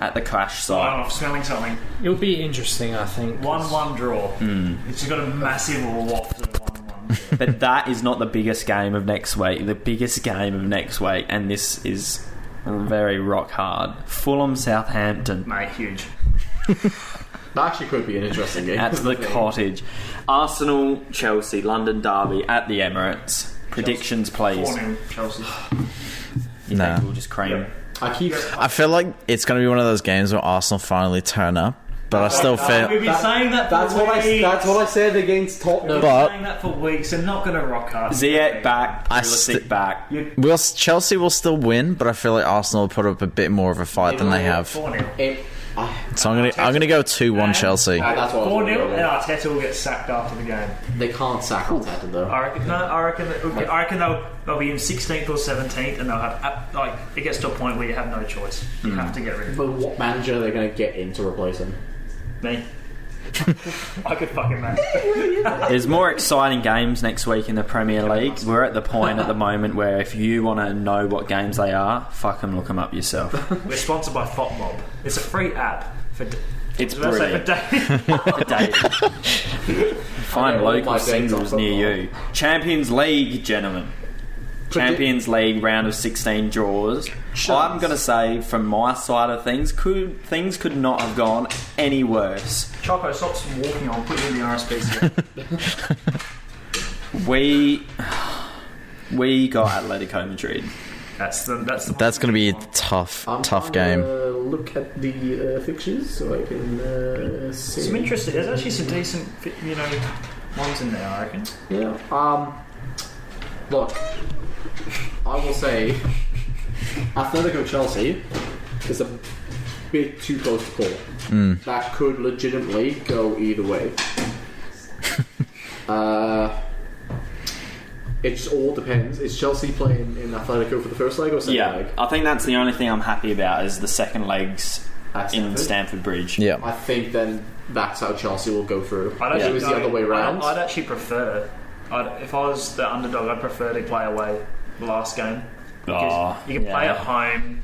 S4: at the clash
S3: I
S4: site.
S3: don't know, I'm smelling something.
S6: be? It'll be interesting, I think.
S3: 1 1 draw.
S4: Hmm.
S3: It's just got a massive waft of 1 1.
S4: <laughs> but that is not the biggest game of next week. The biggest game of next week, and this is very rock hard. Fulham, Southampton.
S3: Mate, huge.
S5: That actually could be an interesting game.
S4: at
S5: <laughs>
S4: the cottage. Arsenal, Chelsea, London Derby at the Emirates. Predictions, please.
S3: 4 0 Chelsea.
S4: You
S1: Nah.
S4: think we'll just cream it?
S5: I keep.
S1: I feel like it's going to be one of those games where Arsenal finally turn up, but I still
S3: We've
S1: feel.
S3: been saying that for
S5: That's what I.
S3: weeks.
S5: That's what I said against Tottenham.
S1: But-
S3: saying that for weeks. They're not going to rock hard.
S4: Ziyech back,
S1: I
S4: realistic
S1: st-
S4: back.
S1: Will Chelsea will still win, but I feel like Arsenal will put up a bit more of a fight than they have.
S3: 4 0.
S5: Em- I-
S1: So I'm gonna I'm gonna go two one Chelsea.
S5: I- that's what I was
S3: 4
S5: gonna
S3: 0, and
S5: go with.
S3: Arteta will get sacked after the game.
S5: They can't sack Arteta though.
S3: I reckon, no, I reckon, that, okay, I reckon they'll, they'll be in 16th or 17th, and they'll have, ab- like, it gets to a point where you have no choice. You have to get rid of
S5: But what manager are they going to get in to replace him?
S1: <laughs>
S3: me. I could fucking manage.
S4: There's more exciting games next week in the Premier League. We're at the point at the moment where if you want to know what games they are, fuck them, look them up yourself.
S3: We're sponsored by FotMob. It's a free app for. D-
S4: It's
S3: I was
S4: brilliant.
S3: about to say
S1: <laughs>
S3: for da-
S4: For dating.
S5: I
S4: Find
S5: know all my
S4: local
S5: dates
S4: singles
S5: on
S4: near you. Champions League, gentlemen. Champions League round of 16 draws. I'm going to say, from my side of things, could things could not have gone any worse.
S3: Choco, stop walking on. Put you in
S1: <laughs>
S3: the RSPCA.
S4: We <sighs> we got Atletico Madrid.
S3: That's the that's the. one.
S1: That's gonna be a tough
S5: I'm
S1: tough
S5: trying
S1: game.
S5: to look at the uh, fixtures so I can uh, see.
S3: Some interesting. There's actually some decent, fi- you know, ones in there. I reckon.
S5: Yeah. Um. Look, I will say, Atletico Chelsea is a bit too close to call.
S1: Hmm.
S5: That could legitimately go
S1: <laughs>
S5: either way. uh. It just all depends. Is Chelsea playing in Atletico for the first leg or second
S4: Yeah,
S5: leg?
S4: I think that's the only thing I'm happy about is the second legs
S5: At
S4: in
S5: Stamford?
S4: Stamford Bridge.
S1: Yeah,
S5: I think then that's how Chelsea will go through.
S3: I'd
S5: If it was the
S3: I-
S5: other way round.
S3: I'd, I'd actually prefer. I'd, if I was the underdog, I'd prefer to play away the last game. Because
S5: Ah,
S4: Oh,
S3: you can play
S4: yeah.
S3: at home.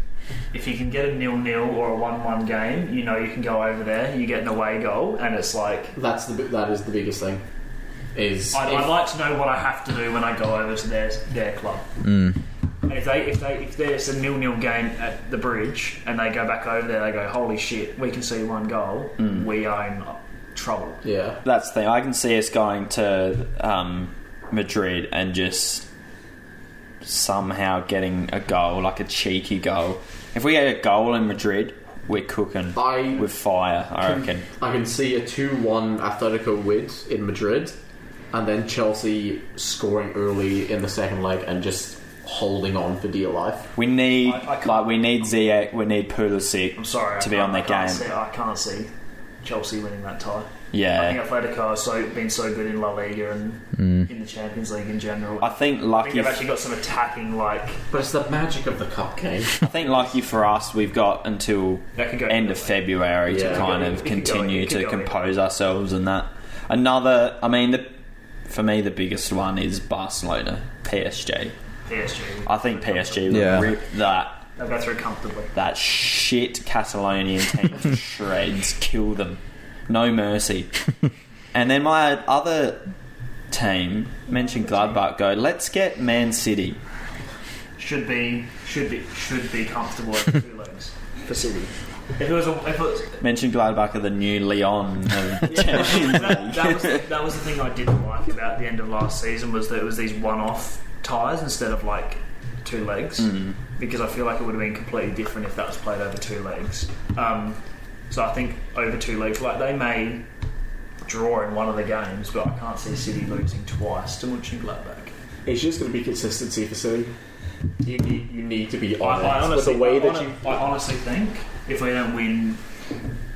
S3: If you can get a nil-nil or a one-one game, you know you can go over there. You get an away goal, and it's like
S5: That's the bi- that is the biggest thing. Is
S3: I'd,
S5: if-
S3: I'd like to know what I have to do when I go over to their their club.
S4: Mm.
S3: And if they if they if there's a nil nil game at the bridge and they go back over there, they go, holy shit, we can see one goal,
S4: Mm.
S3: we are in trouble.
S5: yeah.
S4: That's the thing. I can see us going to um, Madrid and just somehow getting a goal, like a cheeky goal. If we get a goal in Madrid, we're cooking
S5: I-
S4: with fire. I reckon.
S5: I can see a 2 1 Atletico win in Madrid, and then Chelsea scoring early in the second leg and just holding on for dear life.
S4: We need
S3: I- I can't-
S4: like we need Ziyech, we need
S3: I'm
S4: Pulisic
S3: sorry
S4: to
S3: I
S4: be
S3: can't-
S4: on
S3: I
S4: their
S3: can't
S4: game.
S3: See, I can't see Chelsea winning that tie. I
S4: Yeah, Mm.
S3: think Atletico has so been so good in La Liga and in the Champions League in general.
S4: I think
S3: I think
S4: lucky.
S3: they've actually got some attacking like
S5: But it's the magic of the cup game.
S4: I think lucky for us, we've got until
S3: That could go
S4: end
S3: either
S4: of
S3: way.
S4: February
S5: Yeah.
S4: to kind
S3: It
S4: of
S3: could go- it
S4: continue
S3: could go
S4: to
S3: either
S4: compose ourselves and that. Another, I mean, the, for me, the biggest one is Barcelona, PSG.
S3: PSG.
S4: I think PSG will
S1: Yeah.
S4: rip that
S3: They'll go through comfortably.
S4: that shit Catalonian team to shreds, kill them, no mercy. and then my other team mentioned Gladbach. Go, let's get Man City.
S3: should be should be should be comfortable at two
S5: <laughs>
S3: legs for City. If it was, a, if it was
S4: Mentioned Gladbach are the new Leon.
S3: <laughs>
S4: Of Champions
S3: that, that, was
S4: League.
S3: that was the thing I didn't like about the end of last season was that it was these one-off ties instead of like two legs because I feel like it would have been completely different if that was played over two legs. Um, so I think over two legs, like they may draw in one of the games, but I can't see City losing twice to Mönchengladbach.
S5: it's just going to be consistency for City. You need, you need to
S3: <laughs>
S5: be
S3: I, I
S5: honest.
S3: honestly,
S5: But the way
S3: I,
S5: that
S3: hon-
S5: you.
S3: I honestly think if we don't win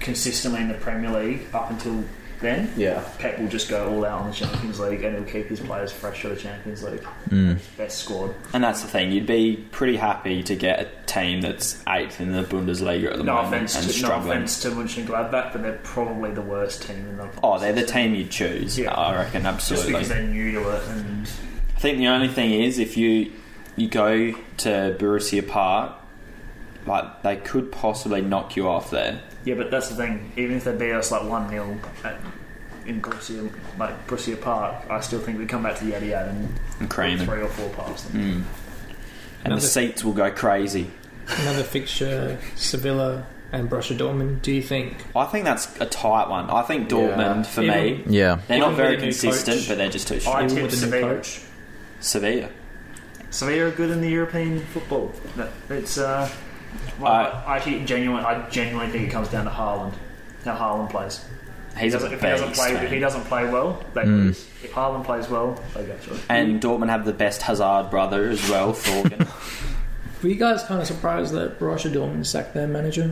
S3: consistently in the Premier League up until then,
S5: Yeah.
S3: Pep will just go all out on the Champions League and he'll keep his players fresh for the Champions League.
S6: Hmm.
S3: Best squad.
S4: And that's the thing, you'd be pretty happy to get a team that's eighth in the Bundesliga at the
S3: No
S4: moment
S3: offense,
S4: and
S3: to, no
S4: struggling.
S3: offense to Munchen Gladbach, but they're probably the worst team in the.
S4: Oh, they're the team you'd choose.
S3: Yeah.
S4: I reckon
S3: Just
S4: absolutely.
S3: because they're new to it, and
S4: I think the only thing is if you you go to Borussia Park, like they could possibly knock you off there.
S3: yeah, but that's the thing. Even if they beat us like one 0 in Borussia, like Borussia Park, I still think we come back to the Etihad and
S4: And cream
S3: put
S4: and,
S3: three or four past them.
S4: mm. and the
S6: Another-
S4: seats will go crazy.
S6: Another fixture, Sevilla and Borussia Dortmund. Do you think
S4: I think that's a tight one. I think
S5: Yeah.
S4: Dortmund for me.
S6: Even-
S1: Yeah.
S4: They're
S6: even
S4: not very
S6: with a new
S4: consistent,
S6: coach-
S4: but they're just too
S3: I
S4: strong.
S6: Even
S3: tip
S6: with the new
S3: Sevilla.
S6: coach?
S4: Sevilla.
S3: Sevilla are good in the European football. That- It's uh, well,
S4: I-
S1: Uh,
S3: I, I actually genuinely, I genuinely think it comes down to Haaland. How Haaland plays.
S4: He's
S3: Doesn't-
S4: a
S3: if he doesn't
S4: beast.
S3: play, if he
S4: man.
S3: doesn't play well, they
S1: Hmm.
S3: lose. If Haaland plays well, they go through.
S4: And Dortmund have the best Hazard brother as well, Thorgan.
S6: Were you guys kind of surprised that Borussia Dortmund sacked their manager?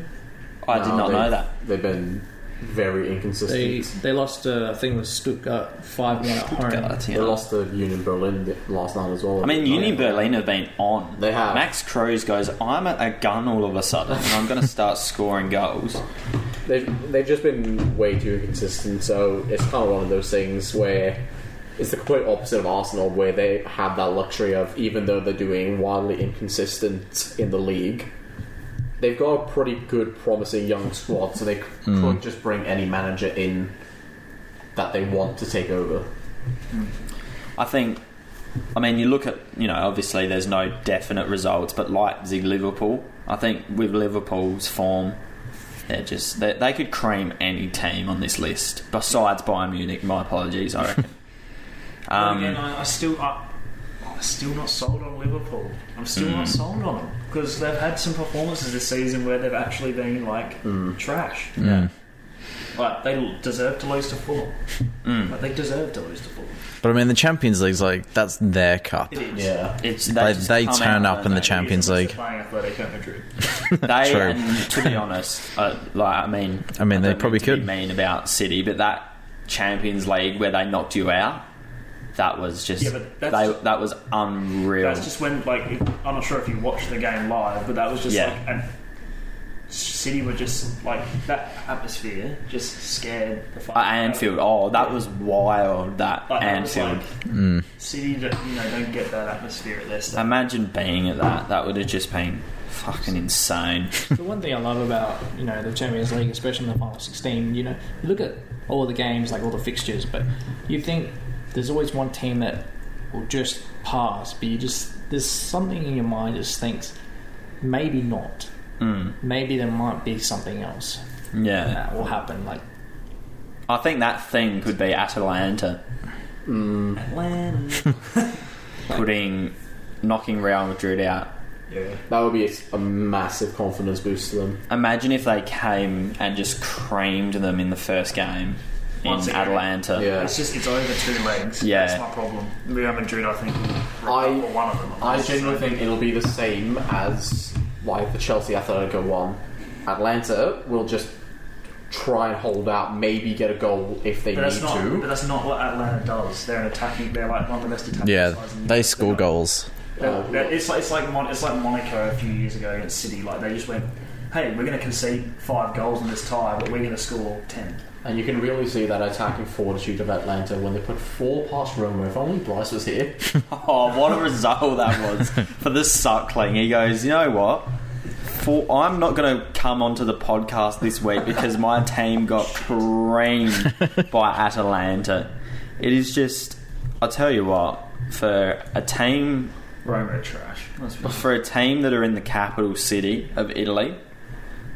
S4: I did
S5: No,
S4: not
S5: they-
S4: know that.
S5: They've been very inconsistent.
S6: They
S5: They,
S6: they lost, uh, I think, it was Stuttgart five one at home.
S4: God, yeah.
S5: lost to Union Berlin th- last night as well.
S4: I mean,
S5: Yeah.
S4: Union Berlin have been on.
S5: They have.
S4: Max Cruz goes, I'm a, a gun all of a sudden, and I'm going to start <laughs> scoring goals.
S5: They've, they've just been way too inconsistent, so it's kind of one of those things where it's the complete opposite of Arsenal, where they have that luxury of, even though they're doing wildly inconsistent in the league, they've got a pretty good, promising young squad, so they c could just bring any manager in that they want to take over.
S4: I think, I mean, you look at, you know, obviously there's no definite results, but Leipzig, Liverpool, I think with Liverpool's form, they're just, they, they could cream any team on this list, besides Bayern Munich. My apologies, I reckon.
S1: Um,
S4: Um,
S3: But again, I, I still, I, I'm still not sold on Liverpool. I'm still not
S1: Hmm.
S3: sold on them because they've had some performances this season where they've actually been like
S1: Hmm.
S3: trash.
S1: Yeah.
S3: Like they l- deserve to lose to Fulham.
S1: Hmm.
S3: Like they deserve to lose to Fulham.
S1: But I mean, the Champions League's like that's their cup.
S3: It is.
S5: Yeah.
S4: it's,
S1: They,
S4: just
S1: they
S4: come
S1: turn
S4: out,
S1: up in the
S4: don't they?
S1: Champions
S3: Even if
S1: League.
S3: they're Playing Atletico Madrid.
S4: They
S1: True.
S4: and to be honest, uh, like I mean,
S1: I mean, they
S4: don't
S1: probably
S4: mean to be
S1: could.
S4: mean about City, but that Champions League where they knocked you out, that was just
S3: Yeah, but that's
S4: they,
S3: just-
S4: that was unreal.
S3: That's just when, like, if- I'm not sure if you watched the game live, but that was just
S4: Yeah.
S3: like, and City were just like that atmosphere just scared the fuck.
S4: At Anfield, oh, that was wild. That
S3: Like, that was
S4: Anfield.
S3: like,
S1: Mm.
S3: City, don't- you know, don't get that atmosphere at their stadium.
S4: Imagine being at that. That would have just been fucking insane.
S6: the one thing I love about you know the Champions League, especially in the final sixteen, you know, you look at all the games, like all the fixtures, but you think there's always one team that will just pass, but you just there's something in your mind just thinks maybe not,
S4: Mm,
S6: maybe there might be something else
S4: yeah.
S6: that will happen, like.
S4: I think that thing could be Atalanta.
S5: Um,
S4: Atlanta. Putting, knocking Real Madrid out.
S3: Yeah.
S5: That would be a, s- a massive confidence boost to them.
S4: Imagine if they came and just creamed them in the first game
S3: Once
S4: in
S3: again.
S4: Atlanta.
S5: Yeah.
S3: It's just it's over two legs.
S4: Yeah.
S3: that's my problem. Real Madrid, I think, will
S5: I-
S3: recover one of them.
S5: I genuinely think it'll be the same as like the Chelsea Atletico one. Atlanta will just try and hold out, maybe get a goal if they
S3: But
S5: need
S3: that's not. But
S5: to.
S3: that's not what Atlanta does. They're an attacking. They're like one of the best attacking.
S1: Yeah,
S3: sides in the
S1: they
S3: league.
S1: score
S3: They're-
S1: goals.
S5: Oh.
S3: They're-
S4: Uh,
S3: they're- It's like it's like Mon- it's like Monaco a few years ago against City. Like they just went, "Hey, we're going to concede five goals in this tie, but we're going to score ten.
S5: And you can really see that attacking fortitude of Atlanta when they put four past Roma. If only Bryce was here.
S4: <laughs> Oh, what a result that was for the suckling. He goes, you know what? For, I'm not going to come onto the podcast this week because my team got creamed by Atalanta. It is just, I'll tell you what, for a team
S3: Roma are trash. Let's be-
S4: for a team that are in the capital city of Italy,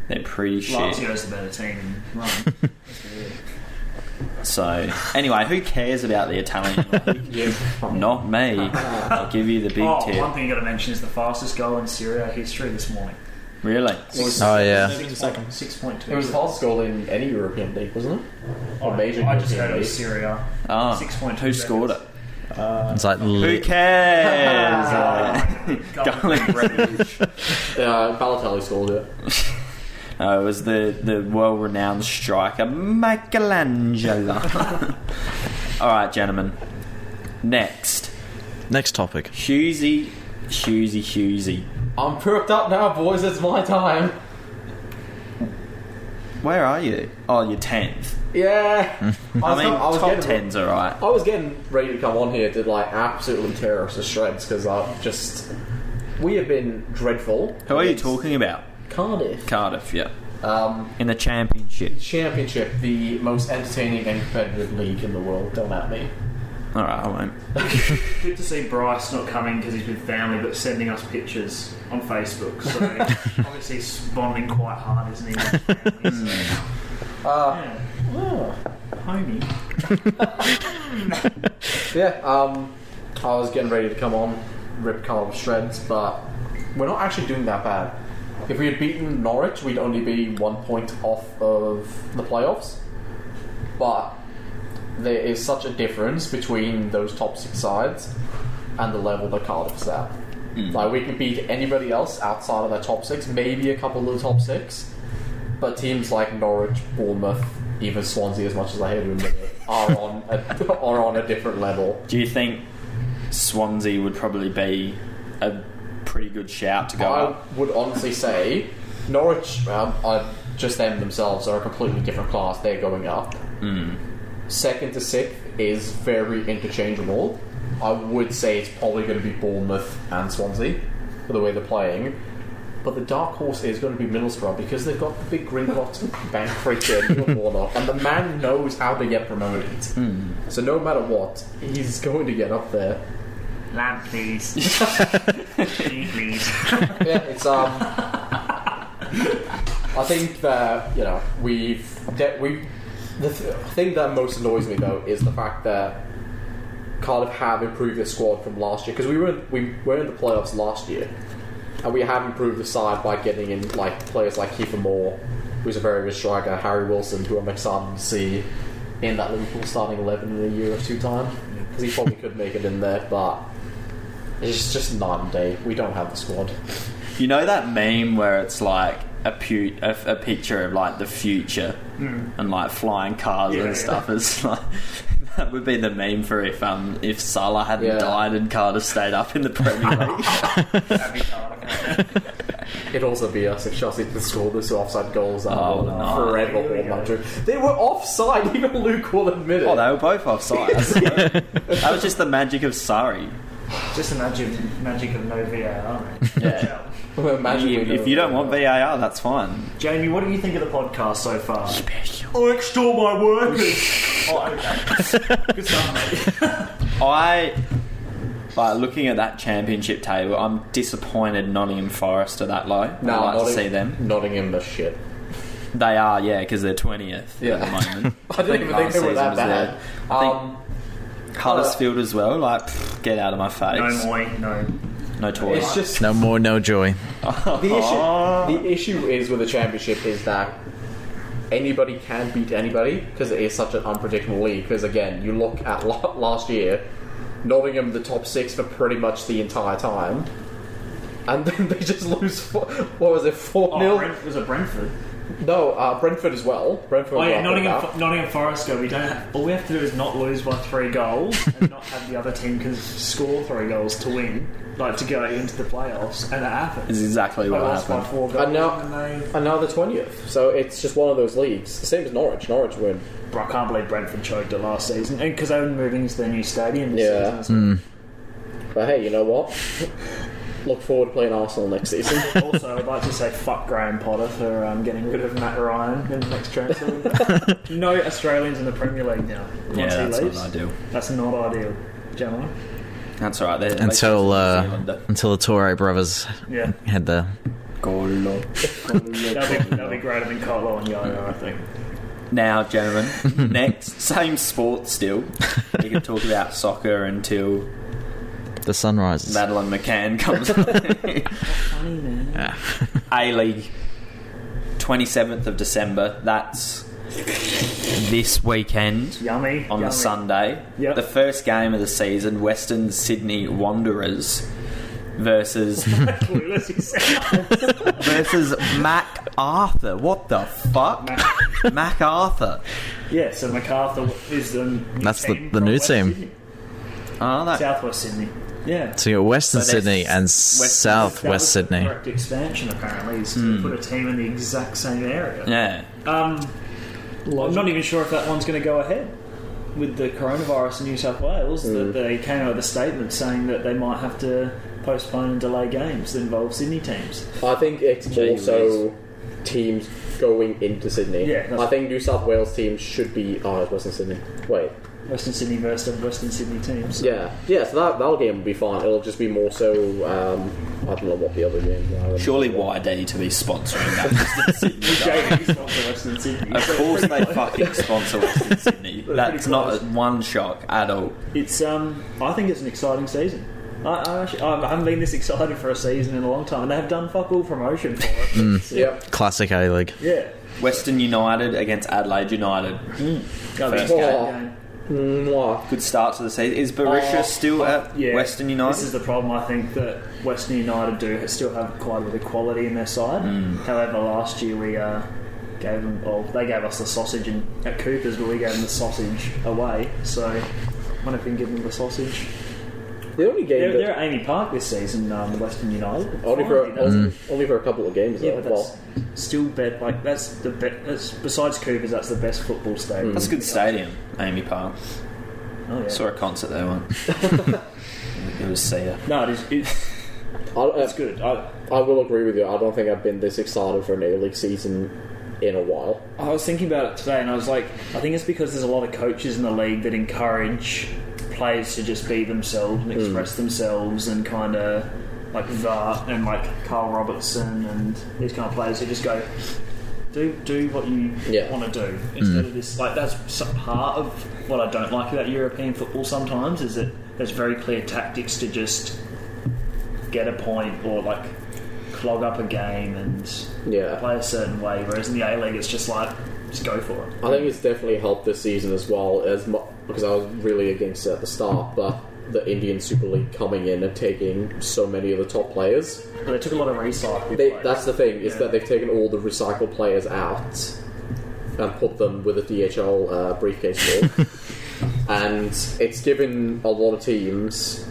S4: they're pretty shit.
S3: Lazio's the better team. than
S5: <laughs>
S3: Rome.
S4: So, anyway, who cares about the
S1: Oh, <laughs>
S4: Italian? league? Not me. I'll give you the big
S3: oh,
S4: tip.
S3: one thing you got to mention is the fastest goal in Serie A history this morning.
S4: Really?
S1: Oh yeah,
S6: Seven seconds.
S3: Six point two.
S5: It was the fastest goal in any European league, wasn't it?
S3: Oh,
S5: Amazing
S3: I just
S5: European
S3: heard it was
S5: league.
S3: Serie A.
S4: Ah,
S3: Six point
S4: Who
S3: two
S4: scored it?
S1: it's like
S4: Who
S1: li-
S4: cares? Uh,
S3: Golden <laughs>
S4: Golden
S3: Revolution.
S5: Uh, Balotelli scored it.
S4: <laughs> Uh, it was the, the world renowned striker Michelangelo. <laughs> All right, gentlemen. Next,
S1: Next topic.
S4: Husey, Husey, Husey.
S5: I'm perked up now, boys. It's my time.
S4: Where are you? Oh, you're tenth.
S5: Yeah. I, was
S4: <laughs> I mean,
S5: not- I was
S4: top
S5: getting-
S4: ten's all right.
S5: I was getting ready to come on here to like absolutely tear us to shreds because I've just we have been dreadful.
S4: Who are you
S5: It's
S4: talking about?
S5: Cardiff.
S4: Cardiff, yeah.
S5: Um,
S4: In the championship.
S5: Championship, the most entertaining and competitive league in the world. Don't at me.
S4: All right, I won't.
S3: Good to see Bryce not coming because he's with family, but sending us pictures on Facebook. So <laughs> obviously he's bonding quite hard, isn't he? <laughs> with his family, so- yeah. Homie.
S5: Yeah. Um, I was getting ready to come on, rip Cardiff to shreds, but we're not actually doing that bad. If we had beaten Norwich, we'd only be one point off of the playoffs. But there is such a difference between those top six sides and the level that Cardiff's at. Like we can beat anybody else outside of that top six, maybe a couple of the top six, but teams like Norwich, Bournemouth, even Swansea, as much as I hate to admit it, are on a, <laughs> are on a different level.
S4: Do you think Swansea would probably be a pretty good shout to go
S5: I
S4: up?
S5: would honestly say Norwich, um, I, just them themselves, are a completely different class. They're going up.
S4: Hmm.
S5: Second to sixth is very interchangeable. I would say it's probably going to be Bournemouth and Swansea for the way they're playing. But the dark horse is going to be Middlesbrough because they've got the big Gringotts, Bank Fraser, and Warnock, and the man knows how to get promoted.
S4: Hmm.
S5: So no matter what, he's going to get up there.
S3: Lamp, <laughs> please. Gee, please.
S5: yeah, it's um. I think that you know we've that we the th- thing that most annoys me though is the fact that Cardiff have improved their squad from last year because we were in, we were in the playoffs last year and we have improved the side by getting in like players like Kiefer Moore, who's a very good striker, Harry Wilson, who I'm excited to see in that Liverpool starting eleven in a year or two time because he probably could make it in there, but it's just night and day. We don't have the squad.
S4: You know that meme where it's like a, pu- a, a picture of like the future and like flying cars
S3: Yeah, yeah.
S4: and stuff. It's like <laughs> that would be the meme for if um if Salah hadn't
S5: Yeah.
S4: died and Cardiff stayed up in the Premier League.
S3: That'd be hard.
S5: It'd also be us if Chelsea did score those offside goals.
S4: Oh,
S5: Oh,
S4: no.
S5: Forever
S3: Here we
S5: hold
S3: go.
S5: my dream. They were offside, <laughs> even Luke will admit it.
S4: oh, they were both offside. <laughs> that was just the magic of Surrey.
S3: Just imagine magic of no VAR. mate.
S4: Yeah.
S5: Imagine we
S4: if
S5: know
S4: you don't
S5: that.
S4: want VAR, that's fine.
S3: Jamie, what do you think of the podcast so far? I extol my workers. oh, <laughs> okay. Good stuff, mate.
S4: I like looking at that championship table. I'm disappointed Nottingham Forest are that low. I'd like
S5: No,
S4: to
S5: Notting-
S4: see them.
S5: Nottingham the shit.
S4: They are, yeah, because they're twentieth
S5: Yeah.
S4: at the moment.
S5: <laughs> I didn't even think
S4: last
S5: they were
S4: season
S5: that
S4: was
S5: bad.
S4: there. I think
S5: Um,
S4: Huddersfield as well. Like, pfft, get out of my
S3: No
S4: face.
S3: more, no.
S4: No toys.
S5: it's just
S1: No more, no joy.
S5: the issue. The issue is with the championship is that anybody can beat anybody because it is such an unpredictable league. Because again, you look at <laughs> la- last year, Nottingham the top six for pretty much the entire time, and <laughs> then they just lose. Four, what was it, four
S3: Oh,
S5: nil?
S3: Brent, was it Brentford?
S5: No, uh, Brentford as well. Brentford.
S3: Oh yeah,
S5: were up and
S3: Nottingham,
S5: up.
S3: Nottingham Forest go. We don't. Have, all we have to do is not lose by three goals and not have the other team can score three goals to win, like to go into the playoffs, and it happens.
S4: is exactly
S3: They
S4: what
S3: lost by
S4: happened.
S3: four goals.
S5: And now-
S3: and they,
S5: And now the twentieth. So it's just one of those leagues. Same as Norwich. Norwich win.
S3: bro, I can't believe Brentford choked it last season, and because they were moving into their new stadium this
S5: Yeah.
S4: Hmm.
S3: season.
S5: But hey, you know what? <laughs> Look forward to playing Arsenal next season.
S3: So. also, I'd like to say fuck Graham Potter for um, getting rid of Matt Ryan in the next transfer.
S4: <laughs>
S3: window. no Australians in the Premier League now. Once
S4: Yeah, that's
S3: he
S4: not
S3: leaves,
S4: ideal.
S3: that's not ideal, gentlemen.
S4: That's all right. They,
S1: Until
S4: New
S1: uh,
S4: Zealander.
S1: until the Torre brothers
S3: Yeah.
S1: had the
S4: Golo.
S3: That'll be, that'll be greater than Carlo and Yaya, I think.
S1: <laughs>
S4: now, gentlemen, next same sport still. We can talk about soccer until
S1: the sunrises.
S4: Madeline McCann comes. <laughs> A League, twenty seventh of December. That's this weekend.
S3: Yummy.
S4: on the
S3: yummy. <laughs>
S4: Sunday.
S3: Yep.
S4: The first game of the season, Western Sydney Wanderers versus
S3: Clueless, he said.
S4: versus Mac Arthur. What the fuck? Mac Arthur.
S3: Yeah, so MacArthur is the new
S1: That's the-
S3: team
S1: the
S3: from
S1: new
S3: West
S1: team.
S3: Sydney,
S4: Oh, that,
S3: Southwest Sydney. Yeah.
S1: So you got Western
S4: So there's
S1: Sydney and South
S3: That
S1: West
S3: was the
S1: Sydney.
S3: Correct expansion apparently is to put a team in the exact same area.
S4: Hmm. yeah.
S3: Um, I'm not even sure if that one's going to go ahead with the coronavirus in New South Wales.
S4: Hmm.
S3: That they came out with a statement saying that they might have to postpone and delay games that involve Sydney teams.
S5: I think it's
S4: Jeez.
S5: also teams going into Sydney.
S3: Yeah, that's-
S5: I think New South Wales teams should be. Oh, it's Western Sydney. Wait.
S3: Western Sydney versus Western Sydney teams.
S5: Yeah. Yeah, so that, that game will be fine. It'll just be more so. Um, I don't know what the other games are.
S4: Surely YD to be sponsoring that.
S3: JV's not for Western Sydney.
S4: of course they fucking sponsor
S3: <laughs>
S4: Western Sydney. That's not one shock at all.
S3: It's um, I think it's an exciting season. I, I, actually, I haven't been this <laughs> excited for a season in a long time, and they have done fuck all promotion for it.
S4: Mm.
S3: uh,
S5: Yep.
S1: Classic A League.
S3: Yeah,
S4: Western United against Adelaide United.
S3: Go
S4: First
S3: Brisbane
S5: game.
S3: game.
S5: Mwah.
S4: Good start to the season. Is Barisha
S5: Oh,
S4: still at
S3: Yeah.
S4: Western
S3: This is
S4: United?
S3: the problem. I think that Western United do still have quite a bit of quality in their side.
S4: Mm.
S3: However, last year we uh, gave them, well, they gave us the sausage in, at Cooper's, but we gave them the sausage away. So, might have been given the sausage.
S5: The only game
S3: They're,
S5: that.
S3: they're at Amy Park this season, um, Western United.
S5: only, for,
S3: Finally, that's-
S5: only, only for a couple of games,
S3: Yeah,
S5: though.
S3: but that's still bet. Like that's the be- that's, besides Cooper's, that's the best football stadium.
S4: That's a good stadium, Amy Park.
S3: Oh, yeah.
S4: Saw a concert there
S3: <laughs>
S4: once. it was Sia.
S3: No, it <laughs> is, it's,
S5: well, uh, I,
S3: it's good. I,
S5: I will agree with you. I don't think I've been this excited for an A League season in a while.
S3: I was thinking about it today, and I was like, I think it's because there's a lot of coaches in the league that encourage players to just be themselves and express themselves, and kind of like Vart and like Carl Robertson and these kind of players who just go do do what you
S5: Yeah.
S3: want to do instead of this. Like that's some part of what I don't like about European football sometimes is that there's very clear tactics to just get a point or like clog up a game and
S5: Yeah.
S3: play a certain way. Whereas in the A League, it's just like just go for it.
S5: I think it's definitely helped this season as well as mu- because I was really against it at the start, but the Indian Super League coming in and taking so many of the top players.
S3: But they took a lot of recycled.
S5: They,
S3: players.
S5: that's the thing is
S3: Yeah.
S5: that they've taken all the recycled players out and put them with a DHL uh, briefcase full, and it's given a lot of teams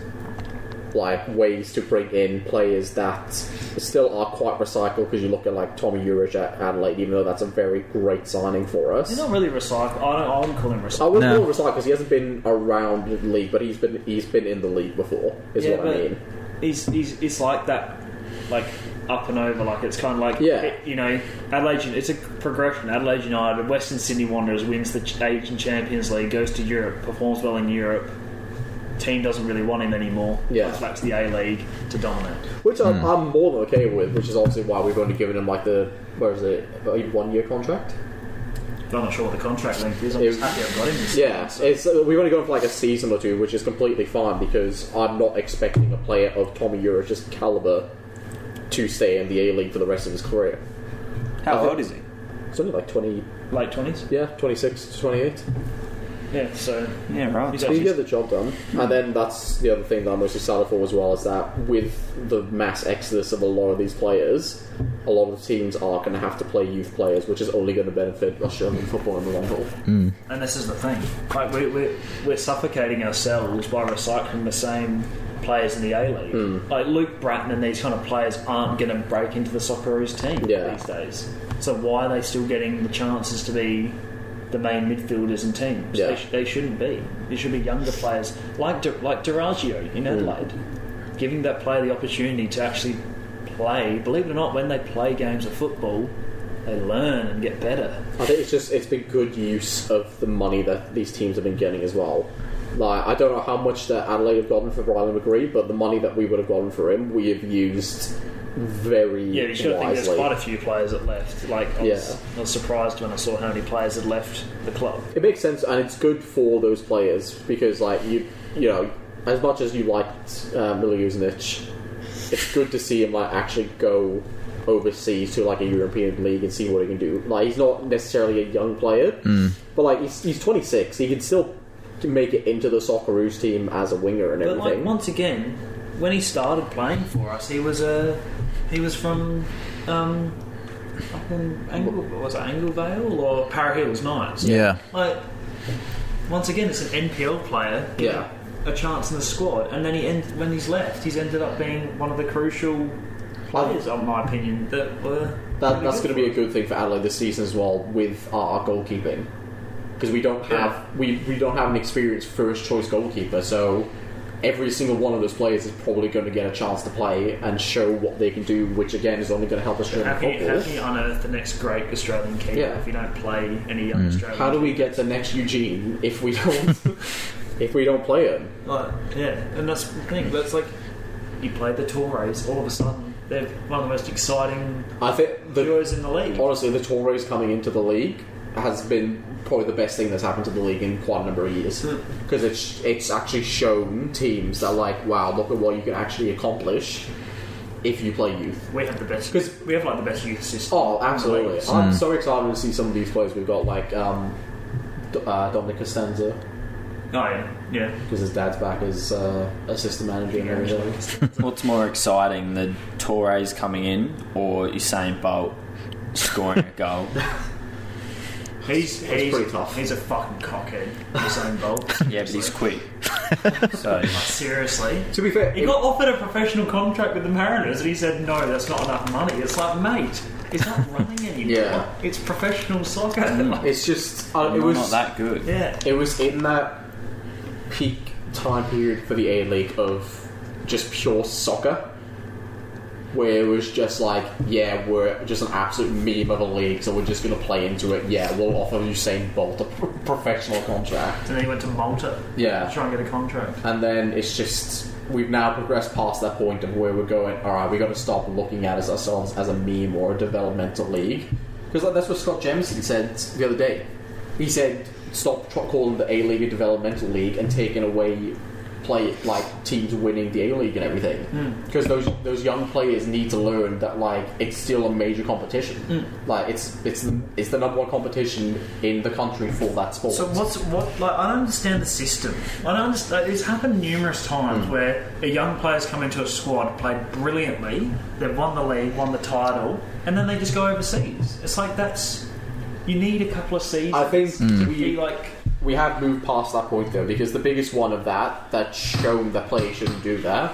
S5: like ways to bring in players that still are quite recycled because you look at like Tommy Urich at Adelaide, even though that's a very great signing for us.
S3: He's not really recycled. I don't. I wouldn't call him
S5: I
S3: recycled.
S5: wouldn't
S1: No.
S5: call it recycled because he hasn't been around the league, but he's been he's been in the league before. Oh, Is
S3: yeah,
S5: what
S3: but
S5: I mean.
S3: he's he's it's like that, like up and over. Like it's kind of like
S5: Yeah.
S3: it- you know, Adelaide. Un- It's a progression. Adelaide United, Western Sydney Wanderers wins the Ch- Asian Champions League, goes to Europe, performs well in Europe. Team doesn't really want him anymore.
S5: Yeah.
S3: Comes back to the A League to dominate.
S5: Which I'm, I'm more than okay with. Which is obviously why we've only given him like the where is it one year contract.
S3: But I'm not sure what the contract length is. I'm
S5: It-
S3: just happy I've got him. This
S5: Yeah,
S3: season, so-
S5: it's uh, we've only gone for like a season or two, which is completely fine because I'm not expecting a player of Tommy Urich's caliber to stay in the A League for the rest of his career.
S4: How old is he?
S5: It's only like 20,
S3: late twenties.
S5: yeah, 26, 28.
S3: Yeah, so
S4: Yeah, right.
S3: he's
S5: You
S3: actually
S5: get the job done, and then that's the other thing that I'm most excited for as well is that with the mass exodus of a lot of these players, a lot of teams are going to have to play youth players, which is only going to benefit Australian football in the long haul.
S3: And this is the thing, like we, we're we're suffocating ourselves by recycling the same players in the A League.
S5: Hmm.
S3: Like Luke Bratton and these kind of players aren't going to break into the Socceroos team
S5: Yeah.
S3: these days. So why are they still getting the chances to be the main midfielders and teams?
S5: Yeah.
S3: They, sh- they shouldn't be. It should be younger players like Du- like Duraggio
S5: Hmm.
S3: in Adelaide, giving that player the opportunity to actually play. Believe it or not, when they play games of football, they learn and get better.
S5: I think it's just it's been good use of the money that these teams have been getting as well. Like I don't know how much that Adelaide have gotten for Rylan McGree, but the money that we would have gotten for him, we have used very
S3: Yeah, you should think there's
S5: wisely.
S3: quite a few players that left. Like, I was,
S5: Yeah.
S3: I was surprised when I saw how many players had left the club.
S5: It makes sense, and it's good for those players because, like you, you know, as much as you liked uh, Miljuznic, it's good to see him like actually go overseas to like a European league and see what he can do. Like he's not necessarily a young player, but like he's, he's 26, he can still make it into the Socceroos team as a winger and
S3: But like
S5: everything.
S3: once again, when he started playing for us, he was a he was from um, up in Angle, was it Anglevale or Parra Hills Knights?
S1: Yeah.
S3: Like once again, it's an NPL player.
S7: Yeah.
S3: A chance in the squad, and then he end, when he's left, he's ended up being one of the crucial players, in my opinion, that were.
S5: That, that's going to be a good thing for Adelaide this season as well with our goalkeeping because we don't have we, we don't have an experienced first choice goalkeeper. So every single one of those players is probably going to get a chance to play and show what they can do, which again is only going to help us
S3: How
S5: during
S3: can, you, how can you
S5: football.
S3: unearth the next great Australian keeper
S5: Yeah.
S3: if you don't play any young Australian?
S5: Hmm. How do we get the next Eugene if we don't
S3: <laughs>
S5: if we don't play him?
S3: Like, yeah, and that's the thing. That's like you play the Torres, all of a sudden they're one of the most exciting
S5: I think the
S3: duos in the league.
S5: honestly the Torres coming into the league has been probably the best thing that's happened to the league in quite a number of years because it's it's actually shown teams that like wow look at what you can actually accomplish if you play youth.
S3: We have the best.
S5: 'Cause-
S3: We have like the best youth system.
S5: Oh, absolutely! I'm
S4: Hmm.
S5: so excited to see some of these players. We've got like um, D- uh, Dominic Costanza
S3: Oh yeah, yeah.
S5: because his dad's back as uh, assistant manager and everything.
S4: What's more exciting, the Torres coming in or Usain Bolt scoring a
S3: <laughs>
S4: goal?
S3: He's he's
S5: pretty tough.
S3: He's a fucking cockhead. Usain
S5: <laughs>
S3: Bolt.
S4: Yeah, but he's
S3: <laughs>
S4: quick. So
S3: Seriously.
S5: to be fair,
S3: He got offered a professional contract with the Mariners, and he said, "No, that's not enough money." It's like, mate, it's not
S5: <laughs>
S3: running anymore.
S5: Yeah.
S3: It's professional soccer.
S5: <laughs> it's just uh,
S4: I'm
S5: it was
S4: not that good.
S3: <laughs> yeah.
S5: it was in that peak time period for the A League of just pure soccer, where it was just like, yeah, we're just an absolute meme of a league, so we're just going to play into it. Yeah, we'll offer Usain Bolt a <laughs> pro- professional contract.
S3: And then he went to Malta
S5: Yeah,
S3: to try and get a contract.
S5: and then it's just we've now progressed past that point of where we're going. All right, we got to stop looking at us ourselves as a meme or a developmental league because like, that's what Scott Jamieson said the other day. He said stop tr- calling the A League a developmental league and taking away play like teams winning the A League and everything
S3: Hmm.
S5: because those those young players need to learn that like it's still a major competition.
S3: Hmm.
S5: Like it's it's the, it's the number one competition in the country for that sport.
S3: So what's what? Like I don't understand the system. I don't understand. It's happened numerous
S5: Hmm.
S3: times where a young player's come into a squad, played brilliantly, they've won the league, won the title, and then they just go overseas. It's like that's you need a couple of seasons.
S5: I think
S3: to be
S5: we
S3: like
S5: we have moved past that point though, because the biggest one of that that's shown that players shouldn't do that,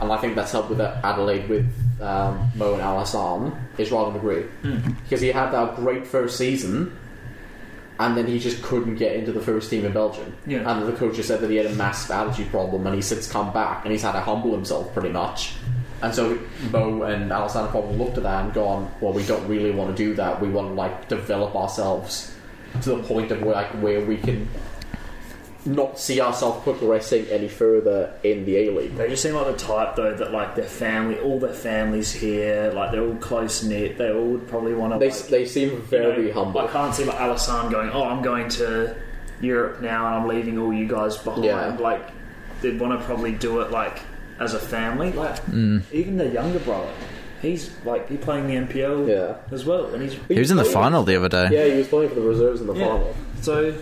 S5: and I think that's helped with Adelaide with um, Mo and Alassane is Ronald McGree because he had that great first season, and then he just couldn't get into the first team in Belgium.
S3: Yeah.
S5: And the coach has said that he had a massive attitude problem, and he's since come back and he's had to humble himself pretty much. And so Mo and Alessandro probably looked at that and gone, well, we don't really want to do that. We want to like develop ourselves to the point of where, like, where we can not see ourselves progressing any further in the A League.
S3: They just seem like the type, though, that like their family, all their families here, like they're all close knit. They all would probably want to.
S5: They,
S3: like,
S5: they seem
S3: you
S5: very
S3: know,
S5: humble.
S3: I can't see like Alassane going, "Oh, I'm going to Europe now, and I'm leaving all you guys behind."
S5: Yeah.
S3: Like they'd want to probably do it like as a family. Like
S5: Mm.
S3: even their younger brother, he's like he's playing the NPL
S5: Yeah.
S3: as well, and he's
S1: He was in the final the other day.
S5: Yeah, he was playing for the reserves in the
S3: Yeah.
S5: final.
S3: so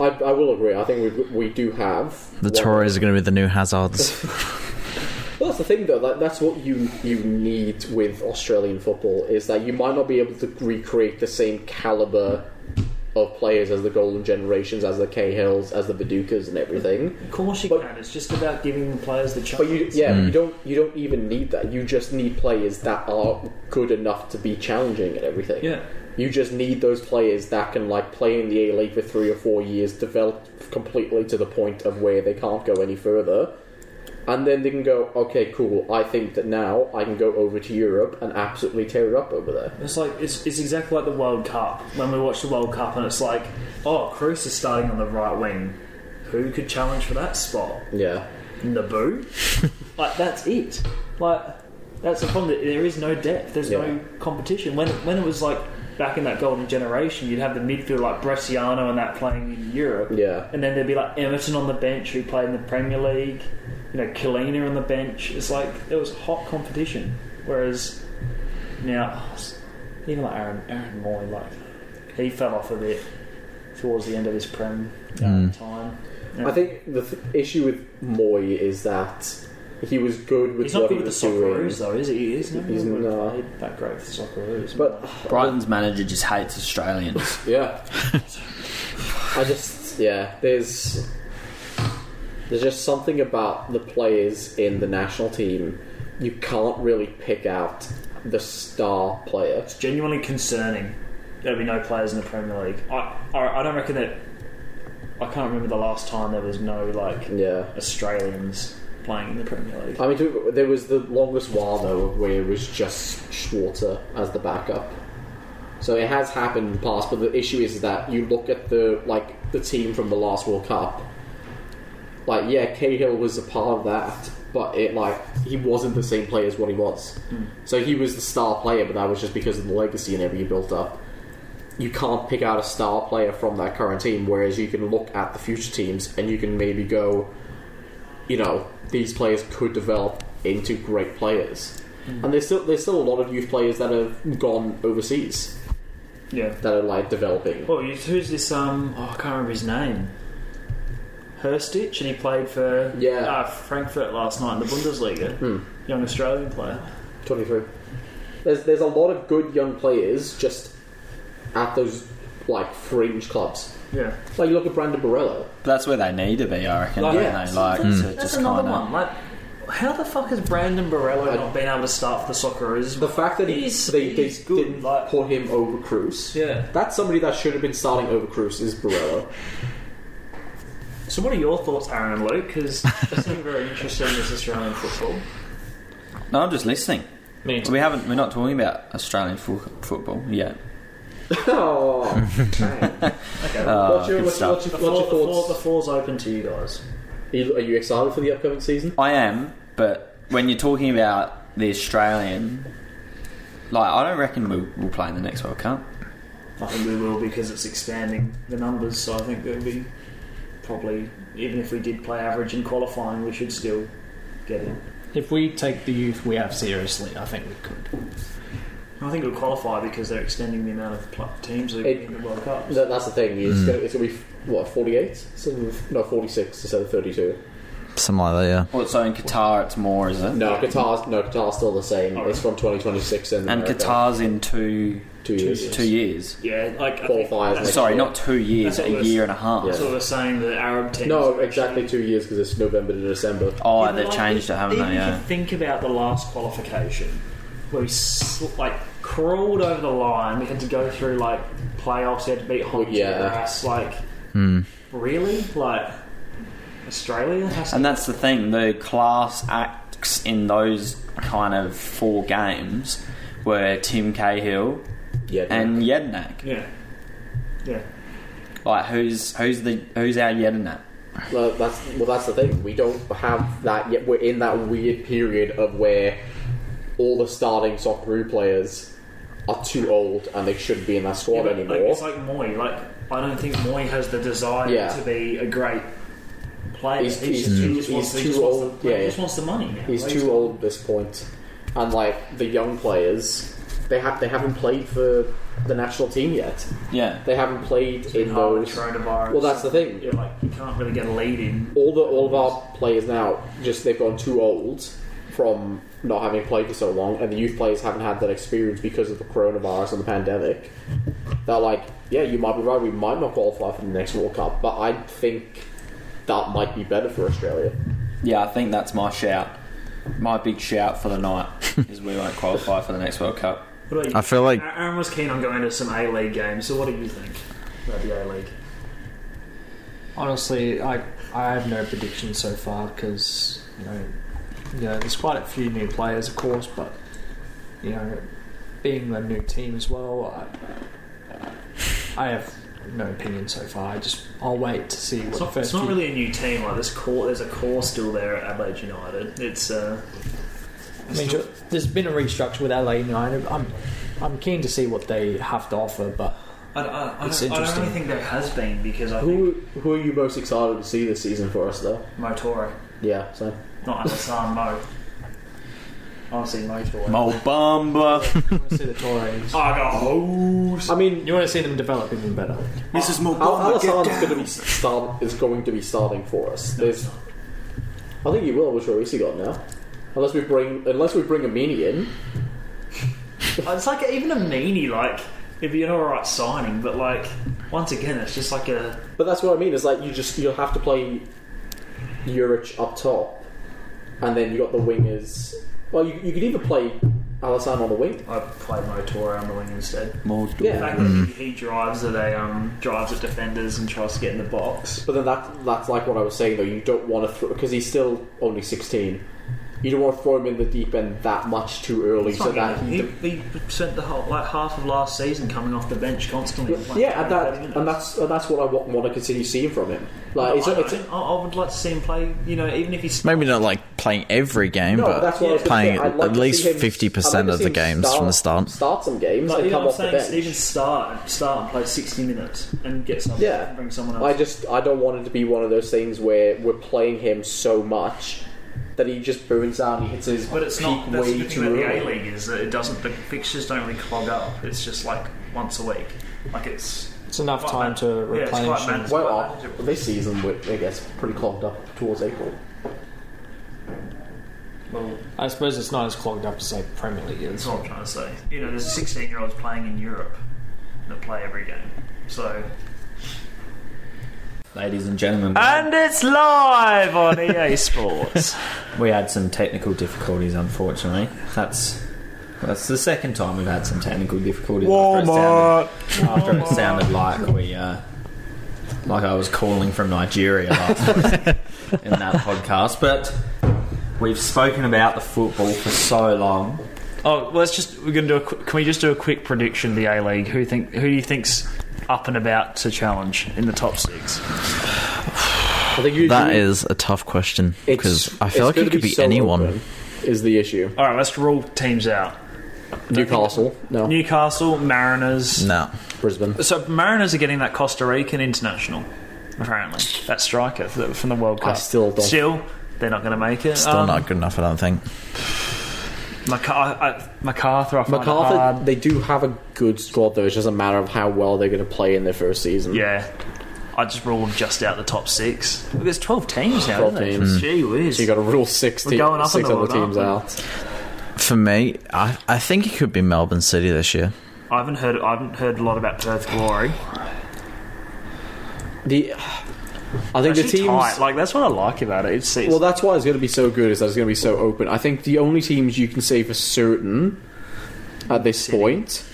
S5: I, I will agree. I think we, we do have
S1: The
S5: one-
S1: Torres are going to be the new
S5: <laughs>
S1: Hazards.
S5: Well, that's the thing, though. That, that's what you you need with Australian football is that you might not be able to recreate the same caliber of players as the golden generations, as the Cahills, as the Badukas, and everything.
S3: of course you
S5: But-
S3: can. It's just about giving the players the chance.
S5: But you, yeah, you don't you don't even need that. You just need players that are good enough to be challenging and everything.
S3: Yeah.
S5: You just need those players that can like play in the A League for three or four years, develop completely to the point of where they can't go any further, and then they can go, okay, cool. I think that now I can go over to Europe and absolutely tear it up over there.
S3: It's like it's, it's exactly like the World Cup when we watch the World Cup and it's like, oh, Cruz is starting on the right wing. Who could challenge for that spot?
S5: Yeah.
S3: Naboo. like that's it. Like that's the problem. that There is no depth. There's
S5: Yeah.
S3: no competition. When when it was like back in that golden generation, you'd have the midfield like Bresciano and that playing in Europe.
S5: Yeah.
S3: And then there'd be like Emerton on the bench who played in the Premier League. You know, Kalina on the bench. It's like there was hot competition. Whereas now, even like Aaron Aaron Moy, like he fell off a bit towards the end of his prem uh, time.
S5: I think the th- issue with Moy is that He was good with
S3: He's
S5: what
S3: not good
S5: he
S3: with the
S5: was doing.
S3: Socceroos though, is he? He's never
S5: He's
S3: really
S5: not.
S3: played that great for the Socceroos.
S5: But
S4: Brighton's manager just hates Australians.
S5: yeah, I just yeah. There's there's just something about the players in the national team. You can't really pick out the star player.
S3: It's genuinely concerning. There'll be no players in the Premier League. I, I, I don't reckon that. I can't remember the last time there was no like
S5: Yeah.
S3: Australians playing in the Premier League.
S5: I mean, to- there was the longest while though where it was just Schwarzer as the backup. So it has happened in the past, but the issue is that you look at the like the team from the last World Cup. Like, yeah, Cahill was a part of that, but it like he wasn't the same player as what he was. So he was the star player, but that was just because of the legacy and everything he built up. You can't pick out a star player from that current team, whereas you can look at the future teams and you can maybe go, you know these players could develop into great players.
S3: Hmm.
S5: And there's still there's still a lot of youth players that have gone overseas
S3: yeah.
S5: that are like developing.
S3: Well, you- who's this? Um, oh, I can't remember his name. Herstich, and he played for
S5: Yeah. Hmm.
S3: uh, Frankfurt last night in the Bundesliga. Young Australian player.
S5: Twenty three. There's there's a lot of good young players just at those like fringe clubs.
S3: Yeah,
S5: Like you look at Brandon Borello.
S4: That's where they need to be, I reckon.
S3: Like-
S4: don't
S5: Yeah.
S4: they? Like,
S3: that's,
S4: to
S3: that's
S4: just
S3: another
S4: kinda-
S3: one. Like, how the fuck has Brandon Barello
S5: I-
S3: not been able to start for the Socceroos?
S5: The fact that he,
S3: He's-
S5: they, they
S3: he's good,
S5: didn't
S3: like-
S5: put him over Cruz.
S3: yeah.
S5: That's somebody that should have been starting over Cruz
S3: <laughs>
S5: is Borello.
S3: So, what are your thoughts, Aaron and Luke?
S5: <laughs>
S3: Because I seem very interested in this Australian football.
S4: No, I'm just listening.
S3: Me
S4: We haven't. We're not talking about Australian fo- football yet.
S5: oh, man.
S4: Uh,
S3: Okay.
S5: what's your,
S4: good
S5: what's, your-
S4: stuff.
S5: what's
S3: the, floor, the,
S5: your, what's your
S3: floor, the
S5: thoughts?
S3: floor's open to you guys.
S5: Are you- are you excited for the upcoming season?
S4: I am, but when you're talking about the Australian, like I don't reckon we'll, we'll play in the next World Cup.
S3: I think we will because it's expanding the numbers. So, I think there'll be probably even if we did play average in qualifying, we should still get in.
S6: If we take the youth we have seriously, I think we could.
S3: I think we'll qualify because they're extending the amount of pl- teams that are
S5: It-
S3: in the World Cup.
S5: That, that's the thing.
S4: Mm.
S5: You gonna, it's going to be what forty eight? No, forty six instead of thirty two.
S1: Something like that, yeah.
S4: Well, so in Qatar, it's more, is it?
S5: No, Qatar's no Qatar's still the same.
S3: Oh,
S5: it's from twenty twenty six and
S4: And
S5: America.
S4: Qatar's in two
S5: two years.
S4: two years.
S3: Yeah, like I think
S5: Qualifiers
S3: that's-
S5: next
S4: Sorry,
S5: year.
S4: not two years,
S3: That's
S4: a
S3: what we're-
S4: year and a half.
S5: Yeah.
S3: That's what we're saying. The Arab teams.
S5: No, exactly two years because it's November to December.
S4: Oh,
S3: Yeah, but
S4: they've
S3: like,
S4: changed it, haven't
S3: even
S4: they?
S3: if
S4: Yeah.
S3: you think about the last qualification, where we sl- like crawled over the line, we had to go through like playoffs. We had to beat Honduras. Like,
S4: Hmm.
S3: really? Like Australia has
S4: And
S3: to.
S4: that's the thing, the class acts in those kind of four games were Tim Cahill
S5: Yeah,
S4: and Yednak.
S3: yeah, yeah.
S4: Like who's who's the who's our Yednak?
S5: well, that's well, that's the thing. We don't have that yet. We're in that weird period of where all the starting soccer players are too old and they shouldn't be in that
S3: Yeah,
S5: squad
S3: but,
S5: anymore.
S3: Like, it's like Moy. Like I don't think Moy has the desire
S5: Yeah.
S3: to be a great player.
S5: He's-
S3: He just-
S5: he's
S3: he
S5: too-
S3: just wants-
S5: he's
S3: he just
S5: too
S3: wants the-
S5: old. Yeah,
S3: He just
S5: yeah.
S3: wants the money. now.
S5: He's
S3: Like,
S5: too old at this point, and like the young players, they have they haven't played for the national team yet.
S4: Yeah.
S5: They haven't played in
S3: hard with
S5: those.
S3: coronavirus.
S5: Well, that's the thing.
S3: Yeah, like you can't really get a lead in.
S5: All the all of our players now just they've gone too old from not having played for so long, and the youth players haven't had that experience because of the coronavirus and the pandemic. That like, yeah, you might be right. We might not qualify for the next World Cup, but I think that might be better for Australia.
S4: Yeah, I think that's my shout. My big shout for the night is we won't qualify for the next World Cup.
S3: What about you?
S1: I feel like
S3: A- Aaron was keen on going to some A League games. So what do you think about the A League?
S6: Honestly, I I have no predictions so far because you know, you know, there's quite a few new players, of course, but you know, being a new team as well, I, I have no opinion so far. I just I'll wait to see what
S3: It's
S6: the
S3: not,
S6: first.
S3: it's not
S6: few-
S3: really a new team. Like this core, there's a core still there at Adelaide United. It's uh,
S6: I mean, sure, there's been a restructure with LA United. I'm I'm keen to see what they have to offer, but
S3: I, I, I,
S6: It's
S3: don't, I don't
S6: interesting.
S3: really think there has been because I think
S5: Who who are you most excited to see this season for us though?
S3: Motoro,
S5: Yeah, so.
S3: not Alassane Mo. Honestly, Motoro.
S4: Mo Bamba.
S6: I want to see the Torres.
S3: I got hose.
S5: I mean,
S6: You want to see them develop even better.
S5: Al- Alisson's going to be start is going to be starting for us. There's I think you will, which release you got now. Unless we bring, unless we bring a meanie in.
S3: It's like even a meanie, like it'd be an alright signing, but like once again, it's just like a
S5: But that's what I mean. Is like you just you'll have to play Juric up top, and then you got the wingers. Well, you, you could either play Alassane on the wing.
S3: I played Motora on the wing instead. The
S5: Yeah,
S3: fact that he, he drives at a um, drives at defenders and tries to get in the box.
S5: But then that that's like what I was saying though. You don't want to throw because he's still only sixteen. You don't want to throw him in the deep end that much too early, so that he.
S3: he, he spent the whole like half of last season coming off the bench constantly. and playing
S5: yeah,
S3: 30
S5: and that
S3: minutes.
S5: and that's and that's what I want, want to continue seeing from him. Like, it's,
S3: I,
S5: it's,
S3: I, I would like to see him play. You know, even if he's
S1: Maybe not like playing every game,
S5: no,
S1: but
S5: that's what I was gonna
S1: playing
S5: say. I'd like
S1: at
S5: to
S1: least
S5: see him- I'd like
S1: 50%
S5: to
S1: of
S5: see
S1: the
S5: him
S1: games
S5: start,
S1: from the start.
S5: Start some games
S3: like,
S5: and
S3: even,
S5: come
S3: I'm
S5: off the
S3: saying,
S5: bench.
S3: even start start and play sixty minutes and get someone
S5: Yeah.
S3: bring someone else.
S5: I just I don't want it to be one of those things where we're playing him so much that he just burns out and he hits his
S3: But it's
S5: peak
S3: not. That's
S5: way
S3: the good
S5: too
S3: thing about
S5: early.
S3: the A League is that it doesn't. The fixtures don't really clog up. It's just like once a week. Like it's
S6: It's enough
S3: quite
S6: time
S3: man-
S6: to
S3: yeah, it's quite
S6: replenish.
S3: man-
S6: and-
S3: it's
S5: Well,
S3: quite
S5: uh,
S3: manageable.
S5: this season we- it gets pretty clogged up towards April.
S6: I suppose it's not as clogged up as like Premier League
S3: That's
S6: is.
S3: what I'm trying to say. You know, there's 16 year olds playing in Europe that play every game. So.
S4: Ladies and gentlemen,
S3: Uh, it's live on EA <laughs> Sports.
S4: we had some technical difficulties, unfortunately. That's that's the second time we've had some technical difficulties. After it sounded, after it sounded like we, uh, like I was calling from Nigeria <laughs> last week in that podcast, but we've spoken about the football for so long.
S3: oh, let's just. We're going to do a. Quick, can we just do a quick prediction of the A League? Who think? Who do you think's up and about to challenge in the top six?
S5: I think you
S1: That is a tough question because I feel like it could be, anyone.
S5: Is the issue
S3: All right, let's rule teams out.
S5: Newcastle? No,
S3: Newcastle, Mariners.
S1: No,
S5: Brisbane.
S3: So Mariners are getting that Costa Rican international, apparently. That striker th- from the World Cup.
S5: I still don't-
S3: Still, they're not going to make it.
S1: still
S3: Um,
S1: not good enough. I don't think.
S3: Maca- I, MacArthur, I find it
S5: MacArthur,
S3: hard.
S5: they do have a good squad though. It's just a matter of how well they're going to play in their first season.
S3: Yeah. I just ruled them just out the top six. Look, There's 12 teams now,
S5: 12
S3: isn't there?
S5: teams.
S3: Gee whiz.
S5: So you got to rule six,
S3: We're
S5: teams,
S3: going up in
S5: six
S3: the
S5: other
S3: world,
S5: teams
S3: aren't
S5: out.
S1: For me, I, I think it could be Melbourne City this year.
S3: I haven't heard. I haven't heard a lot about Perth Glory.
S5: The, I think the
S3: Actually
S5: teams.
S3: tight. Like that's what I like about it. It's, it's
S5: Well, that's why it's going to be so good. Is that it's going to be so open. I think the only teams you can say for certain at this point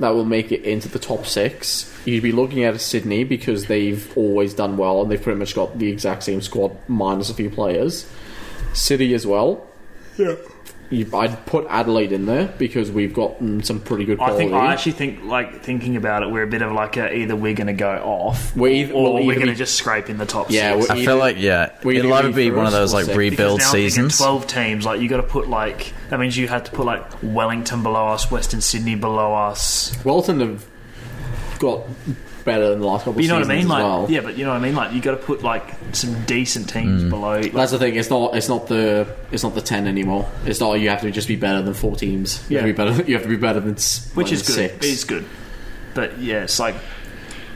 S5: that will make it into the top six, you'd be looking at Sydney because they've always done well and they've pretty much got the exact same squad minus a few players. City as well. Yeah. You, I'd put Adelaide in there because we've got mm, some pretty good
S3: I
S5: quality.
S3: think I actually think like thinking about it, we're a bit of like a, either we're going to go off,
S5: We're either-
S3: or
S5: we'll
S3: we're
S5: either
S3: going to
S5: be-
S3: just scrape in the top
S5: Yeah,
S3: six.
S5: we're
S1: I
S5: either-
S1: feel like yeah,
S5: Well, you
S1: it'll
S5: can
S1: either
S5: be
S1: be one of
S5: first
S1: those
S5: or
S1: like
S5: second.
S3: Because
S1: rebuild
S3: now I'm thinking
S1: seasons.
S3: Twelve teams, like you got to put like that means you had to put like Wellington below us, Western Sydney below us.
S5: Welton have got better in the last couple
S3: But
S5: of
S3: you know what
S5: seasons
S3: I mean?
S5: as
S3: Like
S5: well.
S3: yeah, but you know what I mean? Like you got to put like some decent teams
S5: Mm.
S3: below. Like,
S5: That's the thing. It's not. It's not the. It's not the ten anymore. It's not. You have to just be better than four teams. You have to be better. <laughs> You have to be better than s-
S3: which
S5: like,
S3: is good.
S5: Six.
S3: It's good. But yeah, it's like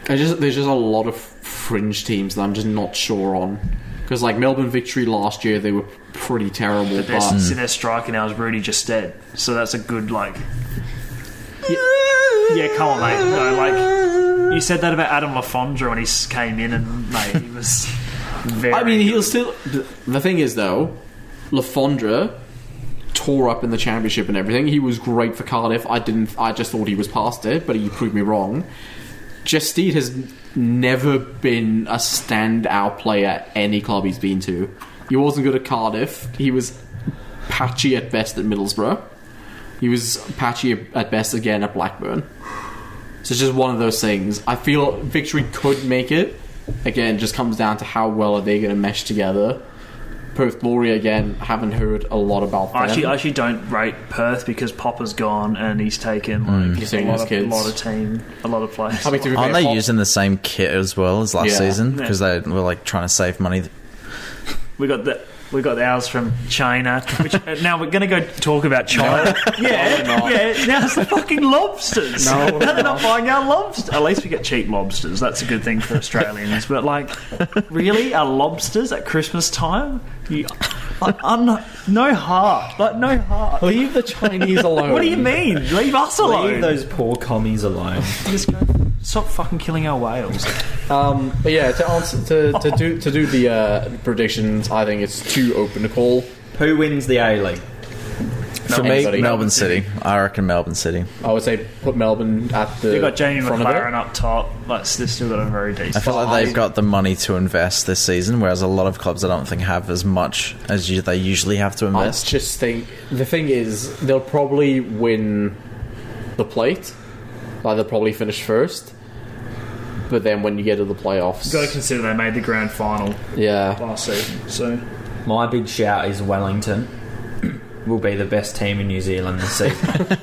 S5: I just there's just a lot of fringe teams that I'm just not sure on. Because like Melbourne victory last year, they were pretty terrible. But,
S3: their, see their striker now is Rudy just dead. So that's a good like. Yeah, come on, mate. No, like you said that about Adam Lafondra when he s- came in, and mate, he was. Very
S5: I mean,
S3: good.
S5: he'll still. The thing is though, Lafondra tore up in the championship and everything. He was great for Cardiff. I didn't. I just thought he was past it, but he proved me wrong. Justeed has never been a standout player at any club he's been to. He wasn't good at Cardiff. He was patchy at best at Middlesbrough. He was patchy at best again at Blackburn. So it's just one of those things. I feel victory could make it. Again, it just comes down to how well are they going to mesh together. Perth Glory again. Haven't heard a lot about them.
S3: I actually, I actually don't rate Perth because Popper's gone and he's taken like
S5: He's
S3: a
S5: taken
S3: lot
S5: Mm. his
S3: of
S5: kids.
S3: lot of team, a lot of players.
S5: I mean, to be
S1: Aren't
S5: fair,
S1: they
S5: Pop-
S1: using the same kit as well as last
S5: Yeah.
S1: season? 'Cause season because they were like trying to save money?
S3: we got the We got ours from China. Which uh, now we're going to go talk about China. yeah, yeah. Now it's the fucking lobsters. No, <laughs> now they're not buying our lobsters. At least we get cheap lobsters. That's a good thing for Australians. but like, really, our lobsters at Christmas time? You, like, I'm not, no heart. Like no heart.
S5: Leave the
S1: <laughs>
S5: Chinese alone.
S3: What do you mean? Leave us alone.
S4: Leave those poor commies alone.
S3: Just go- Stop fucking killing our whales.
S5: Um, but yeah, to answer to, to do to do the uh, predictions, I think it's too open to call.
S4: Who wins the A League?
S1: For me,
S5: Anybody.
S1: Melbourne City. I reckon Melbourne City.
S5: I would say put Melbourne at the.
S3: They've got Jamie
S5: front of it.
S3: McLaren up top. Like, they've still got a very
S1: I
S3: decent.
S1: feel like they've got the money to invest this season, whereas a lot of clubs I don't think have as much as you, they usually have to
S5: I
S1: invest.
S5: just think the thing is they'll probably win the plate, like they'll probably finish first. But then when you get to the playoffs,
S3: Got to consider they made the grand final
S5: yeah,
S3: last season. So
S4: My big shout is Wellington. Will be the best team in New Zealand this season.
S3: you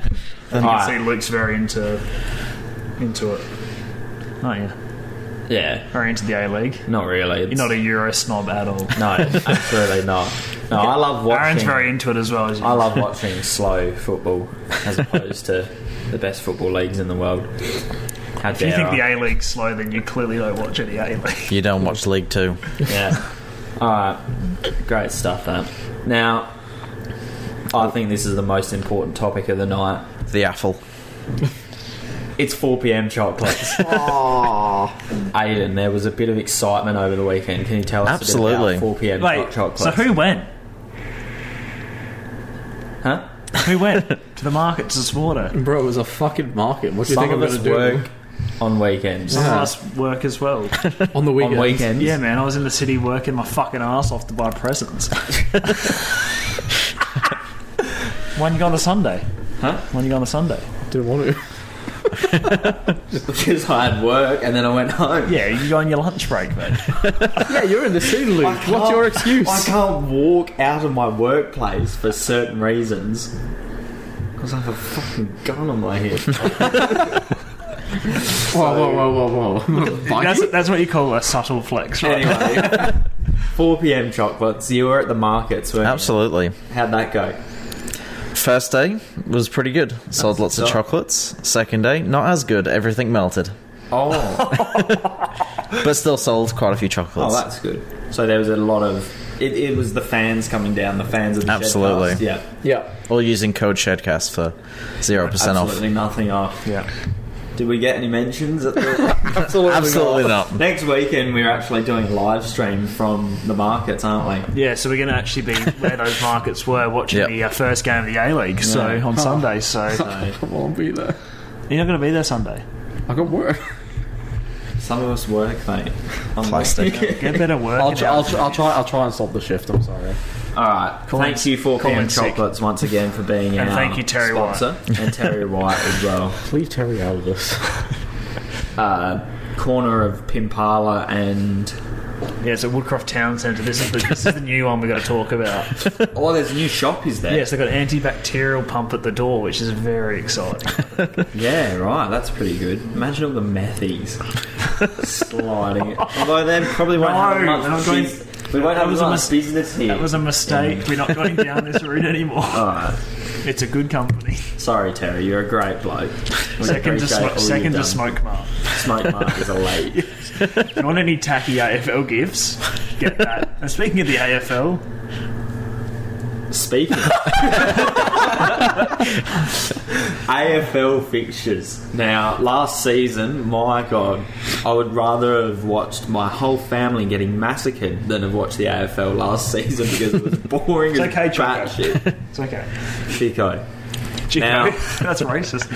S4: Alright.
S3: can see Luke's very into into it. Oh yeah,
S4: Yeah,
S3: very into the A League.
S4: not really.
S3: You're not a Euro snob at all.
S4: no, absolutely not. No, I love
S3: Aaron's
S4: watching.
S3: very into it as well. As you
S4: I love watching slow football as opposed to the best football leagues in the world. How
S3: If you
S4: dare
S3: think the
S4: I?
S3: A League's slow, then you clearly don't watch any A League.
S1: You don't watch League Two.
S4: Yeah. All right. Great stuff. That. Now, I think this is the most important topic of the night.
S1: The Affle.
S4: It's 4 p.m. chocolates. <laughs> Aiden, there was a bit of excitement over the weekend. Can you tell us a
S1: Absolutely.
S4: bit about 4 p.m.
S3: Wait,
S4: chocolates?
S3: so who went?
S4: Huh?
S3: Who went <laughs> to the market to support
S4: <laughs>
S3: it?
S5: bro, it was a fucking market. What do you
S4: Some
S5: think I'm
S4: of us
S5: gonna do
S4: work on weekends.
S3: Some of us work as well.
S5: on the
S4: On
S5: weekend?
S4: weekends.
S3: Yeah, man, I was in the city working my fucking ass off to
S4: <laughs>
S3: buy presents. when you go on a Sunday?
S4: Huh?
S3: When you go on a Sunday?
S5: Didn't want to.
S4: Because I had work and then I went <laughs> home.
S3: Yeah, you go on your lunch break, man.
S5: <laughs> Yeah, you're in the city, Luke. What's your excuse?
S4: I can't walk out of my workplace for certain reasons. Because I have a fucking gun on my head.
S5: Whoa, whoa, whoa, whoa,
S3: <laughs>
S5: whoa! <laughs>
S3: That's, that's what you call a subtle flex, right?
S4: anyway, 4 p.m. chocolates. You were at the markets, weren't you?
S1: Absolutely.
S4: How'd that go?
S1: First day was pretty good. Sold lots of
S4: stuff.
S1: chocolates. Second day, not as good. Everything melted.
S4: Oh,
S1: <laughs> But still sold quite a few chocolates.
S4: oh, that's good. So there was a lot of. It, it was the fans coming down, the fans of the
S1: Absolutely.
S4: Shedcast. Yeah,
S5: Yeah,
S1: All using code SHEDCAST for 0% off.
S4: absolutely nothing off. Yeah. Did we get any mentions at the?
S5: absolutely.
S1: Absolutely not.
S4: Next weekend we're actually doing a live stream from the markets, aren't we?
S3: Yeah, so we're going to actually be where those markets were watching
S1: Yep.
S3: the uh, first game of the A League so
S4: Yeah.
S3: on Sunday. So
S4: So
S5: I won't be there.
S3: you're not going to be there Sunday.
S5: I got work.
S4: some of us work, mate. I'm
S1: Plastic.
S3: Get better work.
S5: I'll, tr- I'll, tr- I'll try. I'll try and stop the shift. I'm sorry.
S4: All right. Thanks you for
S3: call
S4: PM
S3: in sick.
S4: Chocolates once again for being
S3: <laughs> And
S4: our
S3: thank you, Terry
S4: sponsor and
S3: <laughs>
S4: Terry White as well.
S5: Leave Terry out of this.
S4: <laughs> Uh, corner of Pimpala and
S3: yeah, so Woodcroft Town Centre. This is the, this is the new one we've got to
S4: <laughs>
S3: talk about.
S4: oh, there's a new shop, is there?
S3: Yes, they've got an antibacterial pump at the door, which is very exciting.
S4: <laughs> Yeah, right. That's pretty good. Imagine all the
S3: <laughs>
S4: methies sliding it. Although they probably won't have
S3: No,
S4: much
S3: they're not going-
S4: bus- we won't have
S3: that was
S4: as
S3: a
S4: much
S3: mis-
S4: business here.
S3: That was a mistake. We're not going down this route
S4: <laughs>
S3: anymore.
S4: all right.
S3: It's a good company.
S4: Sorry, Terry. You're a great bloke. We
S3: Second to,
S4: appreciate all
S3: sm-
S4: you've
S3: second to
S4: done.
S3: Smoke Mark.
S4: Smoke Mark is a late.
S3: You want any tacky AFL gifts? Get <laughs> that. and speaking of the AFL,
S4: Speaking.
S3: <laughs>
S4: of- AFL fixtures. Now, last season, my God, I would rather have watched my whole family getting massacred than have watched the AFL last season because it
S3: <laughs>
S4: was boring as
S3: It's okay, Chico.
S4: batshit.
S3: it's okay.
S4: Chico.
S3: Gee,
S4: Now-
S3: <laughs> that's racist.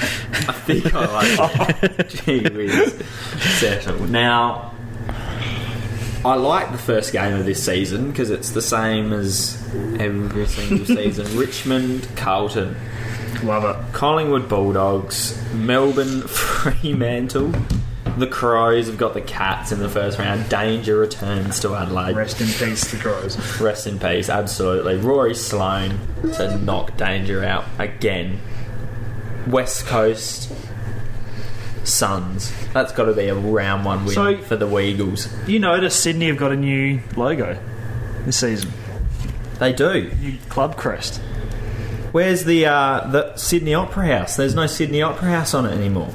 S4: I think I like it.
S3: <laughs>
S4: Gee whiz. Settle. Now, I like the first game of this season because it's the same as every single
S3: <laughs>
S4: season. Richmond, Carlton.
S3: Love it.
S4: Collingwood Bulldogs, Melbourne <laughs> Fremantle, the Crows have got the Cats in the first round. Danger returns to Adelaide. Rest,
S3: Rest in peace, the Crows.
S4: in peace, absolutely. Rory Sloan to knock Danger out again. West Coast Suns. That's got to be a round one win
S3: So-
S4: for the Weagles.
S3: You notice Sydney have got a new logo this season.
S4: They do.
S3: You club crest.
S4: Where's the uh, the Sydney Opera House? There's no Sydney Opera House on it anymore.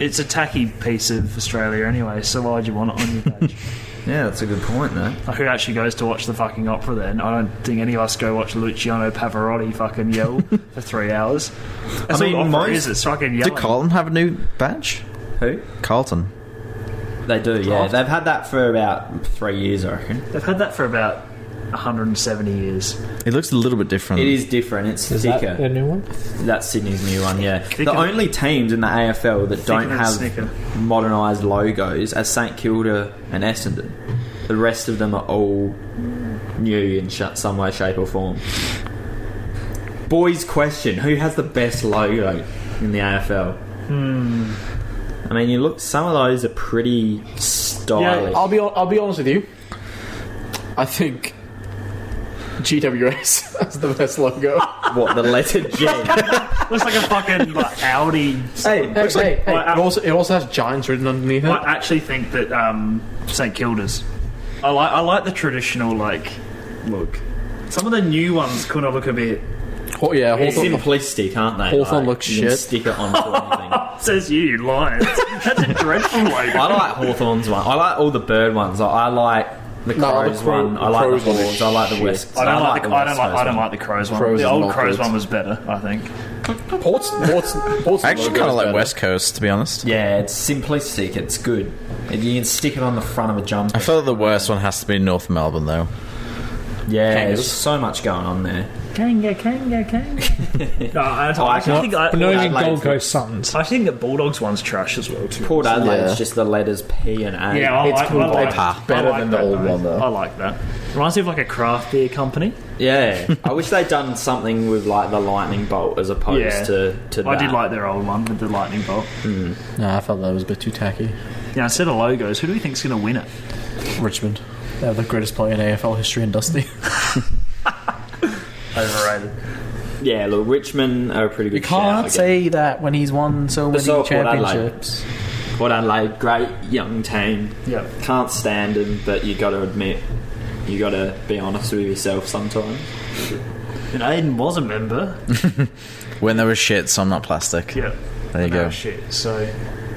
S3: It's a tacky piece of Australia anyway, so why would you want it on your <laughs> badge?
S4: Yeah, that's a good point, though.
S3: like, who actually goes to watch the fucking opera then? I don't think any of us go watch Luciano Pavarotti fucking <laughs> yell for three hours. That's
S4: mean,
S3: all opera
S4: most-
S3: is, it's fucking
S1: Did
S3: yelling.
S1: Carlton have a new badge?
S4: Who?
S1: Carlton.
S4: They do. Yeah, they've had that for about three years, I reckon.
S3: They've had that for about 170 years.
S1: It looks a little bit different.
S4: It is different. It's thicker.
S8: a new one?
S4: That's Sydney's new one, yeah.
S3: Thicker-
S4: the only teams in the AFL that don't
S3: than a snicker.
S4: have modernised logos are St Kilda and Essendon. The rest of them are all new in sh- some way, shape, or form. Boys, question: Who has the best logo in the AFL? Hmm. I mean, you look. Some of those are pretty stylish.
S5: Uh, I'll be I'll be honest with you. I think GWS <laughs> that's the best logo.
S4: what the letter G?
S3: Looks like a fucking like, Audi.
S5: hey, hey, hey, hey,
S3: Well,
S5: it also it also has giants written underneath it.
S3: I actually think that um, St Kilda's. I like I like the traditional like look. Some of the new ones kind of look a bit.
S5: Ho- yeah,
S4: It's
S5: Hawthorn-
S4: simplistic, aren't they?
S5: Hawthorn looks
S4: you can
S5: shit.
S4: Stick
S5: <laughs>
S4: it onto anything.
S3: Says you, you lion. <laughs> That's a dreadful logo.
S4: I like Hawthorn's one. I like all the bird ones. I, I like the
S5: No, the
S4: Crows
S5: Crow-
S4: one.
S5: the
S4: I like
S5: Crows
S4: the
S5: one is
S4: Hawks. I like the
S5: shit.
S4: West.
S3: I don't like, the, I don't like
S4: West
S3: I don't
S4: Coast
S3: like the crows one.
S5: Crows
S3: the
S5: is
S3: old
S5: not
S3: crows
S5: good.
S3: one was better, I think.
S5: Ports, Ports, Ports
S1: I actually
S5: logo
S1: kind of
S5: is
S1: like
S5: better.
S1: West Coast, to be honest.
S4: one. Yeah, it's simplistic. It's good. And you can stick it on the front of a jumper.
S1: I feel like the worst one has to be North Melbourne, though.
S4: yeah, there's
S5: Kangas.
S4: so much going on there.
S3: Kanga, kanga, kanga. no, I, don't-
S4: Oh, I
S3: I, actually
S4: can't-
S3: think I,
S8: But not even
S4: Adelaide
S8: Gold
S4: too.
S8: Coast Suns.
S3: I think the Bulldogs one's trash as well too.
S4: Port Adelaide
S5: Yeah.
S4: is just the letters P and A.
S3: Yeah, I
S5: It's
S3: like,
S5: cool,
S3: I
S5: but
S3: like
S5: it's
S3: I
S5: better
S3: like
S5: than the
S3: that,
S5: old one, though.
S3: I like that. Reminds me of like a craft beer company.
S4: Yeah. I wish they'd done something with like the lightning bolt as opposed
S3: Yeah.
S4: to to
S3: I
S4: that.
S3: did like their old one with the lightning bolt.
S5: Nah, I felt that was a bit too tacky.
S3: Now instead of logos, who do we think's going to win it?
S5: Richmond, they have the greatest player in AFL history and Dusty.
S3: Overrated.
S4: Yeah, look, Richmond are a pretty good.
S5: You can't
S4: shout, I guess.
S5: say that when he's won so many
S4: So Port Adelaide.
S5: championships.
S4: Port Adelaide, great young team.
S3: Yeah.
S4: Can't stand them, but you got to admit, you got to be honest with yourself sometimes.
S3: And Aiden was
S1: <laughs>
S3: a member.
S1: When there was shit, so I'm not plastic.
S3: yeah.
S1: There you go.
S3: Oh, shit. So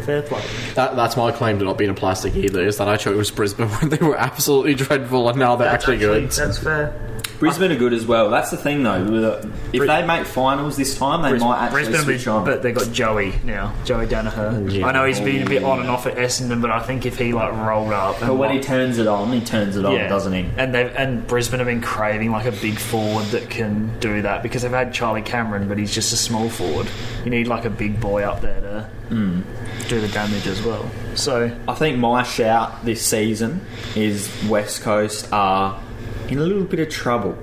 S3: fair play.
S5: That, that's my claim to not being a plastic either, is that I chose Brisbane <laughs> when they were absolutely dreadful and now they're actually, good.
S3: That's fair.
S4: Brisbane are good as well. That's the thing, though. uh, If they make finals this time, they might actually
S3: Brisbane,
S4: switch on.
S3: but they got Joey now. Joey Danaher. I know he's been a
S1: Oh.
S3: bit on and off at Essendon, but I think if he like rolled up,
S4: but
S3: and
S4: when he
S3: like-
S4: turns it on, he turns it on, doesn't he?
S3: And they've and Brisbane have been craving like a big forward that can do that because they've had Charlie Cameron, but he's just a small forward. You need like a big boy up there to
S4: Hmm.
S3: do the damage as well. So
S4: I think my shout this season is West Coast are in a little bit of trouble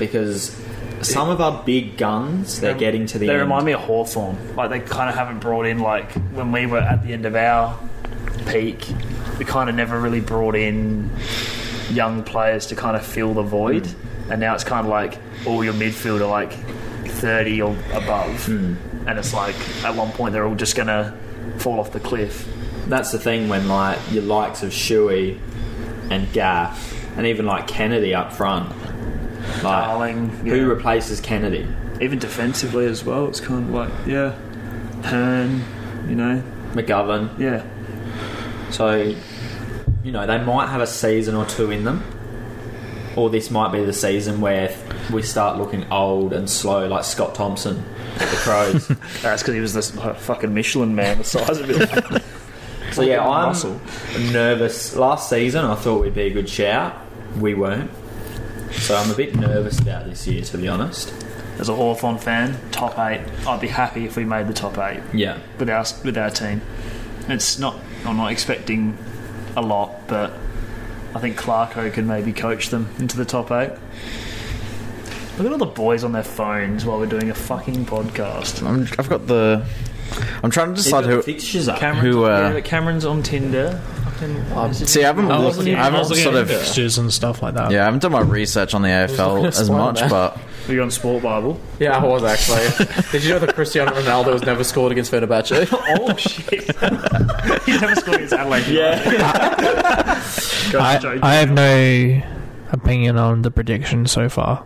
S4: because some of our big guns
S3: Um,
S4: they're getting to the
S3: they
S4: end.
S3: remind me of Hawthorn. Like they kind of haven't brought in like when we were at the end of our peak, we kind of never really brought in young players to kind of fill the void.
S4: Hmm.
S3: And now it's kind of like all your midfield are like 30 or above.
S4: Hmm.
S3: And it's like at one point they're all just going to fall off the cliff.
S4: That's the thing when like your likes of Shuey and Gaff and even like Kennedy up front. Like
S3: Darling,
S4: Ah. who
S3: Oh, yeah.
S4: replaces Kennedy?
S3: Even defensively as well, it's kind of like, yeah, Hearn, you know,
S4: McGovern.
S3: yeah.
S4: So you know, they might have a season or two in them. Or this might be the season where we start looking old and slow like Scott Thompson at the Crows.
S3: That's because he was this uh, fucking Michelin man the size of his
S4: <laughs> so yeah, I'm
S3: Muscle.
S4: nervous. Last season I thought we'd be a good shout. We weren't. So I'm a bit nervous about this year to be honest.
S3: As a Hawthorn fan, top eight, I'd be happy if we made the top eight
S4: Yeah.
S3: with our with our team. It's not I'm not expecting a lot, but I think Clarko can maybe coach them into the top eight. Look at all the boys on their phones while we're doing a fucking podcast.
S1: I'm, I've got the. I'm trying to decide who.
S4: fixtures up.
S3: Cameron,
S1: Who, uh,
S3: yeah, but Cameron's on Tinder. Fucking,
S1: See, I haven't
S8: I
S1: looked.
S8: wasn't
S1: I
S8: even- I
S1: haven't
S8: was looking
S1: sort
S8: at
S1: of.
S8: fixtures and stuff like that.
S1: Yeah, I haven't done my research on the AFL as much, but
S3: we're on
S1: <laughs>
S3: Sport Bible.
S5: Yeah, I
S6: <laughs>
S5: was actually. Did you know that Cristiano Ronaldo has never scored against <laughs> Fenerbahce?
S3: Oh shit! <laughs> He's never scored against Adelaide. Yeah,
S8: I, I have no
S6: opinion on the prediction so far.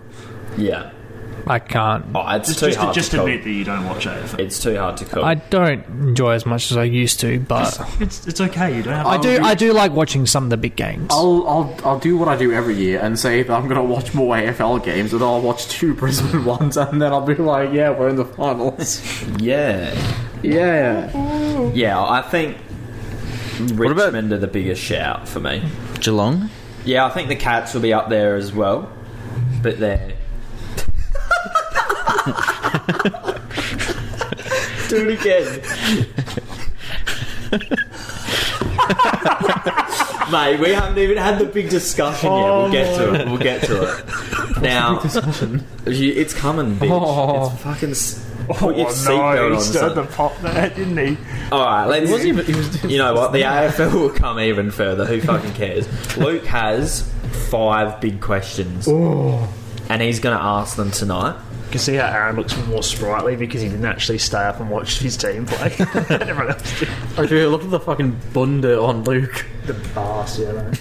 S4: Yeah.
S6: I can't.
S4: Oh, it's
S3: Just,
S4: too
S3: just,
S4: hard
S3: just
S4: to call.
S3: admit that you don't watch AFL.
S4: It's too hard to call.
S6: I don't enjoy as much as I used to, but
S3: It's, it's okay. You don't have.
S6: I do. I do like watching some of the big games.
S5: I'll, I'll, I'll do what I do every year and say that I'm going to watch more AFL games and I'll watch two Brisbane <laughs> ones and then I'll be like, yeah, we're in the finals.
S6: <laughs>
S4: yeah.
S5: yeah.
S4: Yeah, I think Richmond are the biggest shout for me.
S1: Geelong?
S4: Yeah, I think the Cats will be up there as well, but they're. <laughs> Do it again. <laughs> Mate, we haven't even had the big discussion yet. We'll get to it. We'll get to <laughs> it. Now, you- it's coming, bitch. It's fucking. s- Put
S3: Oh,
S4: your seatbelt on. son.
S3: pop there, didn't he?
S4: All right, let's. you know what? The AFL will come even further. Who fucking cares? Luke has five big questions,
S6: Oh.
S4: and he's going to ask them tonight.
S3: You can see how Aaron looks more sprightly because he didn't actually stay up and watch his team play. <laughs> Everyone else did.
S6: oh,
S5: Okay, look at the fucking bunda on Luke.
S3: The bass, yeah. Man.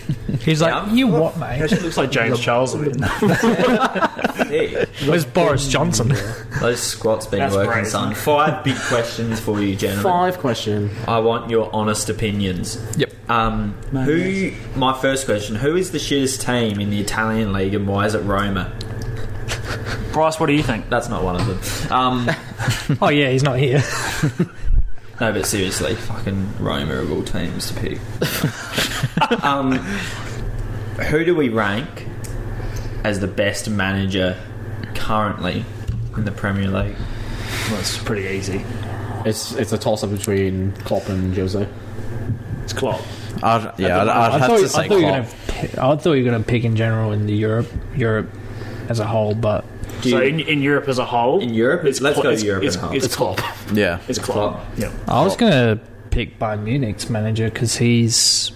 S6: He's like,
S4: Yeah.
S6: you what, mate?
S3: Actually, looks like James Charles a bit. <laughs>
S4: Hey,
S6: Where's Boris Johnson?
S4: those squats been
S3: That's
S4: working,
S3: brave.
S4: son. Five big questions for you, gentlemen.
S5: Five question.
S4: I want your honest opinions. Yep. Um, who? My first question: Who is the shittest team in the Italian league, and why is it Roma?
S3: Bryce, what do you think?
S4: That's not one of them. Um,
S6: Oh yeah, he's not here.
S4: No, but seriously, fucking Roma of all teams to pick. <laughs> um, who do we rank as the best manager currently in the Premier League?
S3: Well, it's pretty easy.
S5: It's it's a toss up between Klopp and Jose.
S3: It's Klopp.
S1: I'd, yeah, I'd, I'd have to say
S6: I thought, you were
S1: Klopp.
S6: gonna pick, I thought you were going to pick in general in the Europe, Europe as a whole, but
S4: you-
S3: So in, in Europe as a whole,
S4: In Europe,
S3: it's
S4: let's
S3: Klopp-
S4: go
S3: it's,
S4: to Europe
S3: It's,
S4: and half.
S3: it's Klopp.
S1: Yeah.
S3: It's Klopp. Yeah,
S6: I was going to pick Bayern Munich's manager because he's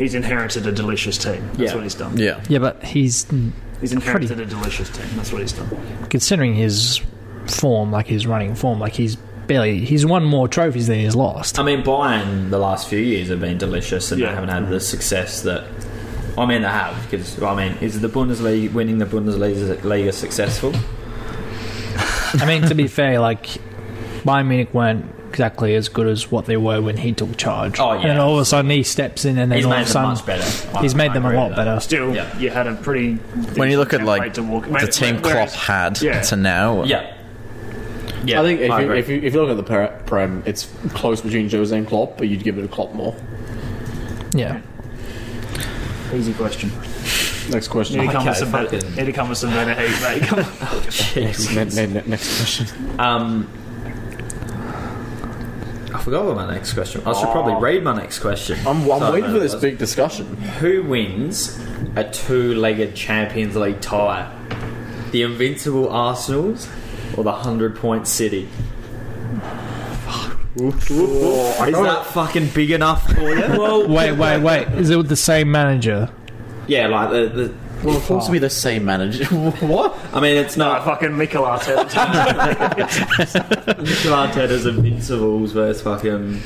S3: he's inherited a delicious team. That's
S4: Yeah.
S3: what he's done.
S1: Yeah.
S6: yeah, but he's
S3: He's inherited a delicious team. That's what he's done.
S6: considering his form, like his running form, like he's barely he's won more trophies than he's lost.
S4: I mean, Bayern the last few years have been delicious, and
S3: Yeah.
S4: they haven't had the success that. I mean, they have because I mean, is the Bundesliga winning the Bundesliga Liga successful?
S6: I mean, to be fair, like Bayern Munich weren't exactly as good as what they were when he took charge.
S4: Oh, yeah.
S6: and all of a sudden he steps in, and then
S4: He's
S6: all
S4: made
S6: of
S4: them
S6: a sudden
S4: much better. I-
S6: he's made
S4: I
S6: them a
S4: agree
S6: lot
S4: with that.
S6: better.
S3: Still,
S4: Yeah.
S3: you had a pretty.
S1: When you look at, like,
S3: to walk,
S1: The team Klopp
S3: whereas-
S1: had
S3: Yeah.
S1: to now.
S4: Yeah, yeah.
S5: I think if, you,
S4: agree.
S5: if, you, if you look at the pre- Prem, it's close between Jose and Klopp, but you'd give it to Klopp more.
S6: Yeah,
S3: Easy question.
S5: Next question.
S3: Need to come
S4: Okay,
S3: with some better.
S4: fucking-
S3: Need to come with some better heat, mate. Come on.
S5: Next, <laughs> ne- ne- ne- next question.
S4: Um, I forgot what my next question. I should probably read my next question.
S5: I'm, I'm
S4: Sorry,
S5: waiting
S4: mate,
S5: for this
S4: that's-
S5: big discussion.
S4: Who wins a two-legged Champions League tie? The invincible Arsenals or the hundred-point City? Fuck. Is that fucking big enough for <laughs> you?
S6: wait, wait, wait. Is it with the same manager?
S4: yeah, like the,
S5: Well, of course, be the
S4: <laughs>
S5: same manager. what?
S4: the. I mean, it's
S3: Uh,
S4: not
S3: fucking Mikel Arteta.
S4: Mikel Arteta's invincibles versus fucking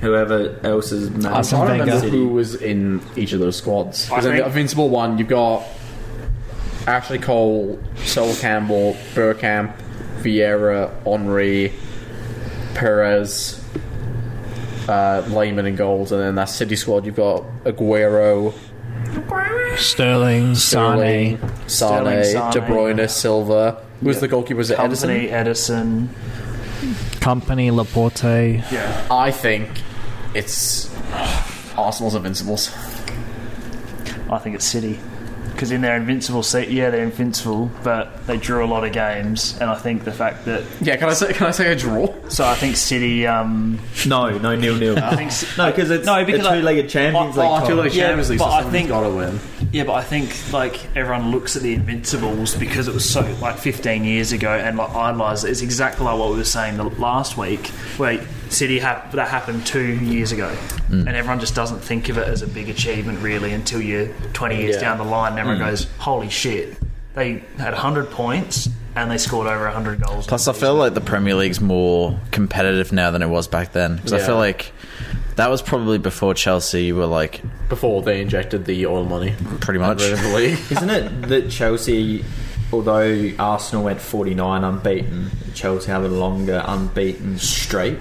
S4: whoever else's. manager.
S5: I
S6: Arsene
S5: don't remember
S6: Wenger.
S5: who was in each of those squads.
S3: I
S5: Because in the
S3: think-
S5: Invincible one, you've got Ashley Cole, Sol Campbell, Burkamp, Vieira, Henri, Perez, uh, Lehman in goals, and then that City squad, you've got Aguero,
S6: Sterling, Sane.
S5: Sterling, Sane,
S3: Sterling, Sane.
S5: De Bruyne, Silva. Who's the goalkeeper? Was it Edison?
S3: Company, Edison.
S6: Company, Laporte.
S5: I think it's Arsenal's Invincibles.
S3: I think it's City. Because in their invincible seat, yeah, they're invincible, but they drew a lot of games, and I think the fact that
S5: Yeah, can I say? Can I say a draw?
S3: so I think City, um,
S4: No, no, nil, nil. <laughs>
S3: I think C-
S4: No, because it's
S3: No, because
S4: a two-legged Champions
S3: I-
S4: League.
S3: I
S5: Oh,
S4: tie.
S3: feel like Yeah, Champions League, so but I someone's think-
S5: gotta win.
S3: yeah, but I think like everyone looks at the invincibles because it was so like 15 years ago and like idolized. it. It's exactly like what we were saying the last week, where City hap- that happened two years ago,
S5: Mm.
S3: and everyone just doesn't think of it as a big achievement really until you're 20 years
S5: Yeah. Mm.
S3: down the line, and everyone goes, "Holy shit, they had 100 points." And they scored over 100 goals.
S1: Plus, I feel like the Premier League's more competitive now than it was back then. Because I
S5: Yeah.
S1: feel like That was probably before Chelsea were like
S5: Before they injected the oil money.
S1: pretty much.
S5: Rid of the league.
S4: <laughs> Isn't it that Chelsea, although Arsenal went 49 unbeaten, Chelsea have a longer unbeaten streak,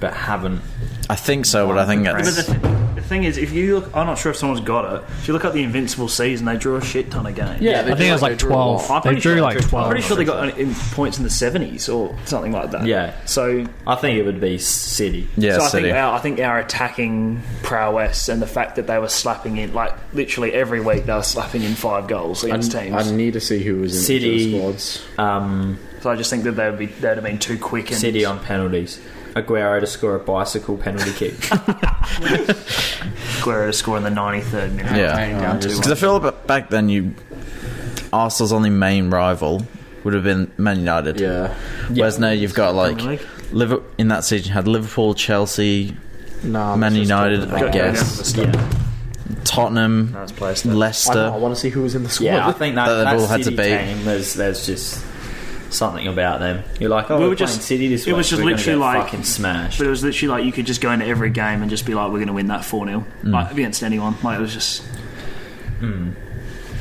S4: but haven't.
S1: I think so, but I think
S3: But
S1: that's.
S3: the, the thing is, if you look, I'm not sure if someone's got it. If you look at the Invincible season, they drew a shit ton of games.
S5: Yeah,
S9: I think it was like twelve.
S3: I'm
S9: They
S3: pretty
S9: drew
S3: sure-
S9: like twelve.
S3: I'm pretty sure they got in points in the 70s or something like that.
S4: Yeah.
S3: So
S4: I think it would be City.
S1: Yeah,
S3: so I
S1: City.
S3: think our I think our attacking prowess and the fact that they were slapping in like literally every week they were slapping in five goals against teams.
S5: I need to see who was in
S4: City.
S5: the squads.
S4: Um,
S3: so I just think that they would be they'd have been too quick and
S4: City on penalties. Aguero to score a bicycle penalty kick.
S3: Guerrero to score in the 93rd minute.
S1: Yeah. Because I feel about back then, you Arsenal's only main rival would have been Man United.
S5: Yeah.
S1: Whereas now you've got like
S3: League.
S1: Liver in that season you had Liverpool, Chelsea,
S5: Nah,
S1: Man
S5: let's just talk
S1: United,
S5: about-
S1: I guess, Tottenham,
S3: Nice place. There.
S5: I, know, I
S1: Leicester.
S5: want to see who was in the squad.
S4: yeah, I think that,
S1: That they've
S4: that
S1: all Uh, had to
S4: City
S1: beat.
S4: team, there's, there's just something about them. You're like, oh,
S3: We
S4: we
S3: were
S4: are
S3: just-
S4: playing City this
S3: it
S4: week,
S3: was just
S4: we're gonna
S3: literally
S4: get
S3: like-
S4: fucking smashed.
S3: But it was literally like you could just go into every game and just be like, "We're going to win that four 0
S9: Mm.
S3: like against anyone." Like it was just.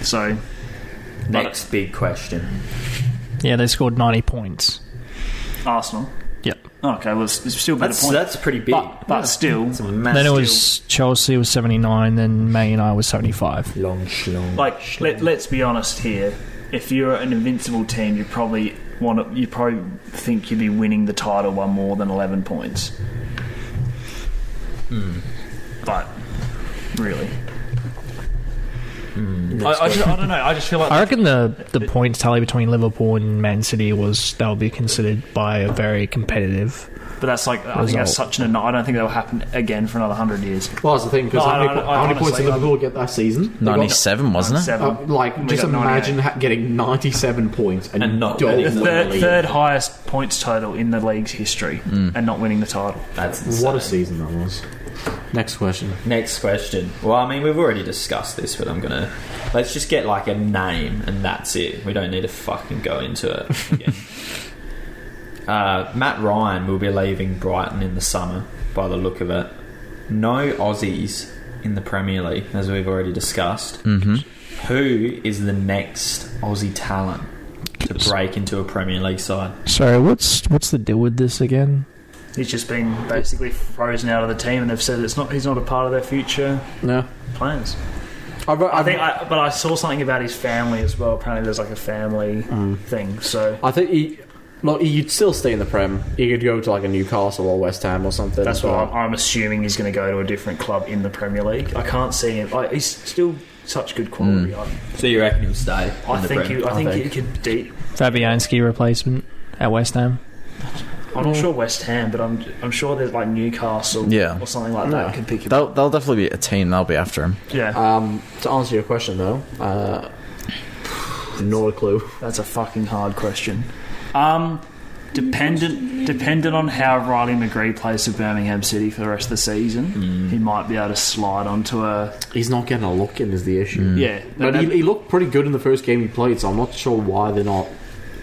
S3: So
S4: Next big question.
S9: Yeah, they scored ninety points.
S3: Arsenal.
S9: Yep.
S3: Okay, well, it's, it's still better
S4: That's,
S3: point,
S4: that's pretty big.
S3: but but still,
S4: It's a massive
S9: Then it was Chelsea was seventy nine. Then Man United was seventy five.
S4: long schlong.
S3: like let, let's be honest here. If you're an invincible team, you probably want to, you probably think you'd be winning the title by more than eleven points.
S4: Hmm.
S3: But really,
S4: Hmm.
S3: I, I, just, I don't know. I just
S9: <laughs>
S3: feel like
S9: I reckon the the points tally between Liverpool and Man City was that would be considered by a very competitive.
S3: But that's like I think that's such an. I don't think that will happen again for another hundred years.
S5: Well, that's the thing, because
S3: No,
S5: how
S3: I-
S5: many, po-
S3: I- I
S5: how many points
S3: honestly-
S5: did Liverpool get that season? They got-
S1: Ninety-seven, wasn't it?
S3: Seven.
S5: Uh, like,
S3: We
S5: just
S3: got 98.
S5: imagine ha- getting 97 points and,
S4: And not
S5: don't
S4: winning
S5: win
S4: the
S5: the
S3: Third,
S5: league.
S3: third highest points total in the league's history, and not winning the title.
S4: That's insane.
S5: What a season that was. Next question.
S4: Next question. Well, I mean, we've already discussed this, but I'm gonna let's just get like a name and that's it. We don't need to fucking go into
S1: <laughs>
S4: it. Again. uh, Matt Ryan will be leaving Brighton in the summer, by the look of it. No Aussies in the Premier League, as we've already discussed.
S1: Mm-hmm.
S4: Who is the next Aussie talent to break into a Premier League side?
S9: Sorry, what's what's the deal with this again?
S3: He's just been basically frozen out of the team, and they've said it's not. He's not a part of their future
S5: No.
S3: plans.
S5: I, re-
S3: I think, I, but I saw something about his family as well. Apparently, there's like a family thing. So
S5: I think he, look, he'd still stay in the Prem. He could go to like a Newcastle or West Ham or something.
S3: that's
S5: but-
S3: what I'm, I'm assuming he's going to go to a different club in the Premier League. I can't see him. Like, he's still such good quality.
S4: So you reckon he'll stay?
S3: I, I
S4: in the
S3: think.
S4: Prem?
S3: He, I, think,
S5: think.
S3: he could. De-
S9: Fabianski replacement at West Ham.
S3: I'm not sure West Ham, but I'm I'm sure there's like Newcastle
S1: Yeah.
S3: or something like that could pick him.
S1: They'll, they'll definitely be a team. They'll be after him.
S3: yeah,
S5: Um, to answer your question, though, uh, not a clue.
S3: that's a fucking hard question. Um, dependent dependent on how Riley McGree plays for Birmingham City for the rest of the season, he might be able to slide onto a
S5: He's not getting a look in, is the issue.
S3: yeah.
S5: Mm. But he, he looked pretty good in the first game he played, so I'm not sure why they're not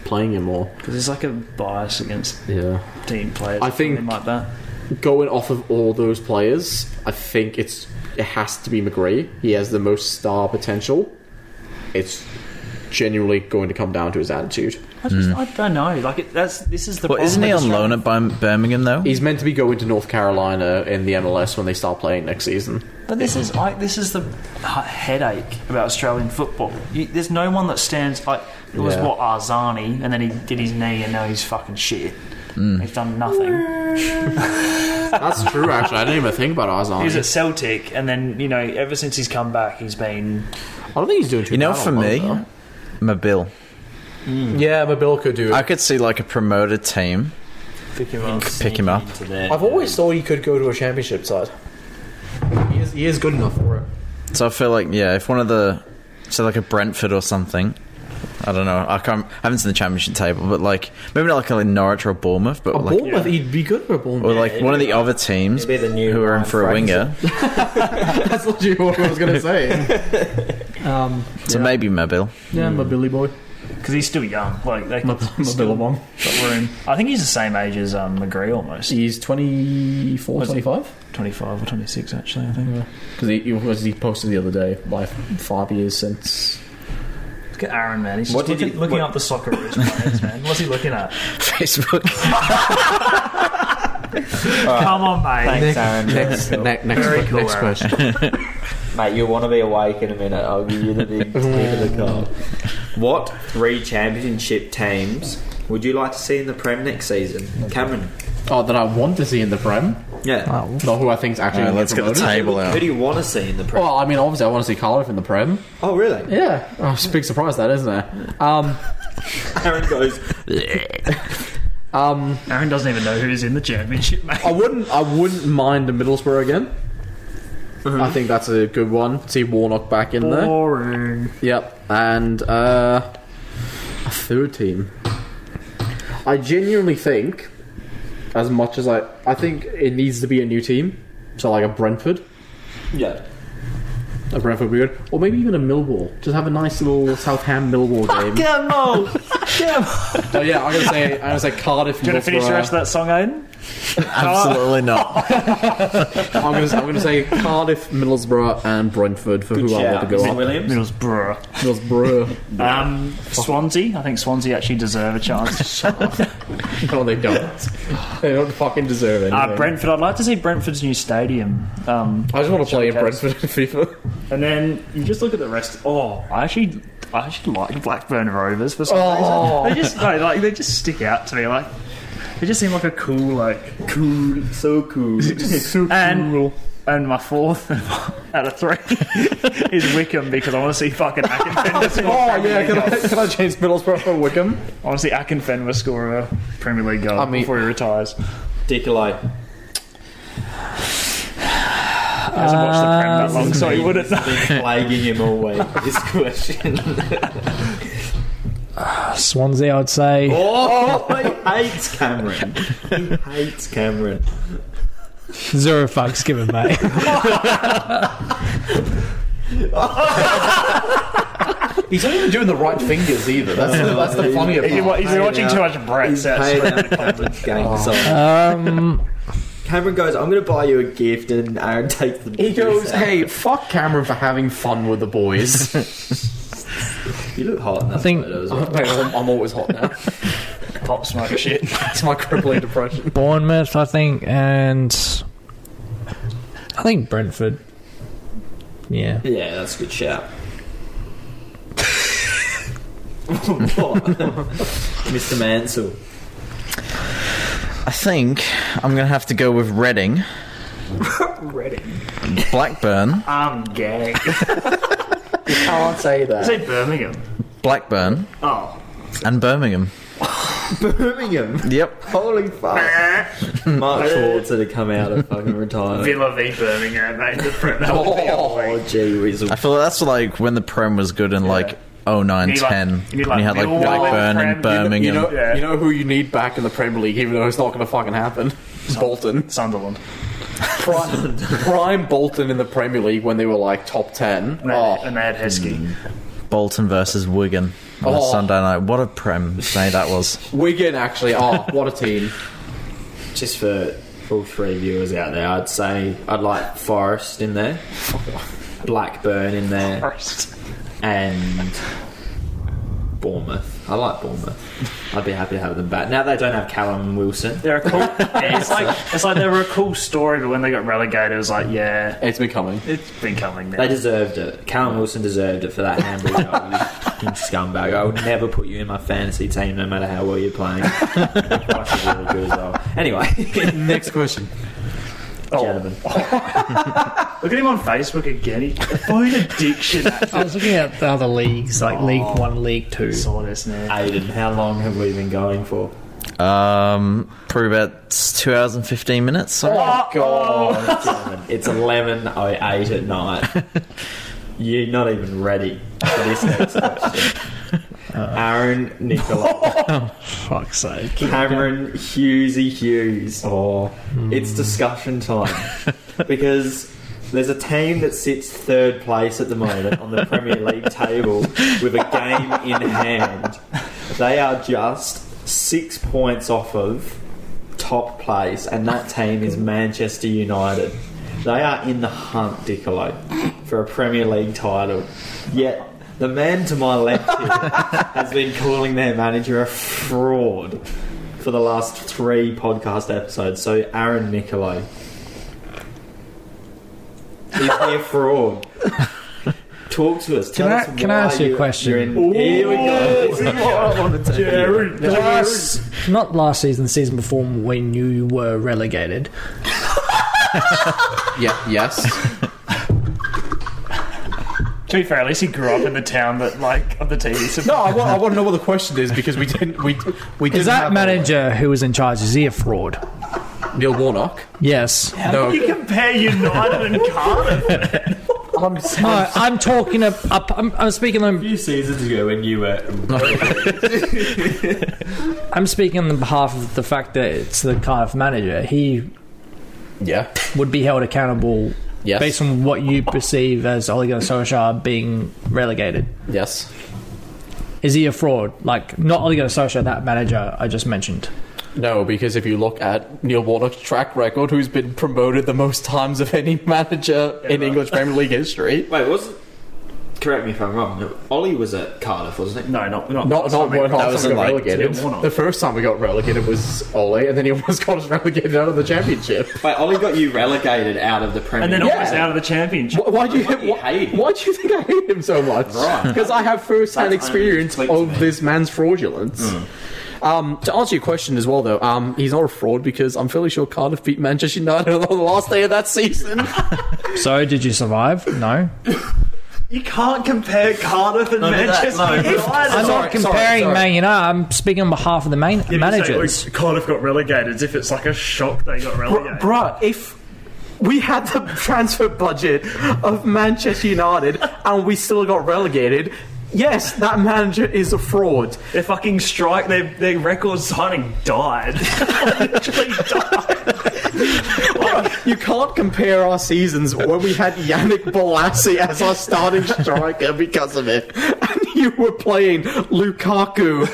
S5: playing him more.
S3: because there's like a bias against
S5: Yeah.
S3: team players.
S5: I
S3: or something
S5: think-
S3: like that.
S5: Going off of all those players, I think it's it has to be McGree. He has the most star potential. It's genuinely going to come down to his attitude.
S3: I just I don't know. Like it, that's this is the.
S1: Well,
S3: problem
S1: isn't he
S3: with
S1: on
S3: Australia.
S1: loan at Bir- Birmingham though?
S5: He's meant to be going to North Carolina in the MLS when they start playing next season.
S3: But this is like this is the he- headache about Australian football. You, there's no one that stands like it was
S5: Yeah.
S3: what Arzani, and then he did his knee, and now he's fucking shit. He's done nothing.
S5: That's true, actually. I didn't even think about
S3: He was
S5: Ozan.
S3: at Celtic, and then you know ever since he's come back, he's been
S5: I don't think he's doing too
S1: You know,
S5: bad
S1: for
S5: on loan,
S1: me,
S5: though.
S1: Mabil.
S5: Yeah, Mabil could do it.
S1: I could see like a promoted team pick him up.
S4: Into their-
S5: I've always thought he could go to a championship side. He is, he is good enough for it.
S1: So I feel like yeah, if one of the so like a Brentford or something. I don't know. I can't. I haven't seen the championship table, but like maybe not like a Norwich or a Bournemouth, but
S5: A
S1: like
S5: Bournemouth, he'd be good for a Bournemouth.
S1: or like one of the other teams
S4: It'd be the new
S1: who are in
S4: Ryan
S1: for a
S4: Fraser.
S1: winger.
S5: <laughs>
S10: <laughs>
S5: That's literally what I was going to say.
S1: So maybe Mabil.
S5: yeah, my Billy boy.
S3: because he's still young. Like they
S10: My,
S3: can
S10: my
S3: still
S10: Billabong.
S3: got room. I think he's the same age as um, McGree almost.
S10: He's 24,
S3: Was he?
S10: 25?
S3: Twenty five or twenty six actually. I think.
S10: Because he, he, was- he posted the other day, like five years since.
S3: Look at Aaron, man. He's just
S4: What did
S3: looking,
S4: he-
S3: looking
S4: what-
S3: up the Socceroos players, man. What's he looking at?
S10: <laughs>
S1: Facebook.
S3: Come on, mate.
S4: Thanks, Aaron.
S5: Next, <laughs> ne- next,
S3: Very cool,
S5: next
S3: Aaron.
S5: question.
S10: <laughs>
S4: Mate, you'll want to be awake in a minute. I'll give you the big tip of the card. What three championship teams would you like to see in the Prem next season? Cameron.
S5: Oh, that I want to see in the Prem,
S4: Yeah.
S5: not who I think's actually.
S1: Alright,
S5: gonna
S1: let's get the
S5: promoted.
S1: table
S4: Who
S1: out.
S4: do you want to see in the Prem?
S5: Well, I mean, obviously, I want to see Cardiff in the Prem.
S4: Oh, really?
S5: Yeah, oh, it's a big surprise that, isn't it? Um,
S4: Aaron goes,
S5: um,
S3: Aaron doesn't even know who's in the championship, mate.
S5: I wouldn't. I wouldn't mind a Middlesbrough again. I think that's a good one. See Warnock back in there.
S3: Boring.
S5: Yep, and uh, a third team. I genuinely think, as much as I, I think it needs to be a new team. So like a Brentford,
S4: yeah.
S5: a Brentford would be good, or maybe even a Millwall. Just have a nice little Southam Millwall game.
S4: Come
S5: <laughs>
S4: on!
S5: Oh yeah, I'm gonna say I'm gonna say Cardiff.
S3: Do you want to finish the rest of that song, Aiden?
S1: Absolutely not.
S5: I'm gonna, I'm gonna say Cardiff, Middlesbrough, and Brentford for who I want to go
S4: Mr. <laughs>
S5: up.
S4: Williams.
S3: Middlesbrough.
S5: Middlesbrough. <laughs>
S3: Um, Swansea. I think Swansea actually deserve
S4: <laughs>
S3: a chance.
S5: No, they don't. They don't fucking deserve anything.
S3: uh, Brentford. I'd like to see Brentford's new stadium. Um,
S5: I just want to play in
S3: Showcase.
S5: Brentford in FIFA.
S3: and then you just look at the rest. Oh, I actually, I actually like Blackburn Rovers for some
S5: Oh.
S3: reason. They just no, like they just stick out to me. Like they just seem like a cool, like cool, so cool, and and my fourth <laughs> out of three <laughs> is Wickham because I want to see fucking Akinfen.
S5: Oh yeah, can I, can I change Middlesbrough for Wickham?
S3: I want to see Akinfen will score a Premier League goal
S5: I mean-
S3: before he retires. He
S4: Dicolite.
S3: hasn't watched the Prem that long, so he wouldn't. know.
S4: Been plaguing him all week. This question.
S9: Swansea, I'd say.
S4: Oh, he hates Cameron. He hates Cameron.
S9: <laughs> Zero fucks given, mate.
S5: He's not even doing the right fingers either. That's the, <laughs> that's the
S3: <laughs>
S5: funnier
S3: He's
S5: part.
S3: been watching too much Brett
S4: He's
S3: sets.
S4: paid out Cameron's game. So
S9: <laughs> Um,
S4: Cameron goes, I'm going to buy you a gift, and Aaron takes the
S5: He goes, "Hey, fuck Cameron for having fun with the boys."
S4: You look hot in that I
S9: think-
S4: photo as well.
S5: <laughs> Wait, I'm, I'm always hot now.
S3: Pop smoke shit.
S5: It's my crippling depression.
S9: Bournemouth, I think, and I think Brentford. Yeah.
S4: Yeah, that's a good shout. Mr. Mansell.
S1: I think I'm going to have to go with Reading,
S3: Reading.
S1: Blackburn,
S3: I'm gay.
S5: Can't say that.
S3: Say Birmingham.
S1: Blackburn,
S3: Oh.
S1: and Birmingham.
S4: Birmingham.
S1: Yep.
S4: Holy fuck. Mark Schwartz had to come out of fucking retirement.
S3: Villa v Birmingham, mate. The Prem. <laughs> That would be
S4: Oh, gee whiz.
S1: I feel that's like when the Prem was good in like oh nine
S3: You need, like-
S1: ten. 09, 10.
S3: you need, like,
S1: and you had like
S3: Millwall,
S1: Blackburn
S3: Prem, you
S1: and Birmingham.
S5: You know,
S3: Yeah.
S5: you know who you need back in the Premier League, even though it's not going to fucking <laughs> happen. Bolton,
S3: Sunderland.
S5: prime, prime Bolton in the Premier League when they were like top ten.
S3: And they,
S5: Oh,
S3: and they had Heskey.
S1: Bolton versus Wigan on a
S5: Oh.
S1: Sunday night. What a Prem day that
S3: <laughs>
S1: was.
S5: Wigan actually. Oh, what a team!
S4: Just for all three viewers out there, I'd say I'd like Forest in there, Blackburn in there, and Bournemouth. I like Bournemouth. I'd be happy to have them back. Now they don't have Callum Wilson.
S3: They're a cool. it's like it's like they were a cool story, but when they got relegated, it was like, yeah,
S5: It's becoming.
S3: it's been coming now.
S4: They deserved it. Callum Wilson deserved it for that handball. goal, you fucking scumbag. I would never put you in my fantasy team, no matter how well you're playing. Fucking really good as well. Anyway,
S6: <laughs>
S5: Next question.
S4: gentlemen.
S3: Look at him on Facebook again. He food addiction. Oh.
S9: I was looking at the other leagues, like League One, League Two.
S3: Saw this now.
S4: Aiden, how long have we been going for?
S1: Um, probably about two hours and fifteen minutes. Sorry.
S3: Oh.
S4: God, gentlemen, it's eleven oh eight at night. You're not even ready for this next question. Aaron Nicola,
S9: Fuck's sake.
S4: <laughs> Cameron Hughesy Hughes. Oh, it's discussion time because There's a team that sits third place at the moment on the Premier League table with a game in hand. They are just six points off of top place, and that team is Manchester United. They are in the hunt, Dicolo, for a Premier League title. Yet the man to my left here has been calling their manager a fraud for the last three podcast episodes. So Aaron Nicolai is <laughs> he a fraud? Talk to us.
S9: Can
S4: Tell
S9: I-
S4: us
S9: can I
S4: why
S9: ask you a
S4: you're-
S9: question?
S4: you're in- Here we go.
S9: Last, not last season, the season before when you were relegated.
S5: Yeah, yes.
S3: To be fair, at least he grew up in the town that, like, of the TV
S5: No,
S3: support.
S5: I want, I want to know what the question is because we didn't. We we didn't
S9: Is that
S5: have-
S9: manager who was in charge? Is he a fraud?
S5: Neil Warnock?
S9: Yes.
S5: No,
S3: You compare United and Cardiff.
S5: I'm
S9: No, I'm talking. ab- ab- I'm, I'm speaking. On,
S4: few seasons ago when you were
S9: I'm speaking on the behalf of the fact that it's the kind of manager he
S5: yeah,
S9: would be held accountable
S5: yes,
S9: based on what you perceive as Ole Gunnar Solskjaer being relegated.
S5: yes.
S9: Is he a fraud? Like not Ole Gunnar Solskjaer, that manager I just mentioned.
S5: No, because if you look at Neil Warnock's track record, who's been promoted the most times of any manager in English Premier League history,
S4: wait was it correct me if I'm wrong Ollie was at Cardiff wasn't
S3: No, not, not,
S5: not not
S3: something
S5: one
S3: like-
S5: time we got relegated.
S3: Neil Warnock.
S5: The first time we got relegated was Ole, and then he <laughs> almost got us relegated out of the championship.
S4: it wait Ollie got you relegated out of the Premier
S3: And then
S5: Yeah.
S3: almost out of the championship.
S5: <laughs> Why, why do you
S4: Fucking hate
S5: why,
S4: him.
S5: why do you think I hate him so much?
S4: Right.
S5: Because I have first-hand
S4: That's
S5: experience
S4: unexplained to
S5: of
S4: me. Hmm.
S5: this man's fraudulence. Um, to answer your question as well, though, um, he's not a fraud because I'm fairly sure Cardiff beat Manchester United <laughs> on the last day of that season.
S9: So did you survive? No.
S3: You can't compare Cardiff and Manchester United.
S9: I'm
S5: Sorry,
S9: not comparing
S5: sorry, sorry.
S9: Man United. I'm speaking on behalf of the main
S3: If you say,
S9: managers.
S3: "Oh, Cardiff got relegated. As if it's like a shock they got relegated.
S5: Bruh, if we had the <laughs> transfer budget of Manchester United and we still got relegated, yes, that manager is a fraud.
S3: Their fucking strike, their, their record signing died. <laughs> Literally died.
S5: You can't compare our seasons when we had Yannick Bolasie as our starting striker because of it, <laughs> and you were playing Lukaku.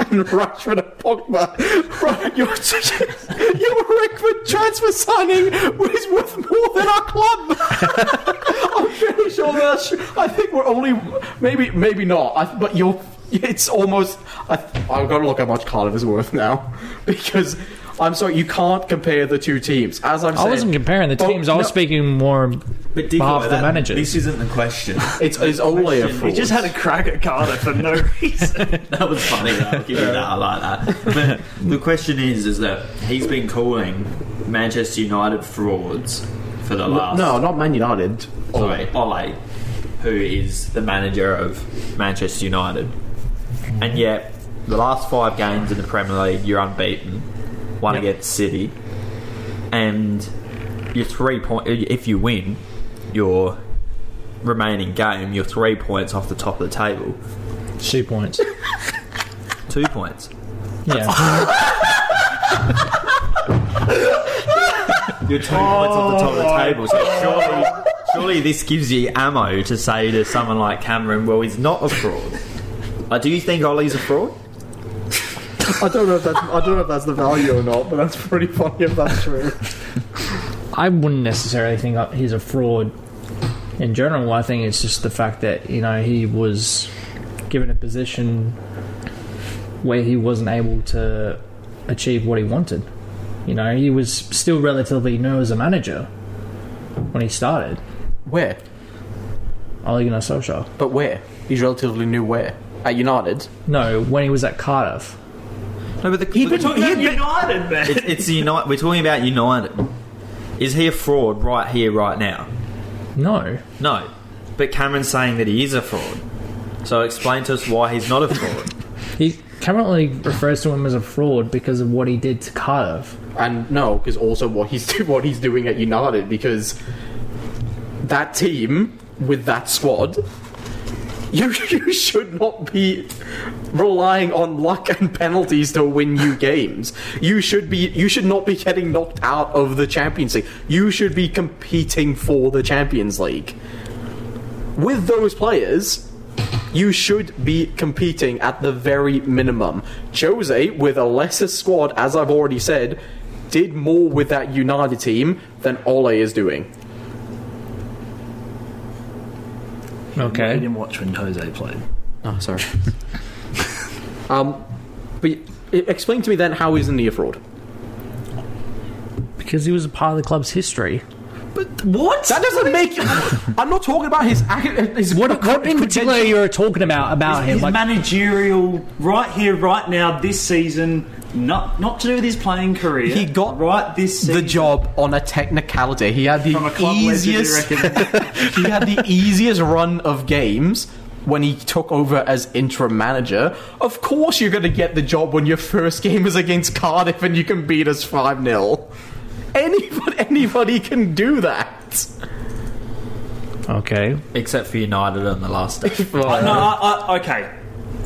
S5: And Rashford and Pogba. Right, your, your Rickford transfer signing was worth more than our club. <laughs> I'm pretty sure that's. I think we're only maybe maybe not. I, but you're. It's almost. I, I've got to look how much Cardiff is worth now <laughs> because I'm sorry you can't compare the two teams. As I'm
S9: I
S5: saying,
S9: wasn't comparing the
S5: Oh,
S9: teams. I was
S5: no.
S9: speaking more on
S4: but
S9: behalf of the managers.
S4: isn't the question
S5: It's, it's only a fraud.
S3: We just had a crack at Cardiff for no reason.
S4: That was funny. Though. I'll give you that. I like that. But the question is, is that he's been calling Manchester United frauds for the last
S5: no, not Man United.
S4: sorry, Ole, who is the manager of Manchester United, and yet the last five games in the Premier League, you're unbeaten, one against City, and you're three point. If you win your remaining game, you're three points off the top of the table,
S9: Two points.
S4: two points.
S9: Yeah.
S4: <laughs> You're two points off the top of the table, so surely, surely this gives you ammo to say to someone like Cameron, well, he's not a fraud. Like, do you think Ollie's a fraud?
S5: I don't know if that's I don't know if that's the value or not, but that's pretty funny if that's true.
S9: I wouldn't necessarily think that he's a fraud in general. I think it's just the fact that you know he was given a position where he wasn't able to achieve what he wanted. You know, he was still relatively new as a manager when he started.
S5: Where?
S9: Ole Gunnar Solskjaer.
S5: But where? He's relatively new. Where? At United.
S9: No, when he was at Cardiff.
S4: No, but the, he
S3: United, man.
S4: it's, it's the United. We're talking about United. Is he a fraud right here, right now?
S9: No,
S4: No. But Cameron's saying that he is a fraud. So explain to us why he's not a fraud.
S9: he currently refers to him as a fraud because of what he did to Cardiff.
S5: and no, because also what he's <laughs> what he's doing at United because that team with that squad <laughs> You, you should not be relying on luck and penalties to win you games. You should be you should not be getting knocked out of the Champions League. You should be competing for the Champions League. With those players, you should be competing at the very minimum. Jose, with a lesser squad, as I've already said, did more with that United team than Ole is doing.
S3: I
S6: Okay.
S3: didn't watch when Jose played.
S5: Oh, sorry. <laughs> um, but e- explain to me then how isn't he a fraud?
S6: Because he was a part of the club's history.
S5: What? That doesn't make. I'm not talking about his. ac- his
S6: What, what in particular you're talking about about him?
S3: His
S6: Like,
S3: managerial right here, right now, this season. Not not to do with his playing career.
S5: He got
S3: right this
S5: the
S3: season
S5: job on a technicality. He had the
S3: from a club
S5: easiest.
S3: legend. you reckon?
S5: he had the easiest run of games when he took over as interim manager. Of course, you're going to get the job when your first game is against Cardiff and you can beat us 5 0. Anybody, anybody can do that.
S6: okay.
S11: Except for United on the last day.
S3: no, I, I, Uh, okay.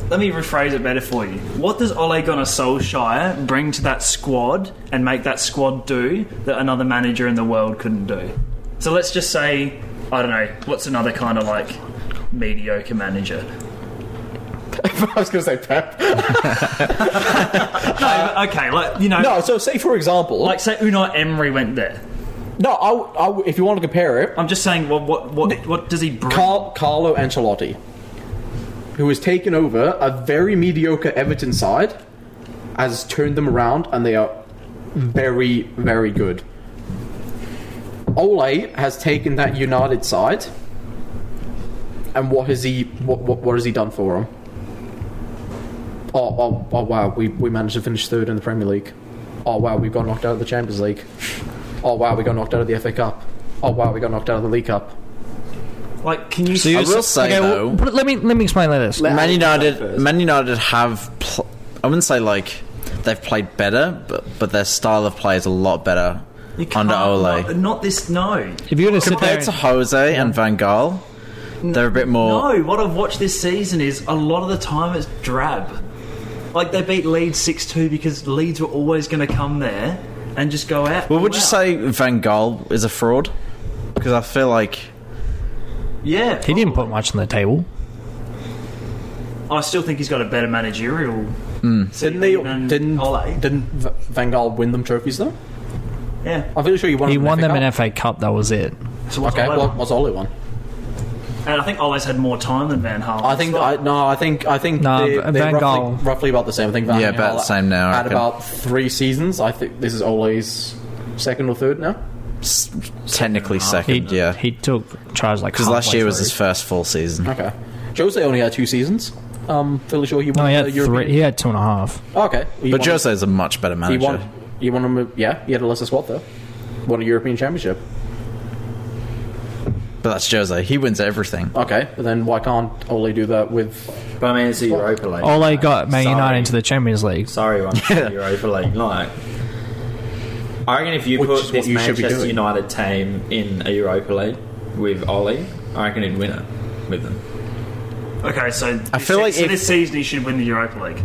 S3: Let me rephrase it better for you. What does Ole Gunnar Solskjaer bring to that squad and make that squad do that another manager in the world couldn't do? So let's just say, I don't know, what's another kind of like mediocre manager?
S5: <laughs> I was going to say Pep.
S3: okay, like, you know,
S5: Uh, No, so say for example,
S3: like say Unai Emery went there.
S5: no, I w- I w- if you want to compare it,
S3: I'm just saying, well, what, what, what does he bring?
S5: Carl- Carlo Ancelotti, who has taken over a very mediocre Everton side, has turned them around, and they are very, very good. Ole has taken that United side, and what has he what what, what has he done for them? Oh, oh, oh wow, we, we managed to finish third in the Premier League. Oh wow, we got knocked out of the Champions League. Oh wow, we got knocked out of the FA Cup. Oh wow, we got knocked out of the League Cup.
S3: Like, can you
S1: So you
S5: I will
S1: will say
S5: say,
S1: though,
S6: But let me let me explain like this.
S1: Man United, Man United have. Pl- I wouldn't say like they've played better, but but their style of play is a lot better
S3: You can't-
S1: under Ole
S3: Not, not this, no.
S6: If you're going to sit there,
S1: compared to Jose and Van Gaal. They're a bit more.
S3: No, what I've watched this season is a lot of the time it's drab. Like they beat Leeds six two because Leeds were always going to come there and just go out.
S1: well, would you
S3: out.
S1: say Van Gaal is a fraud? Because I feel like
S3: Yeah,
S6: he didn't put much on the table.
S3: I still think he's got a better managerial.
S5: Didn't they?
S3: than
S5: Didn't
S3: Ole.
S5: didn't V- Van Gaal win them trophies though?
S3: Yeah.
S5: I'm pretty sure he won.
S6: He won them
S5: in
S6: an FA Cup. That was it.
S3: So what's
S5: Okay,
S3: Ole?
S5: well, what's Ole won?
S3: and I think Ole's had more time than Van Halen.
S5: I think I, no, I think I think
S6: No,
S5: they,
S6: Van
S5: they're roughly,
S6: Gaal-
S5: roughly about the same. I think Van
S1: Yeah, about
S5: Gaal
S1: the same now, I
S5: Had
S1: reckon.
S5: about three seasons. I think this is Ole's second or third now.
S1: s- technically
S6: He
S1: second, yeah.
S6: he took charge like
S1: Because last
S6: halfway
S1: year was
S6: through.
S1: his first full season.
S5: Okay, Jose only had two seasons. Um, fairly sure he won.
S6: No, he
S5: the
S6: had
S5: European-
S6: three. He had two and a half.
S5: Okay, he
S1: But
S5: won-
S1: Jose is a much better
S5: he
S1: manager.
S5: won. He won him. a- Yeah, he had a lesser squad though. Won a European Championship.
S1: But that's Jose. He wins everything.
S5: Okay, but then why can't Ole do that with?
S11: But I mean, it's a Europa
S9: Oh,
S11: League.
S6: Ole got Man
S11: Sorry.
S6: United into the Champions League.
S11: Sorry, I'm Europa League. Like, I reckon if you
S5: Which is
S11: put
S5: what
S11: this
S5: you should be
S11: Manchester
S5: doing.
S11: United team in a Europa League with Oli, I reckon he'd win it with them.
S3: Okay, so I
S1: feel like
S3: so
S1: if-
S3: this season he should win the Europa League.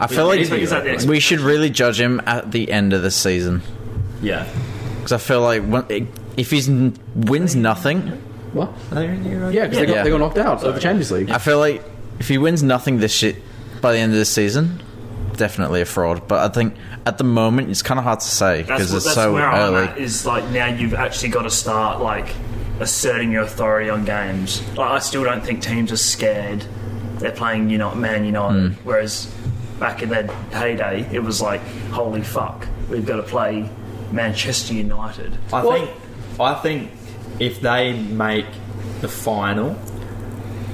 S1: I feel like
S3: Is that- is that the
S1: we
S3: expectation?
S1: should really judge him at the end of the season.
S11: Yeah.
S1: Because I feel like when, if he wins nothing,
S5: What?
S11: Yeah.
S5: Yeah, because they, got
S1: Yeah.
S5: they got knocked out of the Champions League.
S1: I feel like if he wins nothing this shit by the end of the season, definitely a fraud. But I think at the moment it's kind of hard to say
S3: That's,
S1: because
S3: what,
S1: it's
S3: that's
S1: so
S3: where I'm
S1: early.
S3: at. Is like now you've actually got to start like asserting your authority on games. Like, I still don't think teams are scared. They're playing you know Man United,
S1: Hmm.
S3: whereas back in their heyday, it was like holy fuck, we've got to play Manchester United.
S11: I think. I think if they make the final,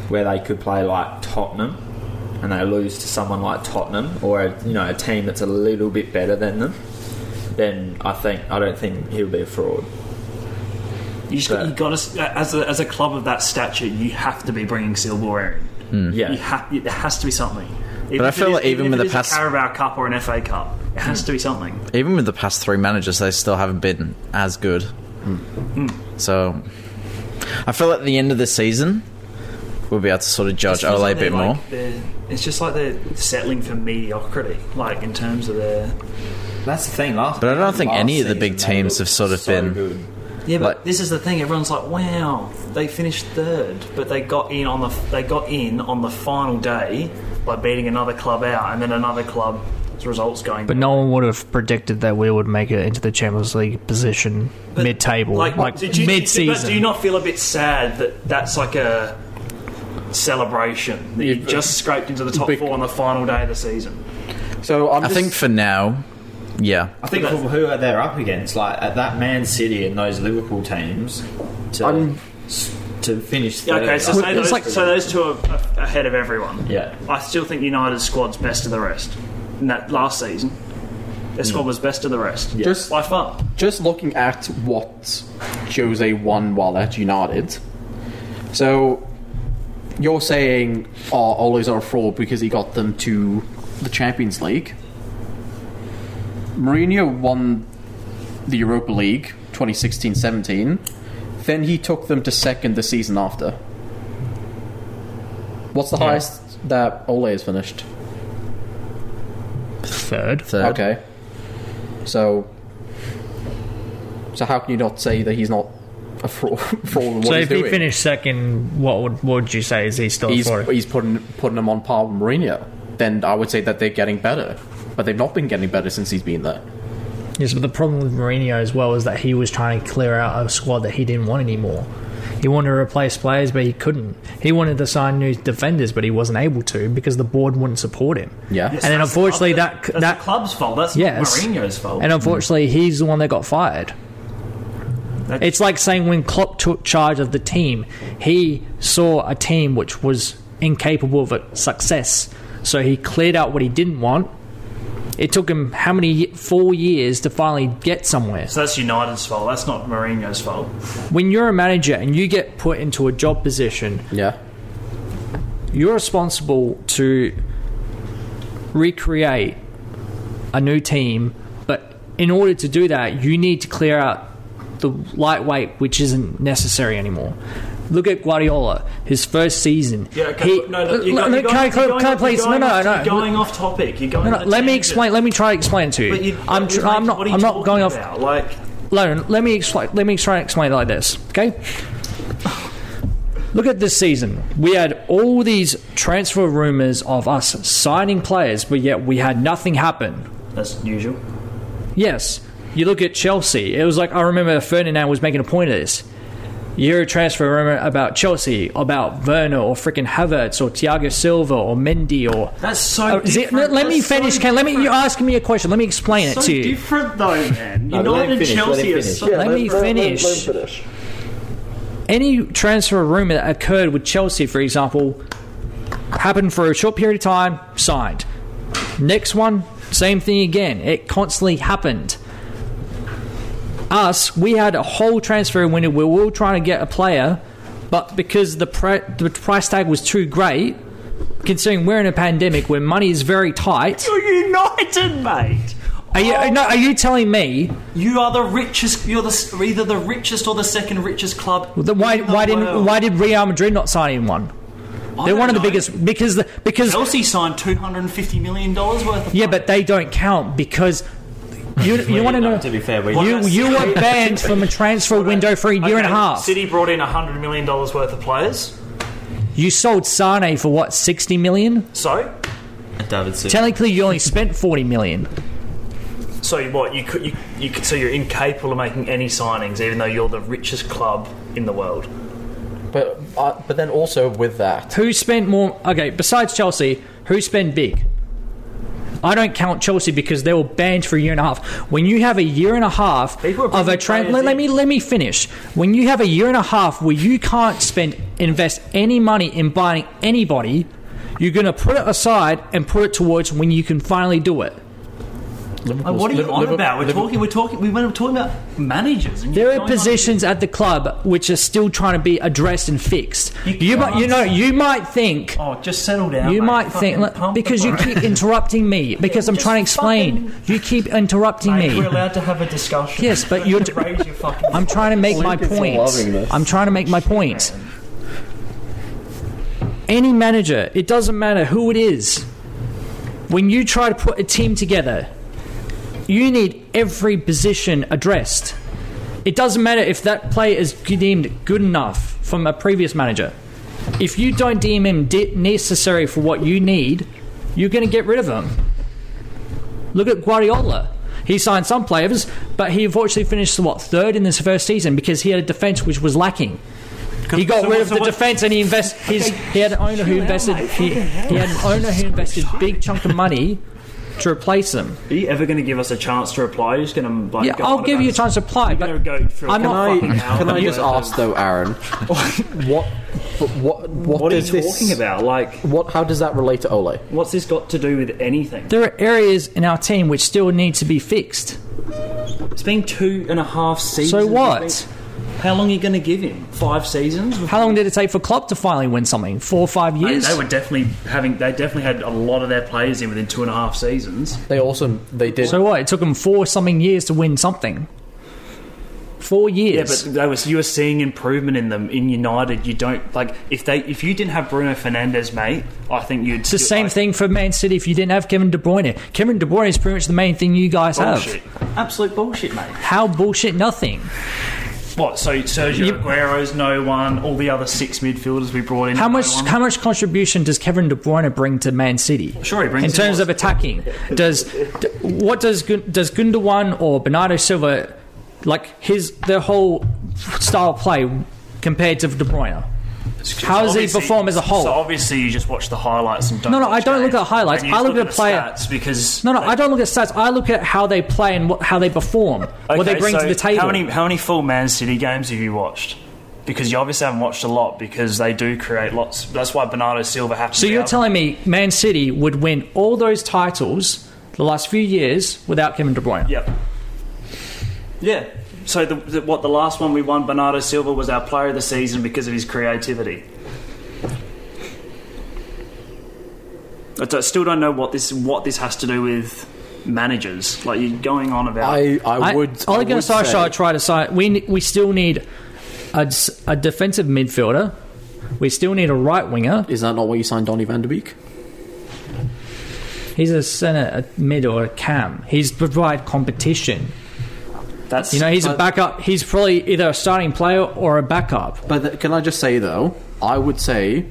S11: where they could play like Tottenham, and they lose to someone like Tottenham or a, you know a team that's a little bit better than them, then I think I don't think he'll be a fraud.
S3: You just got, you got to as a, as a club of that stature, you have to be bringing silverware in.
S5: Mm.
S11: Yeah.
S3: You have, there has to be something. Even
S1: Hmm. But I
S3: if it
S1: feel
S3: is-
S1: like even
S3: if
S1: with
S3: it
S1: the
S3: is
S1: past-
S3: a Carabao Cup or an FA Cup, it has to be something.
S1: Even with the past three managers, they still haven't been as Hmm. good. So I feel at the end of the season, we'll be able to sort of judge
S3: It's just
S1: Ole a
S3: like
S1: bit
S3: they're,
S1: more.
S3: like, they're- It's just like they're settling for mediocrity, like in terms of their.
S6: That's the thing. Last,
S1: But I don't think
S6: last
S1: any of the
S6: season
S1: big
S6: they
S1: teams
S6: looked
S1: have sort of
S6: so
S1: been-
S6: good.
S3: Yeah, but
S1: Like-
S3: this is the thing. Everyone's like, "Wow, they finished third, but they got in on the they got in on the final day by beating another club out, and then another club's results going."
S9: But no one would have predicted that we would make it into the Champions League position
S3: But,
S9: mid-table, like,
S3: did you- But
S9: mid-season.
S3: do you not feel a bit sad that that's like a celebration that you
S5: Yeah, but-
S3: just scraped into the top
S5: Bec-
S3: four on the final day of the season?
S5: So I'm
S1: I
S5: just,
S1: think for now, yeah.
S6: I think of who they're up against, like at that Man City and those Liverpool teams, to
S5: I'm-
S6: s- to finish.
S3: Yeah, okay,
S6: third,
S3: so
S6: like-
S3: say those, so those two are a- ahead of everyone.
S6: yeah,
S3: I still think United's squad's best of the rest. In that last season, their squad was best of the rest.
S5: Just-
S3: by far.
S5: just looking at what Jose won while at United. So you're saying, "Oh, Ole's are a fraud because he got them to the Champions League." Mourinho won the Europa League 2016-17. Then he took them to second the season after. What's the highest that Ole has finished?
S9: Third.
S1: Third.
S5: Okay. So, so how can you not say that he's not a fraud? <laughs> fraud in what
S9: so
S5: he's
S9: if he Oh,
S5: doing?
S9: finished second, what would what would you say is he still
S5: he's
S9: for
S5: he's putting putting him on par with Mourinho. Then I would say that they're getting better, but they've not been getting better since he's been there.
S9: Yes, but the problem with Mourinho as well is that he was trying to clear out a squad that he didn't want anymore. He wanted to replace players, but he couldn't. He wanted to sign new defenders, but he wasn't able to because the board wouldn't support him.
S5: Yeah.
S9: and then
S3: That's the
S9: unfortunately,
S3: club-
S9: that
S3: that's
S9: that
S3: the club's fault. That's
S9: Yes.
S3: not Mourinho's fault.
S9: And unfortunately, he's the one that got fired.
S3: That-
S9: It's like saying when Klopp took charge of the team, he saw a team which was incapable of a success. So he cleared out what he didn't want. It took him how many ye- four years to finally get somewhere.
S3: so that's United's fault. That's not Mourinho's fault.
S9: When you're a manager and you get put into a job position,
S5: Yeah.
S9: you're responsible to recreate a new team, but in order to do that, you need to clear out the lightweight, which isn't necessary anymore. Look at Guardiola, his first season.
S3: Yeah, okay.
S9: He-
S3: no, no, you
S9: Look,
S3: got,
S9: look,
S3: you're going,
S9: can I- can I-
S3: you're
S9: can I
S3: going-
S9: please-
S3: you're
S9: no,
S3: going
S9: no,
S3: off-
S9: no.
S3: You're going off topic. You're going.
S9: No,
S3: on a
S9: no, let me
S3: tangent.
S9: explain. Let me try to explain to you.
S3: But you-
S9: I'm,
S3: what
S9: tr-
S3: are you-
S9: I'm not.
S3: what are you
S9: I'm not
S3: talking
S9: going off.
S3: about? Like,
S9: Lauren, let me explain. Let me try and explain it like this. Okay. Look at this season. We had all these transfer rumors of us signing players, but yet we had nothing happen.
S3: that's usual.
S9: Yes, you look at Chelsea. It was like I remember Ferdinand was making a point of this. Euro transfer rumor about Chelsea, about Werner or freaking Havertz or Thiago Silva or Mendy or.
S3: That's so.
S9: Oh, is it-
S3: different.
S9: let me
S3: That's so
S9: finish. Ken. Let me. You're asking me a question. Let me explain it
S3: so
S9: to you.
S3: different though,
S9: <laughs>
S3: man.
S6: No, let
S3: United
S6: him
S3: and
S6: finish, let him
S3: Chelsea are
S6: finish.
S3: so.
S9: let, me finish. Any transfer rumor that occurred with Chelsea, for example, happened for a short period of time, signed. Next one, same thing again. It constantly happened. Us, we had a whole transfer window where we were all trying to get a player, but because the, pri the price tag was too great, considering we're in a pandemic where money is very tight.
S3: You're <laughs> United, mate.
S9: Are you, no, are you telling me
S3: You are the richest. You're the s- either the richest or the second richest club.
S9: Well, then why
S3: in the
S9: why didn't
S3: world.
S9: why did Real Madrid not sign in one?
S3: I
S9: They're
S3: don't
S9: one of the
S3: know.
S9: biggest because the, because
S3: Chelsea signed two hundred and fifty million dollars worth. of
S9: yeah, but they don't count because you you want to know
S6: To be fair, we
S9: you
S3: about
S9: you
S3: City?
S9: were banned from a transfer window for a year
S3: Okay,
S9: and a half.
S3: City brought in hundred million dollars worth of players.
S9: You sold Sane for what sixty million?
S3: So,
S6: David Silva.
S9: Technically, you only spent forty million.
S3: so you- what? You could, you, you could, so you're incapable of making any signings, even though you're the richest club in the world.
S5: But uh, but then also with that,
S9: Who spent more? Okay, besides Chelsea, who spent big? I don't count Chelsea because they were banned for a year and a half. When you have a year and a half
S3: People are
S9: of a
S3: bringing
S9: trend,
S3: players
S9: let, let
S3: in.
S9: me let me finish. When you have a year and a half where you can't spend invest any money in buying anybody, you're going to put it aside and put it towards when you can finally do it.
S3: Like, what are you
S5: Liverpool-
S3: on about? We're
S5: Liverpool-
S3: talking, we're talking, we went talking about managers. And
S9: There
S3: you're
S9: are
S3: going on-
S9: positions at the club which are still trying to be addressed and fixed.
S3: You
S9: You might, you know,
S3: can't.
S9: you might think
S3: Oh, just settle down.
S9: You
S3: mate.
S9: might think
S3: Fucking
S9: look,
S3: pump the
S9: because you
S3: brakes.
S9: keep interrupting
S3: <laughs>
S9: me because I'm
S3: just
S9: trying to explain. You keep interrupting
S3: Mate, We're
S9: me.
S3: allowed to have a discussion.
S9: Yes,
S3: <laughs>
S9: but you're.
S3: Raise your fucking.
S9: I'm trying to make my
S5: Luke is
S9: point.
S5: loving this.
S9: I'm trying to make my point. Any manager, it doesn't matter who it is. When you try to put a team together, you need every position addressed. It doesn't matter if that player is deemed good enough from a previous manager. If you don't deem him de- necessary for what you need, you're going to get rid of him. Look at Guardiola. He signed some players, but he unfortunately finished what third in this first season because he had a defense which was lacking. He got rid of the defense and
S3: <laughs>
S9: he invest. His, he had an owner who invested. He, he had an owner who invested big chunk of money to replace him.
S3: Are you ever going to give us a chance to reply? You're just going to like,
S9: Yeah,
S3: go
S9: I'll
S3: on
S9: give
S3: about
S9: you a
S3: it.
S9: chance to apply,
S3: You're
S9: but
S3: gonna go through
S9: I'm
S3: a
S5: Can
S9: not
S3: whole
S5: I,
S3: fucking hour
S5: can I
S3: about
S5: just
S3: it.
S5: ask though, Aaron? <laughs> what, but what, what,
S3: What are you
S5: does this,
S3: talking about? Like,
S5: What, how does that relate to Ole?
S3: what's this got to do with anything?
S9: there are areas in our team which still need to be fixed.
S3: It's been two and a half seasons.
S9: So
S3: It's
S9: what?
S3: been- How long are you going to give him? Five seasons?
S9: How long did it take for Klopp to finally win something? Four or five
S3: They,
S9: years?
S3: they were definitely having. They definitely had a lot of their players in within two and a half seasons.
S5: They also they did.
S9: so what? It took him four something years to win something. Four
S3: Yeah,
S9: years.
S3: but they was you were seeing improvement in them in United. You don't like if they if you didn't have Bruno Fernandez, mate. I think you'd.
S9: it's the same thing for Man City if you didn't have Kevin De Bruyne. Kevin De Bruyne is pretty much the main thing you guys
S3: Bullshit.
S9: have.
S3: Absolute bullshit, mate.
S9: How bullshit nothing.
S3: What? So Sergio
S9: You-
S3: Aguero's no one. All the other six midfielders we brought in.
S9: How
S3: no
S9: much
S3: one.
S9: how much contribution does Kevin De Bruyne bring to Man City?
S3: Sure, he brings
S9: in
S3: in
S9: terms
S3: lots.
S9: of attacking. Does d- what does Gun- does Gundogan or Bernardo Silva like his their whole style of play compared to De Bruyne? How does he
S3: Obviously-
S9: perform as a whole?
S3: So obviously you just watch the highlights and don't.
S9: No, no,
S3: watch
S9: I don't look
S3: games.
S9: at highlights.
S3: And you
S9: I
S3: just
S9: look at a
S3: the
S9: player-
S3: stats because
S9: No, no, I don't look at stats. I look at how they play and what, how they perform, what they
S3: Okay,
S9: bring
S3: so
S9: to the table.
S3: How many how many full Man City games have you watched? Because you obviously haven't watched a lot because they do create lots. That's why Bernardo Silva happens.
S9: so you're telling me Man City would win all those titles the last few years without Kevin De Bruyne?
S3: Yep. Yeah. So the, the, what the last one we won, Bernardo Silva was our player of the season because of his creativity. I don't- still don't know what this what this has to do with managers. Like you're going on about.
S5: I, I would. I
S9: Ole Gunnar
S5: would say-
S9: Solskjaer tried to sign. We ne- we still need a, s- a defensive midfielder. We still need a right winger.
S5: Is that not why you signed Donny Van de Beek?
S9: He's a centre, a mid, or a cam. He's provide competition.
S3: that's
S9: You know,
S5: Uh,
S9: he's a backup. He's probably either a starting player or a backup.
S5: But th- can I just say though, I would say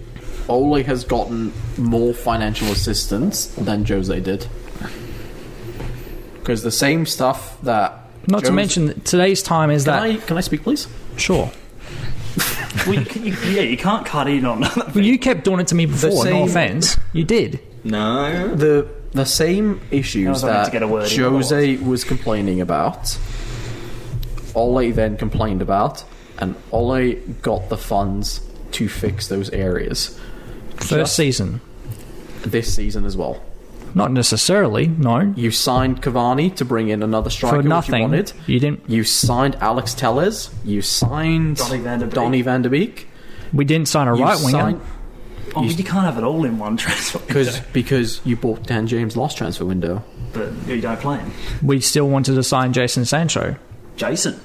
S5: Ole has gotten more financial assistance than Jose did. Because the same stuff that
S9: Not to
S5: Jose-
S9: mention that today's time is
S5: Can
S9: that
S5: I can I speak, please?
S9: sure.
S3: <laughs> well, you, can- you, yeah, you can't cut in on.
S9: Well, you kept doing it to me before. No
S5: same-
S9: offense, you did.
S4: No.
S5: The the same issues
S3: I meant
S5: that
S3: to get a word in
S5: Jose was complaining about, Ole then complained about, and Ole got the funds to fix those areas
S9: First
S5: Just-
S9: season,
S5: this season as well.
S9: not necessarily. No,
S5: You signed Cavani to bring in another striker
S9: for
S5: which you
S9: nothing.
S5: wanted.
S9: you didn't.
S5: You signed Alex Tellez. You signed
S3: Donny van de Beek.
S5: Donny van de Beek.
S9: We didn't sign a
S5: You
S9: right winger.
S5: signed-
S3: Oh, you can't have it all in one transfer <laughs>
S5: because because you bought Dan James last transfer window.
S3: but you don't play him.
S9: We still wanted to sign Jason Sancho.
S3: Jason,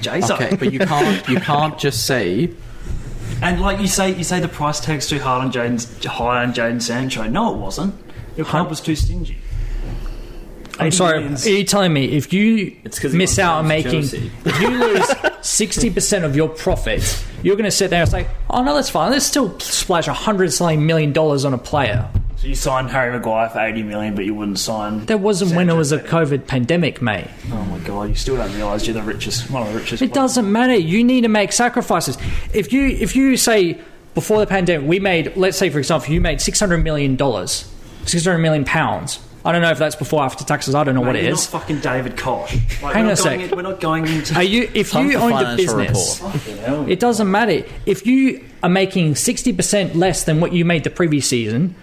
S3: Jason,
S5: Okay, but you can't you can't just say
S3: and like you say, you say the price tag's too hard on Jaden, high on Jaden Sancho. No, it wasn't. Your club was too stingy.
S9: I'm
S3: 80
S9: sorry. E-
S3: millions.
S9: Are you telling me if you
S4: It's 'cause he
S9: miss
S4: wants
S9: out on
S4: to
S9: making,
S4: Chelsea.
S9: <laughs> if you lose sixty percent of your profit, you're going to sit there and say, "Oh no, that's fine. Let's still splash a hundred something million dollars on a player."
S3: So you signed Harry Maguire for eighty million, but you wouldn't sign.
S9: That wasn't when it
S3: Sancho.
S9: was a COVID pandemic, mate.
S3: Oh my god! You still don't realise you're the richest, one of the richest.
S9: It doesn't matter. You need to make sacrifices. If you if you say before the pandemic we made, let's say for example, you made six hundred million dollars, six hundred million pounds. I don't know if that's before or after taxes. I don't know what
S3: Mate,
S9: it
S3: you're
S9: is.
S3: not fucking David Koch. Like,
S9: Hang
S3: we're
S9: on
S3: not
S9: a
S3: going
S9: sec.
S3: in- we're not going into.
S9: Are you if
S12: Time
S9: you
S12: for
S9: own the
S12: financial
S9: business?
S3: Fucking hell.
S9: It doesn't matter if you are making sixty percent less than what you made the previous season.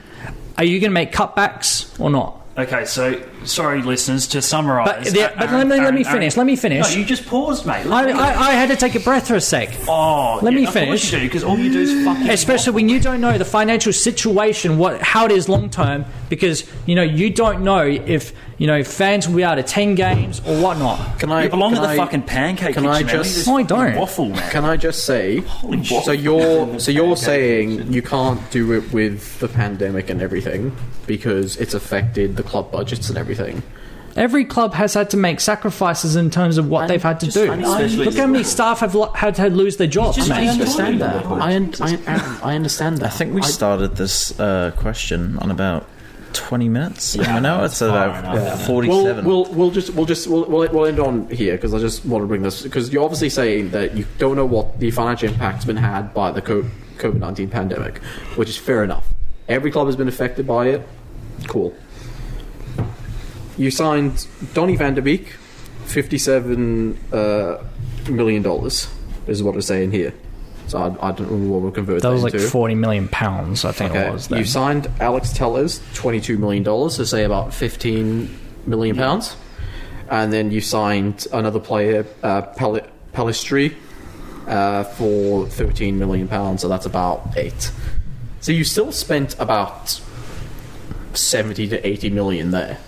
S9: Are you going to make cutbacks or not?
S3: Okay, so sorry, listeners. To summarise,
S9: But, the-
S3: A-
S9: but
S3: Aaron-
S9: let me, let me
S3: Aaron- Aaron-
S9: finish. Let me finish.
S3: No, you just paused, mate.
S9: I,
S3: Let me-
S9: I, I had to take a breath for a sec.
S3: oh,
S9: let
S3: yeah,
S9: me
S3: of course
S9: finish.
S3: you do because all you do is fucking.
S9: Especially when you don't know the financial situation, what how it is long term, because you know you don't know if you know fans will be out of ten games or whatnot.
S5: Can I?
S3: you belong
S5: can
S3: at the
S5: I-
S3: fucking pancake
S5: Can
S3: kitchen.
S5: I
S3: man.
S5: just-
S3: This
S9: No, I don't.
S3: Waffle, man.
S5: Can I just say?
S3: shit.
S5: So you're so you're saying you can't do it with the pandemic and everything because it's affected the club budgets and everything.
S9: Every club has had to make sacrifices in terms of what they've had to do.
S13: especially-
S9: Look how many staff have lo- had to lose their jobs.
S3: Just
S5: I
S3: keep
S5: understand
S3: talking.
S5: that. I, un- I, Aaron, I understand that.
S1: I think we started this uh, question on about 20 minutes. Yeah, I know it's about 47.
S5: We'll, we'll, we'll just we'll just we'll, we'll, we'll end on here because I just want to bring this because you're obviously saying that you don't know what the financial impact's been had by the COVID nineteen pandemic, which is fair enough. Every club has been affected by it. Cool. You signed Donny Van de Beek, fifty-seven uh, million dollars is what it's saying here. So I, I don't know what we'll convert
S9: That was like
S5: into.
S9: forty million pounds, I think
S5: Okay.
S9: it was. Then.
S5: You signed Alex Tellers, twenty-two million dollars, so say about fifteen million pounds, and then you signed another player, uh, Pel- Pelistri, uh, for thirteen million pounds. So that's about eight. So you still spent about seventy to eighty million there.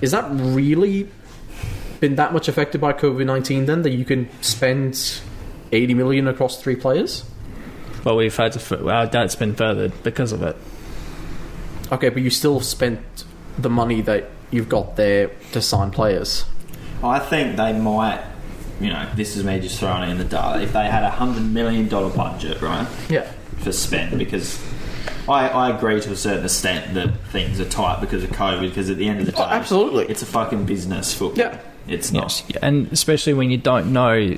S5: Is that really been that much affected by COVID nineteen? Then that you can spend eighty million across three players.
S9: well, we've had to. f- Our debt's been furthered because of it.
S5: Okay, but you still spent the money that you've got there to sign players.
S4: I think they might, you know, this is me just throwing it in the data. If they had a hundred million dollar budget, right,
S5: Yeah.
S4: for spend, because I, I agree to a certain extent that things are tight because of COVID. Because at the end of the day,
S5: Oh, absolutely.
S4: it's a fucking business football.
S5: Yeah.
S4: it's not.
S9: Yeah, and especially when you don't know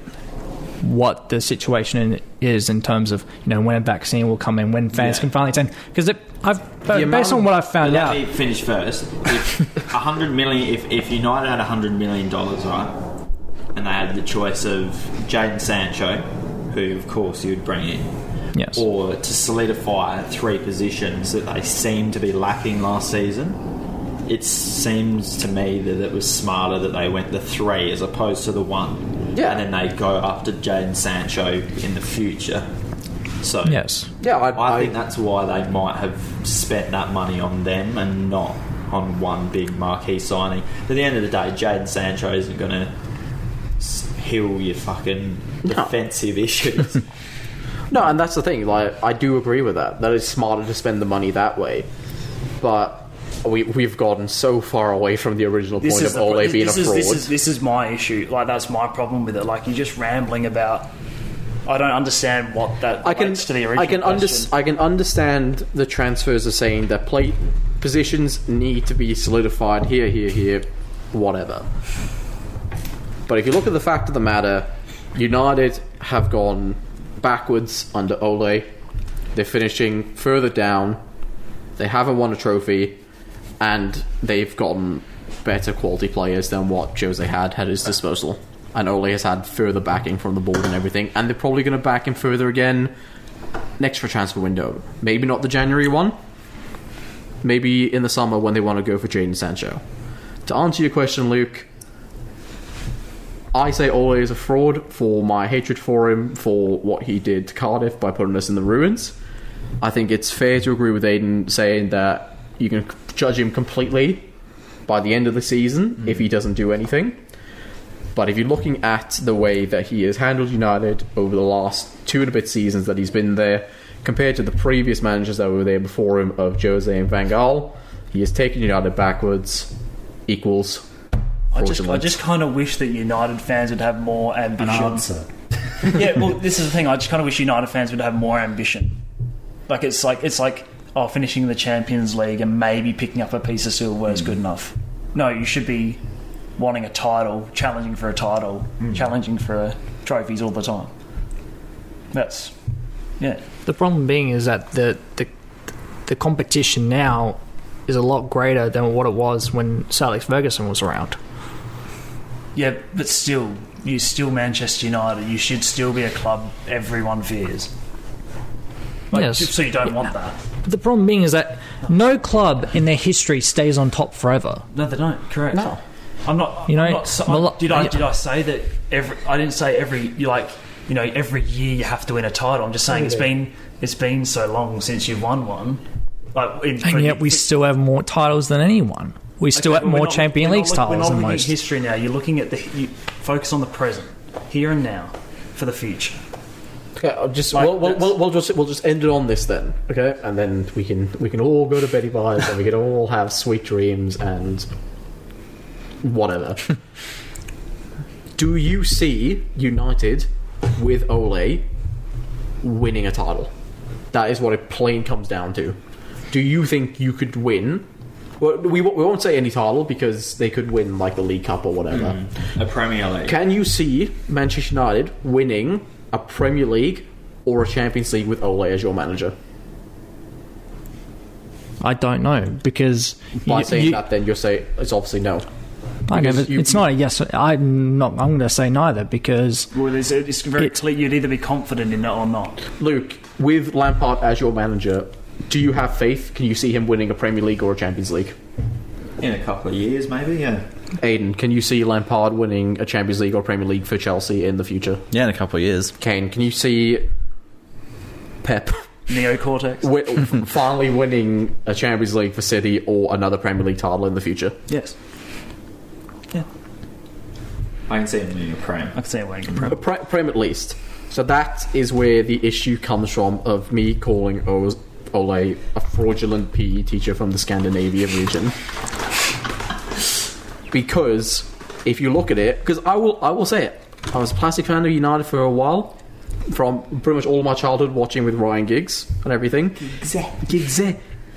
S9: what the situation in, is in terms of you know when a vaccine will come in, when fans
S4: Yeah.
S9: can finally attend. Because I've but
S5: amount
S9: based on what I've found
S4: Let
S9: out,
S4: me finish first. If a hundred million, if, if United had a hundred million dollars, right, and they had the choice of Jaden Sancho, who of course you'd bring in,
S9: Yes.
S4: or to solidify three positions that they seem to be lacking last season. It seems to me that it was smarter that they went the three as opposed to the one,
S5: Yeah.
S4: and then they go after Jaden Sancho in the future. So
S9: yes,
S5: Yeah, I,
S4: I,
S5: I-
S4: think that's why they might have spent that money on them and not on one big marquee signing. At the end of the day, Jaden Sancho isn't going to heal your fucking defensive <laughs> issues.
S5: no, and that's the thing. Like, I do agree with that. That is smarter to spend the money that way, but we we've gotten so far away from the original
S3: This
S5: point
S3: is
S5: of
S3: the-
S5: Ole being
S3: this
S5: a
S3: is,
S5: fraud.
S3: This is, this is my issue. Like that's my problem with it. Like you're just rambling about. I don't understand what that
S5: I can
S3: relates to the original.
S5: I can under,
S3: question.
S5: I can understand the transfers are saying that plate positions need to be solidified here, here, here, whatever. But if you look at the fact of the matter, United have gone backwards under Ole. They're finishing further down. They haven't won a trophy, and they've gotten better quality players than what Jose had at his disposal. And Ole has had further backing from the board and everything, and they're probably going to back him further again next for transfer window. Maybe not the January one. Maybe in the summer when they want to go for Jaden Sancho. To answer your question, Luke, I say Ole is a fraud for my hatred for him for what he did to Cardiff by putting us in the ruins. I think it's fair to agree with Aiden saying that you can judge him completely by the end of the season if he doesn't do anything. But if you're looking at the way that he has handled United over the last two and a bit seasons that he's been there, compared to the previous managers that were there before him of Jose and Van Gaal, he has taken United backwards. Equals.
S3: I just, I
S5: fraudulent.
S3: just kind of wish that United fans would have more ambition. yeah, well, this is the thing. I just kind of wish United fans would have more ambition. Like it's like it's like oh, finishing in the Champions League and maybe picking up a piece of silver is good enough. No, you should be wanting a title, challenging for a title, challenging for uh, trophies all the time. That's yeah.
S9: the problem being is that the the the competition now is a lot greater than what it was when Sir Alex Ferguson was around.
S3: Yeah, but still, you're still Manchester United. You should still be a club everyone fears. Like,
S9: Yes.
S3: So you don't want that.
S9: But the problem being is that no club in their history stays on top forever.
S3: No, they don't. Correct.
S9: No.
S3: I'm not.
S9: You
S3: You
S9: know,
S3: know, I'm not, so-
S9: Mal-
S3: did I
S9: yeah.
S3: did I say that every? I didn't say every. You like, you know, every year you have to win a title. I'm just saying it's been it's been so long since you've won one. Like, in,
S9: And yet we still have more titles than anyone. We still
S3: Okay,
S9: have
S3: but we're
S9: more
S3: not-
S9: Champion
S3: we're
S9: League
S3: not, look-
S9: titles
S3: We're
S9: than
S3: not looking at
S9: most.
S3: history now. You're looking at the. You focus on the present, here and now, for the future.
S5: Okay, I'll just
S3: Like,
S5: we'll, we'll,
S3: that's-
S5: we'll, we'll just we'll just end it on this then, okay? And then we can we can all go to Betty Byers and we can all have sweet dreams and whatever. <laughs> Do you see United with Ole winning a title? That is what it plain comes down to. Do you think you could win? Well, we, won't- we won't say any title because they could win like the League Cup or whatever.
S4: A Premier League.
S5: Can you see Manchester United winning a Premier League or a Champions League with Ole as your manager?
S9: I don't know because
S5: By
S9: you-
S5: saying
S9: you-
S5: that, then you'll say it's obviously no.
S9: I
S5: because
S9: never,
S5: you-
S9: it's not a yes. I'm not. I'm going to say neither because
S3: Well, it's, it's very
S9: It-
S3: clear. You'd either be confident in it or not.
S5: Luke, with Lampard as your manager, do you have faith? Can you see him winning a Premier League or a Champions League?
S4: In a couple of years, maybe, yeah.
S5: Aiden, can you see Lampard winning a Champions League or Premier League for Chelsea in the future?
S1: Yeah, in a couple of years.
S5: Kane, can you see Pep <laughs>
S3: Neocortex.
S5: wi- finally winning a Champions League for City or another Premier League title in the future?
S3: Yes,
S4: I can see him being a Prem.
S3: I can see it winning.
S5: A pre- Prem at least. So that is where the issue comes from of me calling o- Ole a fraudulent PE teacher from the Scandinavia region. Because if you look at it, because I will, I will say it. I was a plastic fan of United for a while, from pretty much all of my childhood, watching with Ryan Giggs and everything. Giggs.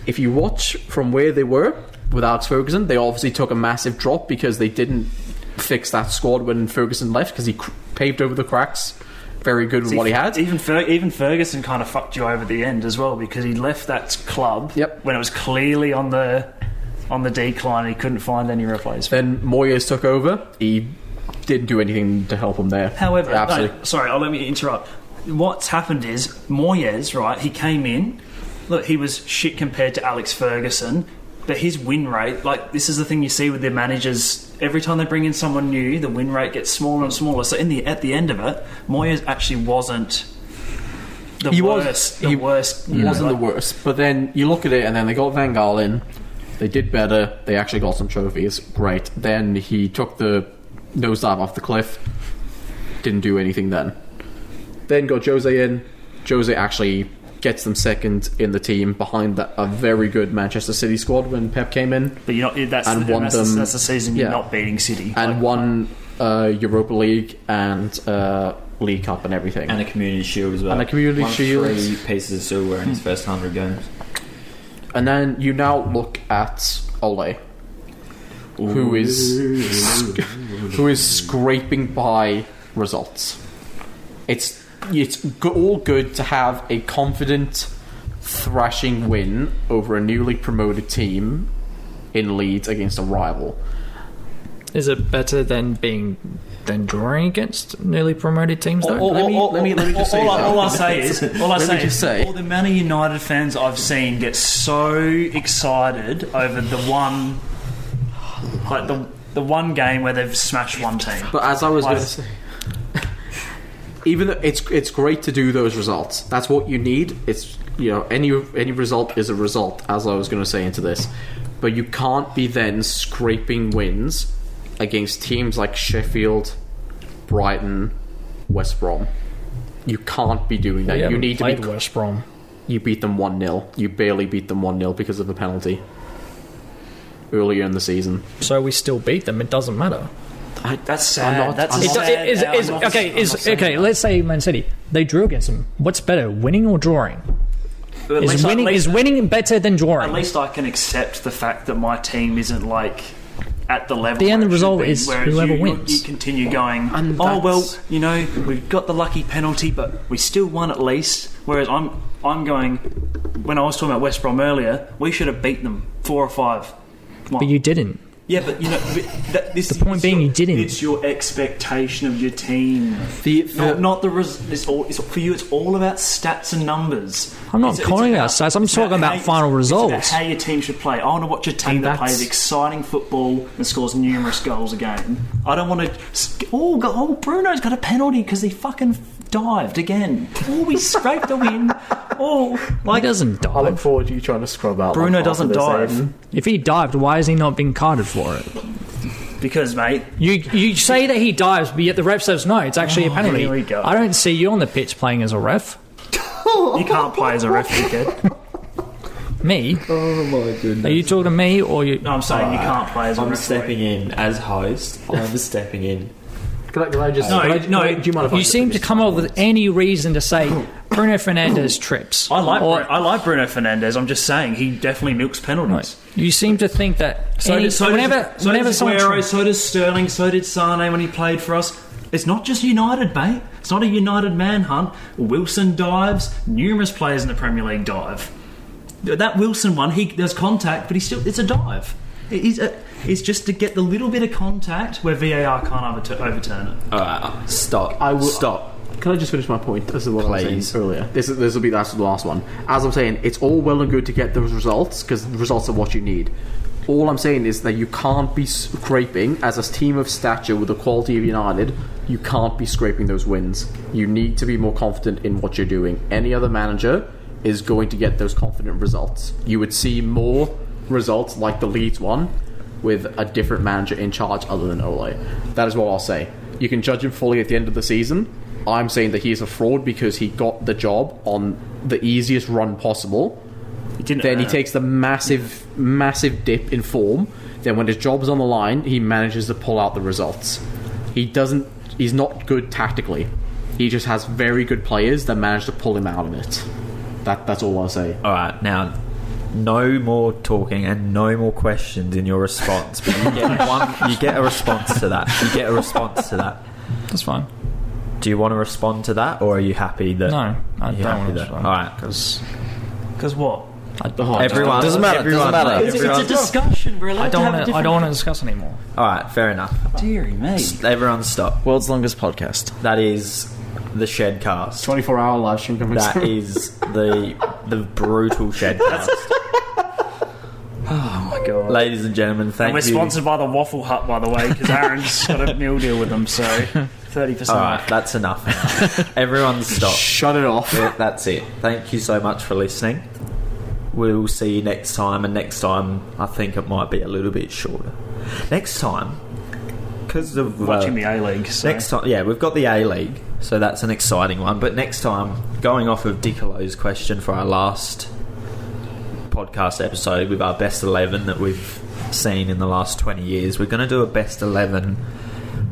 S5: If you watch from where they were with Alex Ferguson, they obviously took a massive drop because they didn't fix that squad when Ferguson left because he cr- paved over the cracks. Very good with what he had.
S3: Even Fer- even Ferguson kind of fucked you over the end as well because he left that club
S5: Yep.
S3: when it was clearly on the on the decline. and He couldn't find any replacement.
S5: Then Moyes took over. He didn't do anything to help him there.
S3: However, no,
S5: absolutely.
S3: sorry, I'll let me interrupt. What's happened is Moyes, right? He came in. Look, he was shit compared to Alex Ferguson, but his win rate, like this is the thing you see with their managers. Every time they bring in someone new, the win rate gets smaller and smaller. So in the at the end of it, Moyes actually wasn't the
S5: He was-
S3: worst. the
S5: he
S3: worst.
S5: He wasn't the worst. But then you look at it, and then they got Van Gaal in. They did better. They actually got some trophies. Great. Then he took the nosedive off the cliff. Didn't do anything then. Then got Jose in. Jose actually gets them second in the team behind the, a very good Manchester City squad when Pep came in
S3: But you're not. That's
S5: And
S3: the,
S5: won
S3: that's,
S5: them-
S3: the, that's the season you're
S5: yeah.
S3: not beating City.
S5: and won uh, Europa League and uh, League Cup and everything.
S4: And a community shield as well.
S5: And a community
S4: Won
S5: shield.
S4: Three pieces of silver in his first hundred games.
S5: And then you now look at Ole, who is who is scraping by results. It's it's go- all good to have a confident thrashing win over a newly promoted team in Leeds against a rival.
S9: is it better than being than drawing against newly promoted teams? Though?
S5: Let me let me let me just say
S3: all, I, all I
S5: that.
S3: say is,
S5: <laughs>
S3: all I
S5: Let me
S3: say,
S5: just
S3: is
S5: say-
S3: all the amount of United fans I've seen get so excited over the one, like the the one game where they've smashed one team.
S5: But as I was
S3: Why
S5: going to
S3: does-
S5: say, <laughs> even though it's it's great to do those results. That's what you need. It's you know any any result is a result. As I was going to say into this, but you can't be then scraping wins against teams like Sheffield, Brighton, West Brom. You can't be doing that.
S9: We
S5: you
S9: haven't
S5: need to
S9: played
S5: be.
S9: West Brom.
S5: You beat them one 0 You barely beat them one 0 because of a penalty earlier in the season.
S9: So we still beat them. It doesn't matter.
S3: That's sad.
S5: I'm not-
S3: That's
S5: I'm
S3: a
S5: not-
S9: It do-
S3: sad.
S9: it is-
S3: outcome.
S9: is-
S3: I'm not-
S9: okay.
S3: I'm not
S9: Is
S3: saying
S9: okay.
S3: that.
S9: Let's say Man City. They drew against them. What's better, winning or drawing?
S3: But at
S9: Is
S3: least I-
S9: winning
S3: at
S9: is
S3: least-
S9: winning better than
S3: At
S9: drawing?
S3: least I can accept the fact that my team isn't like at the level.
S9: The end
S3: where it
S9: result
S3: should be,
S9: is
S3: whereas
S9: whoever
S3: you,
S9: wins.
S3: You continue going.
S5: And
S3: oh well,
S5: that's-
S3: you know we've got the lucky penalty, but we still won at least. Whereas I'm I'm going. When I was talking about West Brom earlier, we should have beat them four or five.
S9: But you didn't.
S3: Yeah, but you know, but that, this
S9: The point
S3: it's
S9: being
S3: your-
S9: you didn't.
S3: It's your expectation of your team.
S14: The,
S3: Not, not the res- it's all, it's, for you. It's all about stats and numbers.
S9: I'm not
S3: It's- it's
S9: calling about stats, I'm
S3: it's
S9: talking about
S3: how-
S9: final
S3: it's about
S9: results.
S3: how your team should play. I want to watch a team
S9: And
S3: that
S9: that's-
S3: plays exciting football and scores numerous goals a game. I don't want to. Oh, go- oh Bruno's got a penalty because he fucking dived again. Oh, we scraped the win. Oh,
S9: He
S3: like
S9: doesn't
S5: I look
S9: dive.
S5: forward to you trying to scrub out.
S3: Bruno doesn't dive
S9: If he dived, why is he not being carded for it?
S3: because mate.
S9: You you say that he dives, but yet the ref says no. It's actually a penalty.
S3: here we go.
S9: I don't see you on the pitch playing as a ref.
S3: You can't play as a
S9: <laughs>
S3: referee, kid.
S9: Me? Oh my goodness. Are you talking to me or you?
S3: No, I'm saying you can't play as a
S4: I'm
S3: referee.
S4: stepping in as host. I'm <laughs> stepping in.
S5: Can I, can I just?
S3: No,
S5: can I,
S3: no,
S5: can I- Do you mind if I
S9: You seem to come up with any reason to say Bruno Fernandez trips.
S3: I like
S9: Or-
S3: Bru- I like Bruno Fernandez. I'm just saying he definitely milks penalties.
S9: You seem to think that
S3: So,
S9: any,
S3: did, so
S9: whenever
S3: did, so
S9: whenever
S3: did
S9: someone
S3: Aguero,
S9: trips,
S3: so does Sterling, so did Sane when he played for us. It's not just United, mate. It's not a United manhunt. Wilson dives. Numerous players in the Premier League dive. That Wilson one, he there's contact, but he still it's a dive. It is a, it's just to get the little bit of contact where VAR can't overtu- overturn it.
S4: Alright, stop.
S5: I will-
S4: stop.
S5: Can I just finish my point? This is what I was
S4: Please.
S5: saying earlier. This is, this will be that's the last one. As I'm saying, it's all well and good to get those results because results are what you need. All I'm saying is that you can't be scraping as a team of stature with the quality of United. You can't be scraping those wins. You need to be more confident in what you're doing. Any other manager is going to get those confident results. You would see more results like the Leeds one with a different manager in charge other than Ole. That is what I'll say. You can judge him fully at the end of the season. I'm saying that he is a fraud because he got the job on the easiest run possible.
S3: He didn't
S5: Then he
S3: earn it.
S5: takes the massive, massive dip in form. Then when his job's on the line, he manages to pull out the results. He doesn't. He's not good tactically. He just has very good players that manage to pull him out of it. That, that's all I'll say.
S4: Alright, now no more talking and no more questions in your response. But you <laughs> get one you get a response to that. You get a response to that.
S9: that's fine.
S4: Do you want to respond to that or are you happy that
S9: No, I
S4: You're
S9: don't
S4: happy
S9: want
S4: that.
S9: to.
S4: Alright.
S9: because
S3: Because what?
S4: Everyone
S15: Doesn't matter, doesn't
S4: everyone,
S15: matter.
S3: It's, it's a
S4: everyone-
S3: discussion. We're allowed
S9: I don't
S3: to have
S9: want
S3: a
S9: to. I
S3: different-
S9: don't want to discuss anymore.
S4: Alright, fair enough.
S3: Deary me.
S4: Everyone stop.
S15: World's longest podcast.
S4: That is the shed cast.
S5: 24 hour live stream coming
S4: That is the the brutal
S5: <laughs>
S4: shed cast. oh my god. Ladies and gentlemen, thank
S3: And we're
S4: you.
S3: sponsored by the Waffle Hut, by the way,
S4: <laughs>
S3: because Aaron's got a meal deal with them, so 30%
S4: Alright, that's enough. <laughs> Everyone stop.
S5: Shut it off.
S4: Yeah, that's it. Thank you so much for listening. We'll see you next time, and next time I think it might be a little bit shorter. Next time, because of uh,
S3: watching the A League. So.
S4: next time, yeah, we've got the A League, so that's an exciting one. But next time, going off of Dicolo's question for our last podcast episode with our best eleven that we've seen in the last twenty years, we're going to do a best eleven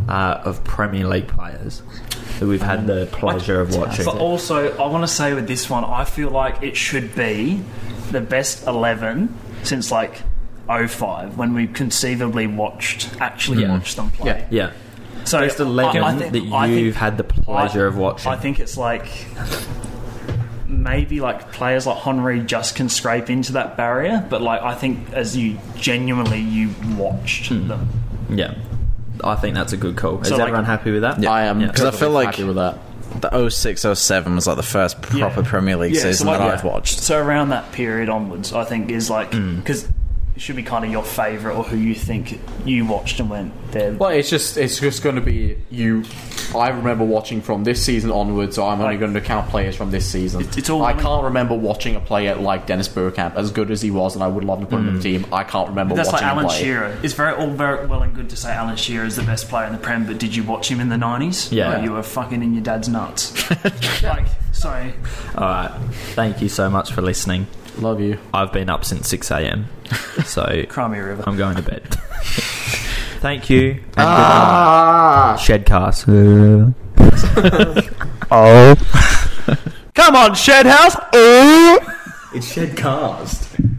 S4: uh, of Premier League players that we've had
S3: Um,
S4: the pleasure of watching.
S3: But also, I want to say with this one, I feel like it should be the best 11 since like 05 when we conceivably watched, actually watched them play.
S5: Yeah.
S4: Yeah.
S3: So
S4: Best 11
S3: I- I think-
S4: that
S3: I think-
S4: you've had the pleasure
S3: I-
S4: of watching.
S3: I think it's like maybe like players like Honry just can scrape into that barrier, but like I think as you genuinely you watched them.
S4: yeah. I think that's a good call. Is
S3: So, like-
S4: everyone happy with that?
S5: I am.
S4: Yeah.
S15: Because I feel
S5: totally
S15: like
S5: happy with that.
S15: the 06 07 was like the first proper
S3: Yeah.
S15: Premier League
S3: Yeah, so
S15: season
S3: like-
S15: that
S3: yeah.
S15: I've watched.
S3: So around that period onwards, I think is like because it should be kind of your favourite or who you think you watched and went there.
S5: Well, it's just it's just going to be you. I remember watching from this season onwards, so I'm only
S3: Like-
S5: going to count players from this season.
S3: It's- it's all-
S5: I can't remember watching a player like Dennis Burkamp, as good as he was, and I would love to put him in the team. I can't remember
S3: Hmm. That's like
S5: watching
S3: Alan
S5: him play.
S3: Shearer. It's very all very well and good to say Alan Shearer is the best player in the Prem, but did you watch him in the nineties?
S4: Yeah.
S3: you were fucking in your dad's nuts. <laughs> like, sorry.
S4: All right. Thank you so much for listening.
S5: Love you.
S4: I've been up since 6 a.m. So
S3: Crimea River.
S4: I'm going to bed. Thank you. and good night. Shedcast.
S3: Come on, Shed House.
S4: It's Shedcast.